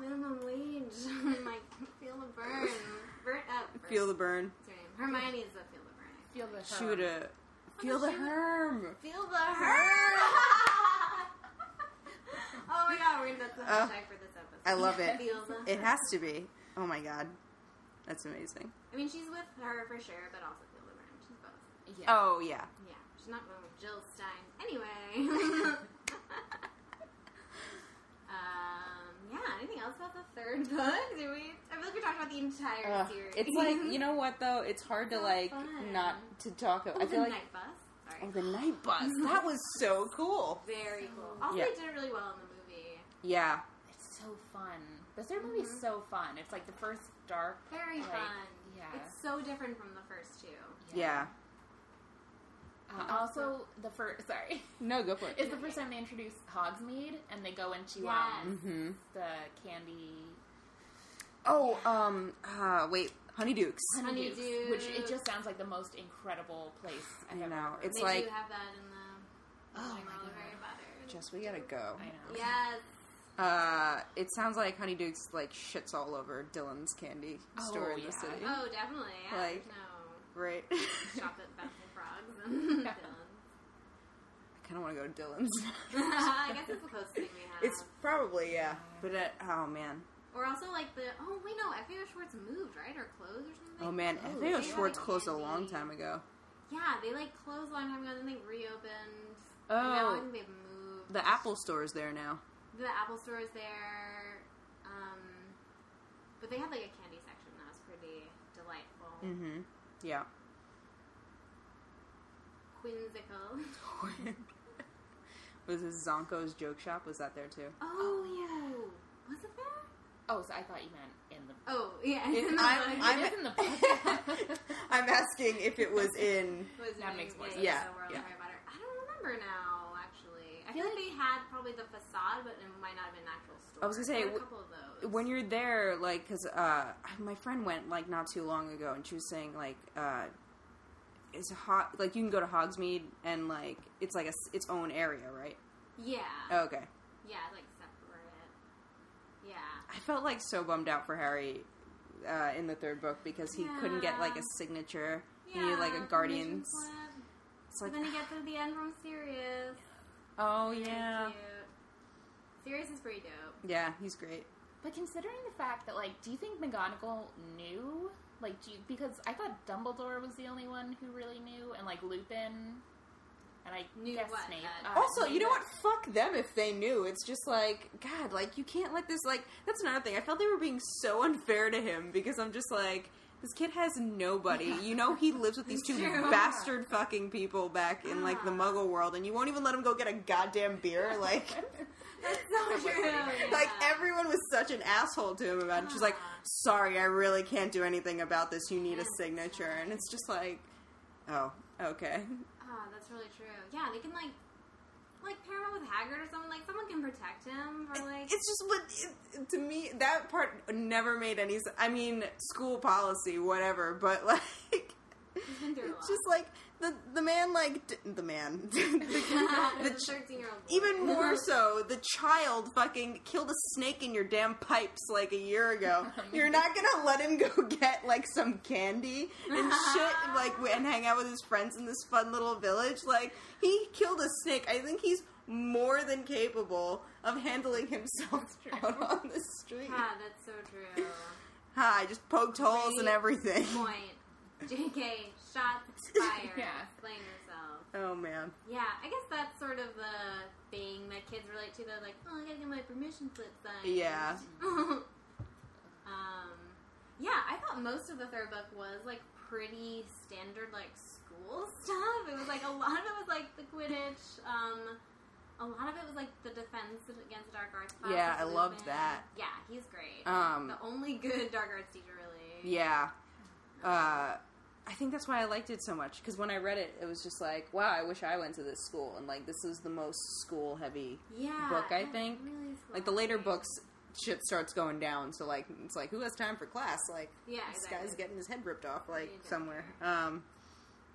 Speaker 1: minimum wage. <laughs> I'm like feel the burn, burn up.
Speaker 2: <laughs> Feel the burn.
Speaker 1: What's her name? Hermione's the feel the burn.
Speaker 3: <laughs> Feel the
Speaker 2: Shoot
Speaker 3: it.
Speaker 2: a. Feel the
Speaker 1: shoot.
Speaker 2: herm.
Speaker 1: Feel the hurt. <laughs> oh my god, we're that's the
Speaker 2: Oh.
Speaker 1: hashtag for this episode.
Speaker 2: I love it.
Speaker 1: Feel the
Speaker 2: It
Speaker 1: hurt.
Speaker 2: has to be. Oh my god. That's amazing.
Speaker 1: I mean, she's with her for sure, but also feel the burn. She's both.
Speaker 3: Yeah.
Speaker 2: Oh, yeah.
Speaker 1: Yeah, she's not going with Jill Stein. Anyway. <laughs> um, yeah, anything else about the third book? Did we? I feel like we talked about the entire
Speaker 2: Ugh.
Speaker 1: series.
Speaker 2: It's
Speaker 1: <laughs>
Speaker 2: like you know what though. It's hard to
Speaker 1: So
Speaker 2: like
Speaker 1: fun.
Speaker 2: not to talk. About.
Speaker 1: Oh,
Speaker 2: I
Speaker 1: the
Speaker 2: feel like
Speaker 1: Night Bus.
Speaker 2: oh,
Speaker 1: Sorry.
Speaker 2: the night bus. That was so cool.
Speaker 1: Very cool. Also,
Speaker 2: Yeah.
Speaker 1: they did it really well in the movie.
Speaker 2: Yeah,
Speaker 3: It's so fun. The third movie is so fun. It's like the first dark.
Speaker 1: Very
Speaker 3: Like,
Speaker 1: fun.
Speaker 3: yeah.
Speaker 1: It's so different from the first two.
Speaker 2: yeah.
Speaker 3: Uh, also, the first. Sorry, <laughs>
Speaker 2: No, go for it.
Speaker 3: it's the first time they introduce Hogsmeade, and they go into
Speaker 1: Yes.
Speaker 3: um,
Speaker 2: hmm
Speaker 3: the candy
Speaker 2: Oh, um, uh, wait, Honeydukes.
Speaker 3: Honeydukes,
Speaker 1: Honeydukes.
Speaker 3: which it just sounds like the most incredible place
Speaker 2: I
Speaker 3: I've ever.
Speaker 2: know.
Speaker 3: heard.
Speaker 2: It's
Speaker 1: they
Speaker 2: like
Speaker 1: do have that in the.
Speaker 3: Oh
Speaker 1: in
Speaker 3: my
Speaker 1: all the
Speaker 3: God.
Speaker 1: Harry Potter.
Speaker 2: just we gotta go.
Speaker 3: I know.
Speaker 1: Yes.
Speaker 2: Uh, it sounds like Honeydukes like shits all over Dylan's candy
Speaker 3: Oh,
Speaker 2: store in
Speaker 3: yeah.
Speaker 2: the city,
Speaker 1: Oh, definitely. Yeah.
Speaker 2: Like-
Speaker 1: no.
Speaker 2: <laughs> right? I
Speaker 1: Chocolate bathroom frogs and
Speaker 3: Yeah.
Speaker 1: Dylan.
Speaker 2: kind of want to go to Dylan's.
Speaker 1: <laughs> I guess it's the closest thing we have.
Speaker 2: <laughs> it's probably yeah, but it, oh man,
Speaker 1: or also like the oh wait no, F.A.O. Schwartz moved right or closed or something.
Speaker 2: oh man,
Speaker 3: Oh,
Speaker 2: F.A.O.
Speaker 1: they
Speaker 2: Schwartz
Speaker 1: like
Speaker 2: closed a
Speaker 1: candy.
Speaker 2: long time ago.
Speaker 1: Yeah, they like closed a long time ago and then they reopened.
Speaker 2: Oh.
Speaker 1: And now I think they've moved.
Speaker 2: The Apple store is there now.
Speaker 1: The Apple store is there, um, but they had like a candy section that was pretty delightful,
Speaker 2: Mm-hmm. Yeah. <laughs>
Speaker 1: whimsical. <laughs>
Speaker 2: was this Zonko's joke shop? Was that there too?
Speaker 1: Oh yeah, was it there?
Speaker 3: Oh, so I thought you meant in the.
Speaker 1: Oh yeah, <laughs>
Speaker 2: I'm- I'm-
Speaker 3: It is in the book.
Speaker 2: <laughs> I'm asking if it was in.
Speaker 1: <laughs> was
Speaker 3: That
Speaker 1: doing
Speaker 3: makes more
Speaker 1: it,
Speaker 3: sense.
Speaker 2: Yeah,
Speaker 1: so we're on
Speaker 2: yeah.
Speaker 1: the right matter. I don't remember now, actually. I feel like they had probably the facade, but it might not have been an actual store.
Speaker 2: I was gonna say,
Speaker 1: There were a
Speaker 2: w-
Speaker 1: couple of those.
Speaker 2: When you're there, like, because uh, my friend went like not too long ago, and she was saying like, uh, it's hot. Like you can go to Hogsmeade, and like it's like a s its own area, right?
Speaker 1: yeah,
Speaker 2: Oh, okay.
Speaker 1: yeah, like separate. Yeah,
Speaker 2: I felt like so bummed out for Harry uh, in the third book because he couldn't get like
Speaker 1: Yeah.
Speaker 2: a signature. He
Speaker 1: yeah.
Speaker 2: needed like a
Speaker 1: permission
Speaker 2: guardian's.
Speaker 1: slip.
Speaker 2: It's
Speaker 1: But
Speaker 2: like,
Speaker 1: then he gets at the end from Sirius.
Speaker 2: oh
Speaker 1: Very
Speaker 2: yeah,
Speaker 1: cute. Sirius is pretty dope.
Speaker 2: yeah, he's great.
Speaker 3: but considering the fact that, like, do you think McGonagall knew? Like, do you, because I thought Dumbledore was the only one who really knew, and like Lupin, and I
Speaker 1: Knew
Speaker 3: guess
Speaker 1: what,
Speaker 3: Snape.
Speaker 1: uh,
Speaker 2: Also,
Speaker 3: Snape.
Speaker 2: you know what? Fuck them if they knew. It's just like, God, like, you can't let this, like, that's another thing. I felt they were being so <laughs> unfair to him because I'm just like, this kid has nobody. You know, he lives with these two
Speaker 1: True. Ah.
Speaker 2: bastard fucking people back in, like, the
Speaker 1: Yeah.
Speaker 2: muggle world, and you won't even let him go get a goddamn beer.
Speaker 1: <laughs>
Speaker 2: Like,
Speaker 1: That's
Speaker 2: <laughs>
Speaker 1: so true. yeah. Ah.
Speaker 2: like everyone was such an asshole to him about it. She's like,
Speaker 1: Yeah.
Speaker 2: sorry, I really can't do anything about this. You need a signature. And it's just like, oh, okay.
Speaker 1: Ah, that's really true. Yeah, they can like, like pair him up with Haggard or someone. Like someone can protect him or like.
Speaker 2: It's just what it, to me that part never made any. s- I mean, school policy, whatever, but <laughs> like,
Speaker 1: He's been through a lot.
Speaker 2: it's just like the the man, like d- the man, <laughs>
Speaker 1: <laughs>
Speaker 2: the ch-
Speaker 1: thirteen year old.
Speaker 2: even
Speaker 3: Mm-hmm.
Speaker 2: more so, the child fucking killed a snake in your damn pipes like a year ago.
Speaker 3: <laughs>
Speaker 2: You're not gonna let him go <laughs> get like some candy and shit, like w- and hang out with his friends in this fun little village. Like he killed a snake. I think he's more than capable of handling himself
Speaker 3: That's true.
Speaker 2: out on the street.
Speaker 1: Yeah, that's so true.
Speaker 2: Ha! I just poked holes in
Speaker 1: Great
Speaker 2: everything.
Speaker 1: Point. JK, shots fired.
Speaker 3: Yeah.
Speaker 1: Explain yourself.
Speaker 2: <laughs> Oh man.
Speaker 1: Yeah, I guess that's sort of the thing that the kids relate to. They're like, "Oh, I gotta get my permission slip signed." <laughs>
Speaker 2: Yeah.
Speaker 1: um, yeah, I thought most of the third book was like pretty standard, like school <laughs> stuff. It was like a lot of it was like the Quidditch. Um, a lot of it was like the defense against dark arts. Class
Speaker 2: Yeah, I
Speaker 1: movement.
Speaker 2: loved that.
Speaker 1: Yeah, he's great.
Speaker 2: Um,
Speaker 1: the only good <laughs> dark arts teacher, really.
Speaker 2: Yeah. Uh, I think that's why I liked it so much because when I read it, it was just like, wow, I wish I went to this school. And like, this is the most school heavy.
Speaker 1: Yeah,
Speaker 2: book, I
Speaker 1: yeah,
Speaker 2: think.
Speaker 1: really
Speaker 2: Like, the later
Speaker 1: scholastic.
Speaker 2: books, shit starts going down. So, like, it's like, who has time for class? Like,
Speaker 1: Yeah,
Speaker 2: this
Speaker 1: exactly.
Speaker 2: guy's getting his head ripped off, like,
Speaker 1: Yeah.
Speaker 2: somewhere. Um,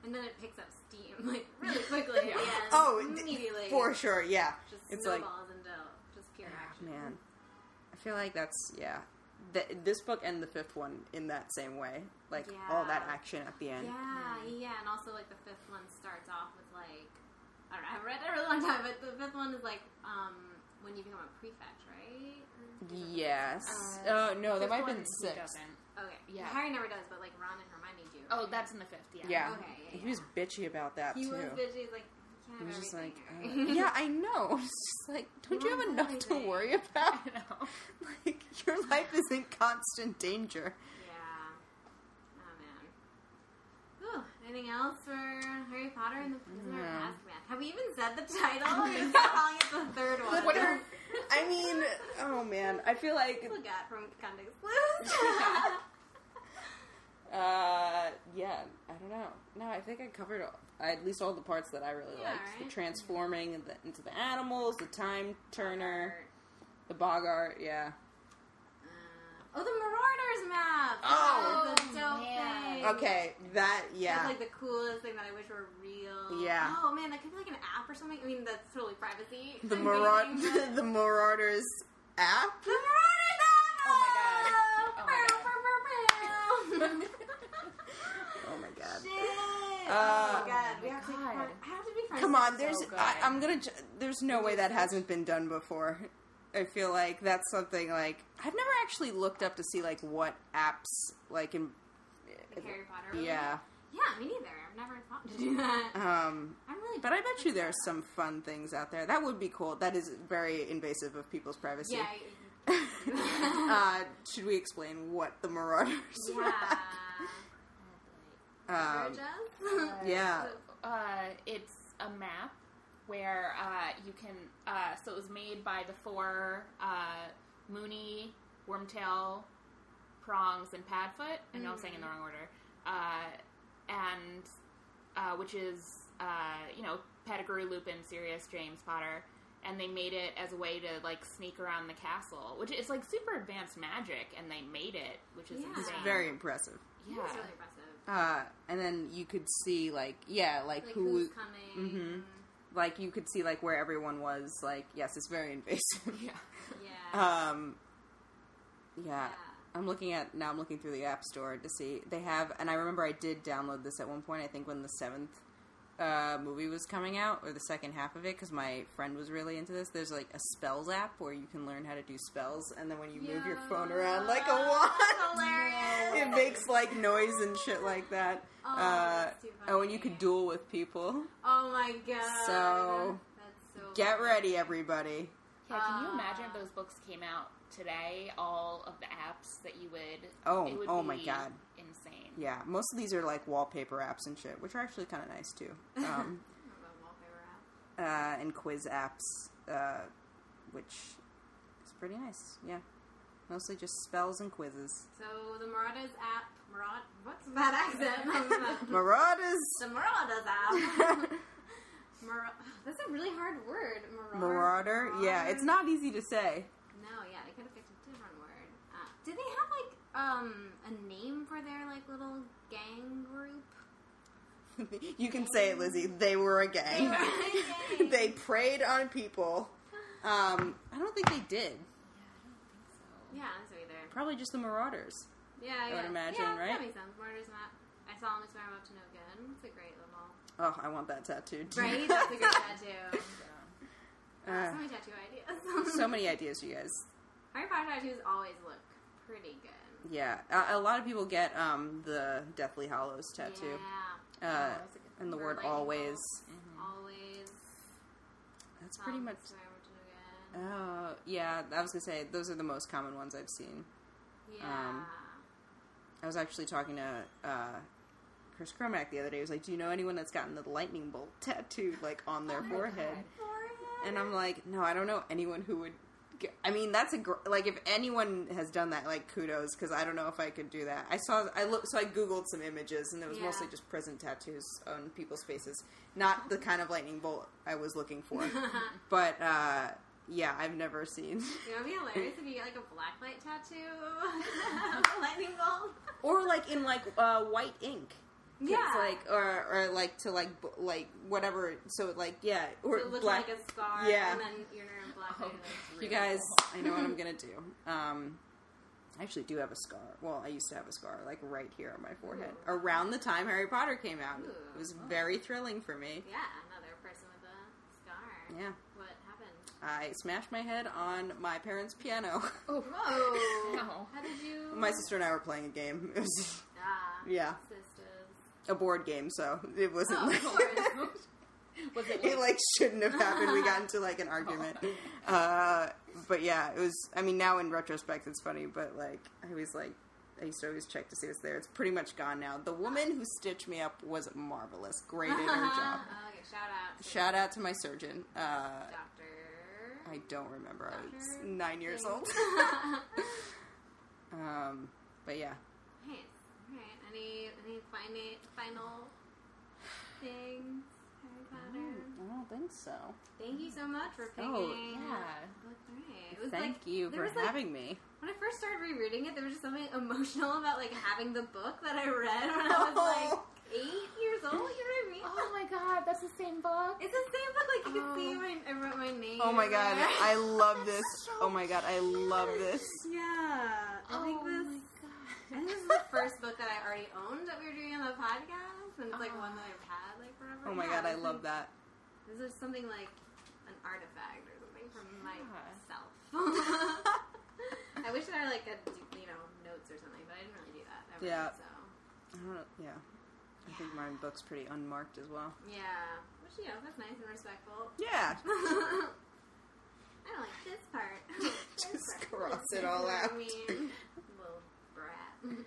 Speaker 1: And then it picks up steam <laughs> like really quickly. yeah.
Speaker 2: oh, d-
Speaker 1: immediately.
Speaker 2: for sure, yeah.
Speaker 1: Just
Speaker 2: it's like, Ah,
Speaker 1: snowballs into just pure action.
Speaker 2: man, I feel like that's, yeah. Th- this book and the fifth one in that same way. Like, all that
Speaker 1: Yeah.
Speaker 2: action at the end.
Speaker 1: Yeah, yeah, and also like the fifth one starts off with like I don't know, I haven't read that in a really long time, but the fifth one is like um when you become a prefect, right?
Speaker 2: Yes.
Speaker 3: Uh,
Speaker 2: Uh, no, that
Speaker 3: Fifth
Speaker 2: might have
Speaker 3: one,
Speaker 2: been
Speaker 3: he
Speaker 2: six.
Speaker 3: doesn't.
Speaker 1: Okay.
Speaker 3: Yeah.
Speaker 1: Harry never does, but like Ron and Hermione do.
Speaker 3: Oh, that's in the fifth. Yeah.
Speaker 2: Yeah.
Speaker 1: Okay, yeah,
Speaker 2: He was bitchy about that
Speaker 1: He
Speaker 2: too.
Speaker 1: was busy like you
Speaker 2: He
Speaker 1: can't
Speaker 2: was
Speaker 1: have
Speaker 2: just like,
Speaker 1: everything, <laughs>
Speaker 2: uh,
Speaker 1: right?
Speaker 2: yeah, I know. <laughs> It's just like, don't you have
Speaker 1: Ruins
Speaker 2: enough to
Speaker 1: everything.
Speaker 2: worry
Speaker 3: <laughs> I
Speaker 2: about? <laughs>
Speaker 3: know.
Speaker 2: Like, your life is in constant danger.
Speaker 1: Yeah. Oh man. Ooh, anything else for Harry Potter and the Prisoner of
Speaker 2: No.
Speaker 1: Azkaban? Have we even said the title?
Speaker 2: <laughs>
Speaker 1: We're just calling it the third one.
Speaker 2: What are- I mean, oh man, I feel like,
Speaker 1: People got from Context Clues.
Speaker 2: uh, yeah, I don't know. No, I think I covered all, at least all the parts that I really
Speaker 1: Yeah,
Speaker 2: liked: the
Speaker 1: right?
Speaker 2: transforming into the, into the animals, the time <laughs> turner, the Bogart. Yeah.
Speaker 1: <laughs> Uh, oh, the Marauders map.
Speaker 2: Oh.
Speaker 1: That is a dope
Speaker 3: Yeah.
Speaker 1: thing.
Speaker 2: Okay, that yeah.
Speaker 1: That's like the coolest thing that I wish were real.
Speaker 2: Yeah.
Speaker 1: Oh man, that could be like an app or something. I mean, that's totally privacy.
Speaker 2: the
Speaker 1: thing,
Speaker 2: <laughs> Maraud-
Speaker 1: but-
Speaker 2: the Marauders app.
Speaker 1: The Marauders app.
Speaker 3: Oh my God.
Speaker 1: <laughs>
Speaker 3: Oh my God.
Speaker 2: <laughs> Oh my god.
Speaker 1: Shit. Oh,
Speaker 2: Uh,
Speaker 1: my god, we have to.
Speaker 3: God.
Speaker 1: I have to be friends.
Speaker 2: Come
Speaker 1: with
Speaker 2: on,
Speaker 1: this
Speaker 2: there's
Speaker 1: show.
Speaker 3: good.
Speaker 2: I, I'm gonna. ju- There's no way that hasn't been done before. I feel like that's something like I've never actually looked up to see like what apps like in.
Speaker 1: Like Harry Potter. really?
Speaker 2: Yeah.
Speaker 1: Yeah, me neither. I've never thought to do
Speaker 2: <laughs>
Speaker 1: that.
Speaker 2: Um,
Speaker 1: I'm really.
Speaker 2: but I bet you there are some fun things out there. That would be cool. That is very invasive of people's privacy.
Speaker 1: Yeah. I-
Speaker 2: <laughs> uh, should we explain what the Marauders?
Speaker 1: <laughs> yeah.
Speaker 2: were? Um,
Speaker 1: Gorgeous.
Speaker 2: <laughs>
Speaker 1: <laughs>
Speaker 2: yeah.
Speaker 3: Uh, it's a map where uh, you can. Uh, so it was made by the four uh, Mooney, Wormtail, Prongs, and Padfoot. I know I'm saying in the wrong order. Uh, and uh, which is uh, you know Pettigrew, Lupin, Sirius, James Potter. And they made it as a way to like sneak around the castle, which is like super advanced magic, and they made it, which is
Speaker 1: Yeah. It's
Speaker 2: It's
Speaker 3: insane.
Speaker 2: very impressive.
Speaker 1: He
Speaker 3: yeah,
Speaker 1: was really impressive.
Speaker 2: Uh, and then you could see like yeah, like,
Speaker 1: Like
Speaker 2: who
Speaker 1: who's
Speaker 2: was-
Speaker 1: coming?
Speaker 2: Mhm. like you could see like where everyone was like yes it's very <laughs> invasive
Speaker 3: yeah.
Speaker 1: Yeah.
Speaker 2: um yeah
Speaker 1: yeah.
Speaker 2: i'm looking at now i'm looking through the app store to see they have and i remember i did download this at one point i think when the seventh uh, movie was coming out or the second half of it because my friend was really into this there's like a spells app where you can learn how to do spells and then when you move your phone around like a
Speaker 1: Yeah. <laughs>
Speaker 2: wand <laughs>
Speaker 1: Hilarious.
Speaker 2: it makes like noise and shit like that
Speaker 1: Oh,
Speaker 2: uh,
Speaker 1: that's too
Speaker 2: oh and you
Speaker 1: funny.
Speaker 2: could duel with people
Speaker 1: Oh my god.
Speaker 2: So,
Speaker 1: That's so
Speaker 2: get
Speaker 1: funny.
Speaker 2: ready everybody
Speaker 3: Yeah, can you
Speaker 1: Uh,
Speaker 3: imagine
Speaker 2: Ah.
Speaker 3: if those books came out today? All of the apps that you would
Speaker 2: Oh,
Speaker 3: it would
Speaker 2: oh my
Speaker 3: be
Speaker 2: God.
Speaker 3: insane.
Speaker 2: Yeah, most of these are like wallpaper apps and shit, which are actually kind of nice
Speaker 1: <laughs>
Speaker 2: too.
Speaker 1: I
Speaker 2: Um,
Speaker 1: don't know about wallpaper app.
Speaker 2: uh, and quiz apps, uh, which is pretty nice. Yeah, mostly just spells
Speaker 1: <laughs>
Speaker 2: and quizzes.
Speaker 1: So the Marauders app, Maraud, what's that
Speaker 2: <laughs>
Speaker 1: accent? <laughs>
Speaker 2: Marauders.
Speaker 1: the Marauders
Speaker 2: <laughs>
Speaker 1: app. Mar- that's a really hard word. Maraud-
Speaker 2: Marauder. Yeah, it's not easy to say. <laughs>
Speaker 1: No, yeah, they could have picked a different word. Uh, did they have like um a name for their like little gang group?
Speaker 2: you can say it, Lizzie. <laughs> They were a
Speaker 1: They <laughs>
Speaker 2: gang.
Speaker 1: were a gang.
Speaker 2: <laughs> they preyed on people. Um, I don't think they did.
Speaker 1: Yeah, I don't think so either.
Speaker 2: Probably just the Marauders.
Speaker 1: Yeah, I
Speaker 2: would
Speaker 1: guess.
Speaker 2: imagine,
Speaker 1: yeah,
Speaker 2: right?
Speaker 1: That makes sense. Murder's map. I saw him swear I'm up to no good. It's a great
Speaker 2: <laughs>
Speaker 1: little.
Speaker 2: Oh, I want that tattooed.
Speaker 1: Right? That's a good
Speaker 2: <laughs>
Speaker 1: tattoo.
Speaker 3: So,
Speaker 1: so
Speaker 2: Uh,
Speaker 1: many tattoo ideas.
Speaker 2: so many ideas, you guys.
Speaker 1: <laughs> Harry Potter tattoos always look pretty good.
Speaker 2: Yeah, a, a lot of people get um, the Deathly Hollows tattoo,
Speaker 1: Yeah.
Speaker 2: uh,
Speaker 3: Oh, that's a good
Speaker 2: and the
Speaker 1: Or
Speaker 2: word
Speaker 1: lightning
Speaker 2: always.
Speaker 1: bolts. Always.
Speaker 2: That's
Speaker 1: Saw
Speaker 2: pretty
Speaker 1: him
Speaker 2: much
Speaker 1: swear I'm up to no
Speaker 2: Oh, yeah. I was gonna say those are the most common ones I've seen.
Speaker 1: Yeah.
Speaker 2: Um, I was actually talking to uh, Chris Cromack the other day. He was like, "Do you know anyone that's gotten the lightning bolt <laughs> tattooed like on their
Speaker 3: my
Speaker 2: forehead?"
Speaker 1: Forehead.
Speaker 3: God.
Speaker 1: <laughs>
Speaker 2: And I'm like, "No, I don't know anyone who would." Get, I mean, that's a gr- like if anyone has done that, like kudos because I don't know if I could do that. I saw I look so I googled some images and there was
Speaker 1: Yeah.
Speaker 2: mostly just prison tattoos on people's faces, not the kind of lightning bolt I was
Speaker 1: <laughs>
Speaker 2: looking for. but uh, yeah, I've never seen. <laughs>
Speaker 1: It would be hilarious if you get like a blacklight tattoo, of a lightning bolt.
Speaker 2: or like in like uh, white ink.
Speaker 1: Yeah,
Speaker 2: It's like or or like to like b- like whatever. So like yeah, or
Speaker 1: it looks
Speaker 2: black.
Speaker 1: like a scar,
Speaker 2: Yeah.
Speaker 1: and then you're in a black.
Speaker 3: Oh,
Speaker 1: light, like,
Speaker 3: that's
Speaker 2: you
Speaker 3: really
Speaker 2: guys,
Speaker 3: cool.
Speaker 2: I know what I'm gonna do. Um, I actually do have a scar. Well, I used to have a scar like right here on my forehead around the time Harry Potter came out.
Speaker 1: Ooh. oh.
Speaker 2: It was very thrilling for me.
Speaker 1: Yeah, another person with a scar.
Speaker 2: Yeah,
Speaker 1: What happened?
Speaker 2: I smashed my head on my parents' piano. <laughs>
Speaker 1: Whoa!
Speaker 3: No.
Speaker 1: How did you?
Speaker 2: Oh. my sister and I were playing a game. It was <laughs>
Speaker 1: Ah,
Speaker 2: Yeah.
Speaker 1: Sisters.
Speaker 2: a board game, so it wasn't. <laughs>
Speaker 1: <laughs> Oh, of
Speaker 2: like-
Speaker 1: course.
Speaker 3: Was it
Speaker 2: <laughs> it
Speaker 3: like,
Speaker 2: like shouldn't have happened. We got
Speaker 1: <laughs>
Speaker 2: into like an argument. Uh, but yeah, it was. I mean, now in retrospect, it's funny, but like I always like. I used to always check to see what's there. It's pretty much gone now. The woman who stitched me up was marvelous. Great at her
Speaker 1: <laughs>
Speaker 2: job.
Speaker 1: okay, shout out. To
Speaker 2: Shout out to my surgeon. Uh,
Speaker 1: Doctor.
Speaker 2: I don't remember. I was
Speaker 1: Doctor
Speaker 2: nine years
Speaker 1: thing.
Speaker 2: old.
Speaker 1: <laughs>
Speaker 2: <laughs> Um, but yeah,
Speaker 1: Nice. All right. Any any final final things? Harry Potter.
Speaker 2: I don't think so.
Speaker 1: Thank you so much for picking.
Speaker 2: Oh,
Speaker 3: yeah.
Speaker 1: Book three. It was
Speaker 2: Thank
Speaker 1: like,
Speaker 2: you
Speaker 1: there
Speaker 2: for
Speaker 1: was, like,
Speaker 2: having me.
Speaker 1: When I first started rereading it, there was just something emotional about like having the book that I read <laughs> when I was like
Speaker 2: Oh.
Speaker 1: eight years old. You know what I mean?
Speaker 3: oh my god, that's the same book?
Speaker 1: It's the same book. Like you can see,
Speaker 3: Oh.
Speaker 1: my, I wrote my name.
Speaker 2: <laughs> Oh my god,
Speaker 1: there.
Speaker 2: I love this. Oh my god, I love this.
Speaker 1: <laughs> yeah. I think
Speaker 3: Oh
Speaker 1: this.
Speaker 3: my
Speaker 1: I think this is the first book that I already owned that we were doing on the podcast, and it's like
Speaker 3: Oh.
Speaker 1: one
Speaker 2: <gasps>
Speaker 1: that I've had like forever.
Speaker 2: Oh my
Speaker 1: Yeah,
Speaker 2: god, I
Speaker 1: this
Speaker 2: love
Speaker 1: is-
Speaker 2: that.
Speaker 1: This is something like an artifact or something from
Speaker 3: Yeah.
Speaker 1: myself. <laughs> I wish that I like had you know notes or something, but I didn't really do that. Ever,
Speaker 2: Yeah.
Speaker 1: So
Speaker 2: I don't know. Uh, Yeah. I think my book's pretty unmarked as well.
Speaker 1: yeah, which you know that's nice and respectful. <laughs>
Speaker 2: Yeah.
Speaker 1: I don't like this part.
Speaker 2: <laughs>
Speaker 1: This
Speaker 2: Just
Speaker 1: part.
Speaker 2: cross
Speaker 1: This
Speaker 2: it all
Speaker 1: is what
Speaker 2: out.
Speaker 1: I mean, little
Speaker 2: <laughs>
Speaker 1: brat.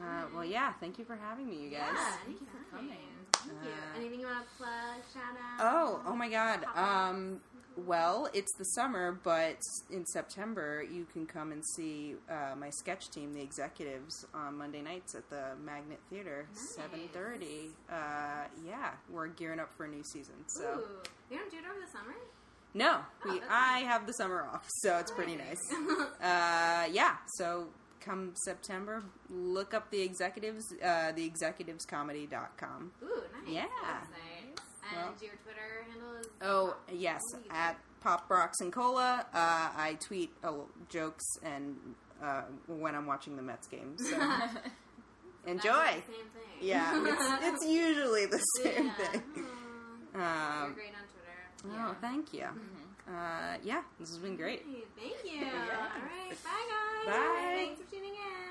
Speaker 2: Uh, well, yeah. Thank you for having me, you guys.
Speaker 1: Yeah,
Speaker 3: Thank you for
Speaker 1: anytime.
Speaker 3: coming.
Speaker 1: Thank you.
Speaker 2: Uh,
Speaker 1: Anything you want to plug? Shout out.
Speaker 2: Oh, oh my God.
Speaker 1: Pop up.
Speaker 2: Um, well, it's the summer, but in September you can come and see uh, my sketch team, the executives, on Monday nights at the Magnet Theater,
Speaker 1: Nice.
Speaker 2: seven thirty. Uh, yeah, we're gearing up for a new season. So
Speaker 1: Ooh, you don't do it over the summer?
Speaker 2: no,
Speaker 1: Oh, <laughs>
Speaker 2: we
Speaker 1: that's
Speaker 2: I have the summer off, so it's pretty nice.
Speaker 1: <laughs>
Speaker 2: uh, yeah, so come September, look up the executives, uh, theexecutivescomedy.com.
Speaker 1: Ooh, nice.
Speaker 2: Yeah.
Speaker 1: That's nice. And your Twitter handle is.
Speaker 2: Oh, yes,
Speaker 1: Oh, you
Speaker 2: at Pop Rocks and Cola. Uh, I tweet uh, jokes and uh, when I'm watching the Mets game.
Speaker 1: <laughs>
Speaker 2: So
Speaker 1: That's not
Speaker 2: enjoy.
Speaker 1: the Same thing.
Speaker 2: Yeah,
Speaker 1: <laughs>
Speaker 2: it's, it's usually the same
Speaker 1: Yeah.
Speaker 2: thing.
Speaker 1: Oh,
Speaker 2: <laughs>
Speaker 1: You're
Speaker 2: Um,
Speaker 1: great Mm-hmm. on Twitter.
Speaker 2: oh, thank you. Uh, yeah, this has been great.
Speaker 1: Thank you.
Speaker 2: <laughs> Yeah.
Speaker 1: All right. Bye, guys.
Speaker 2: Bye.
Speaker 1: Thanks for tuning in.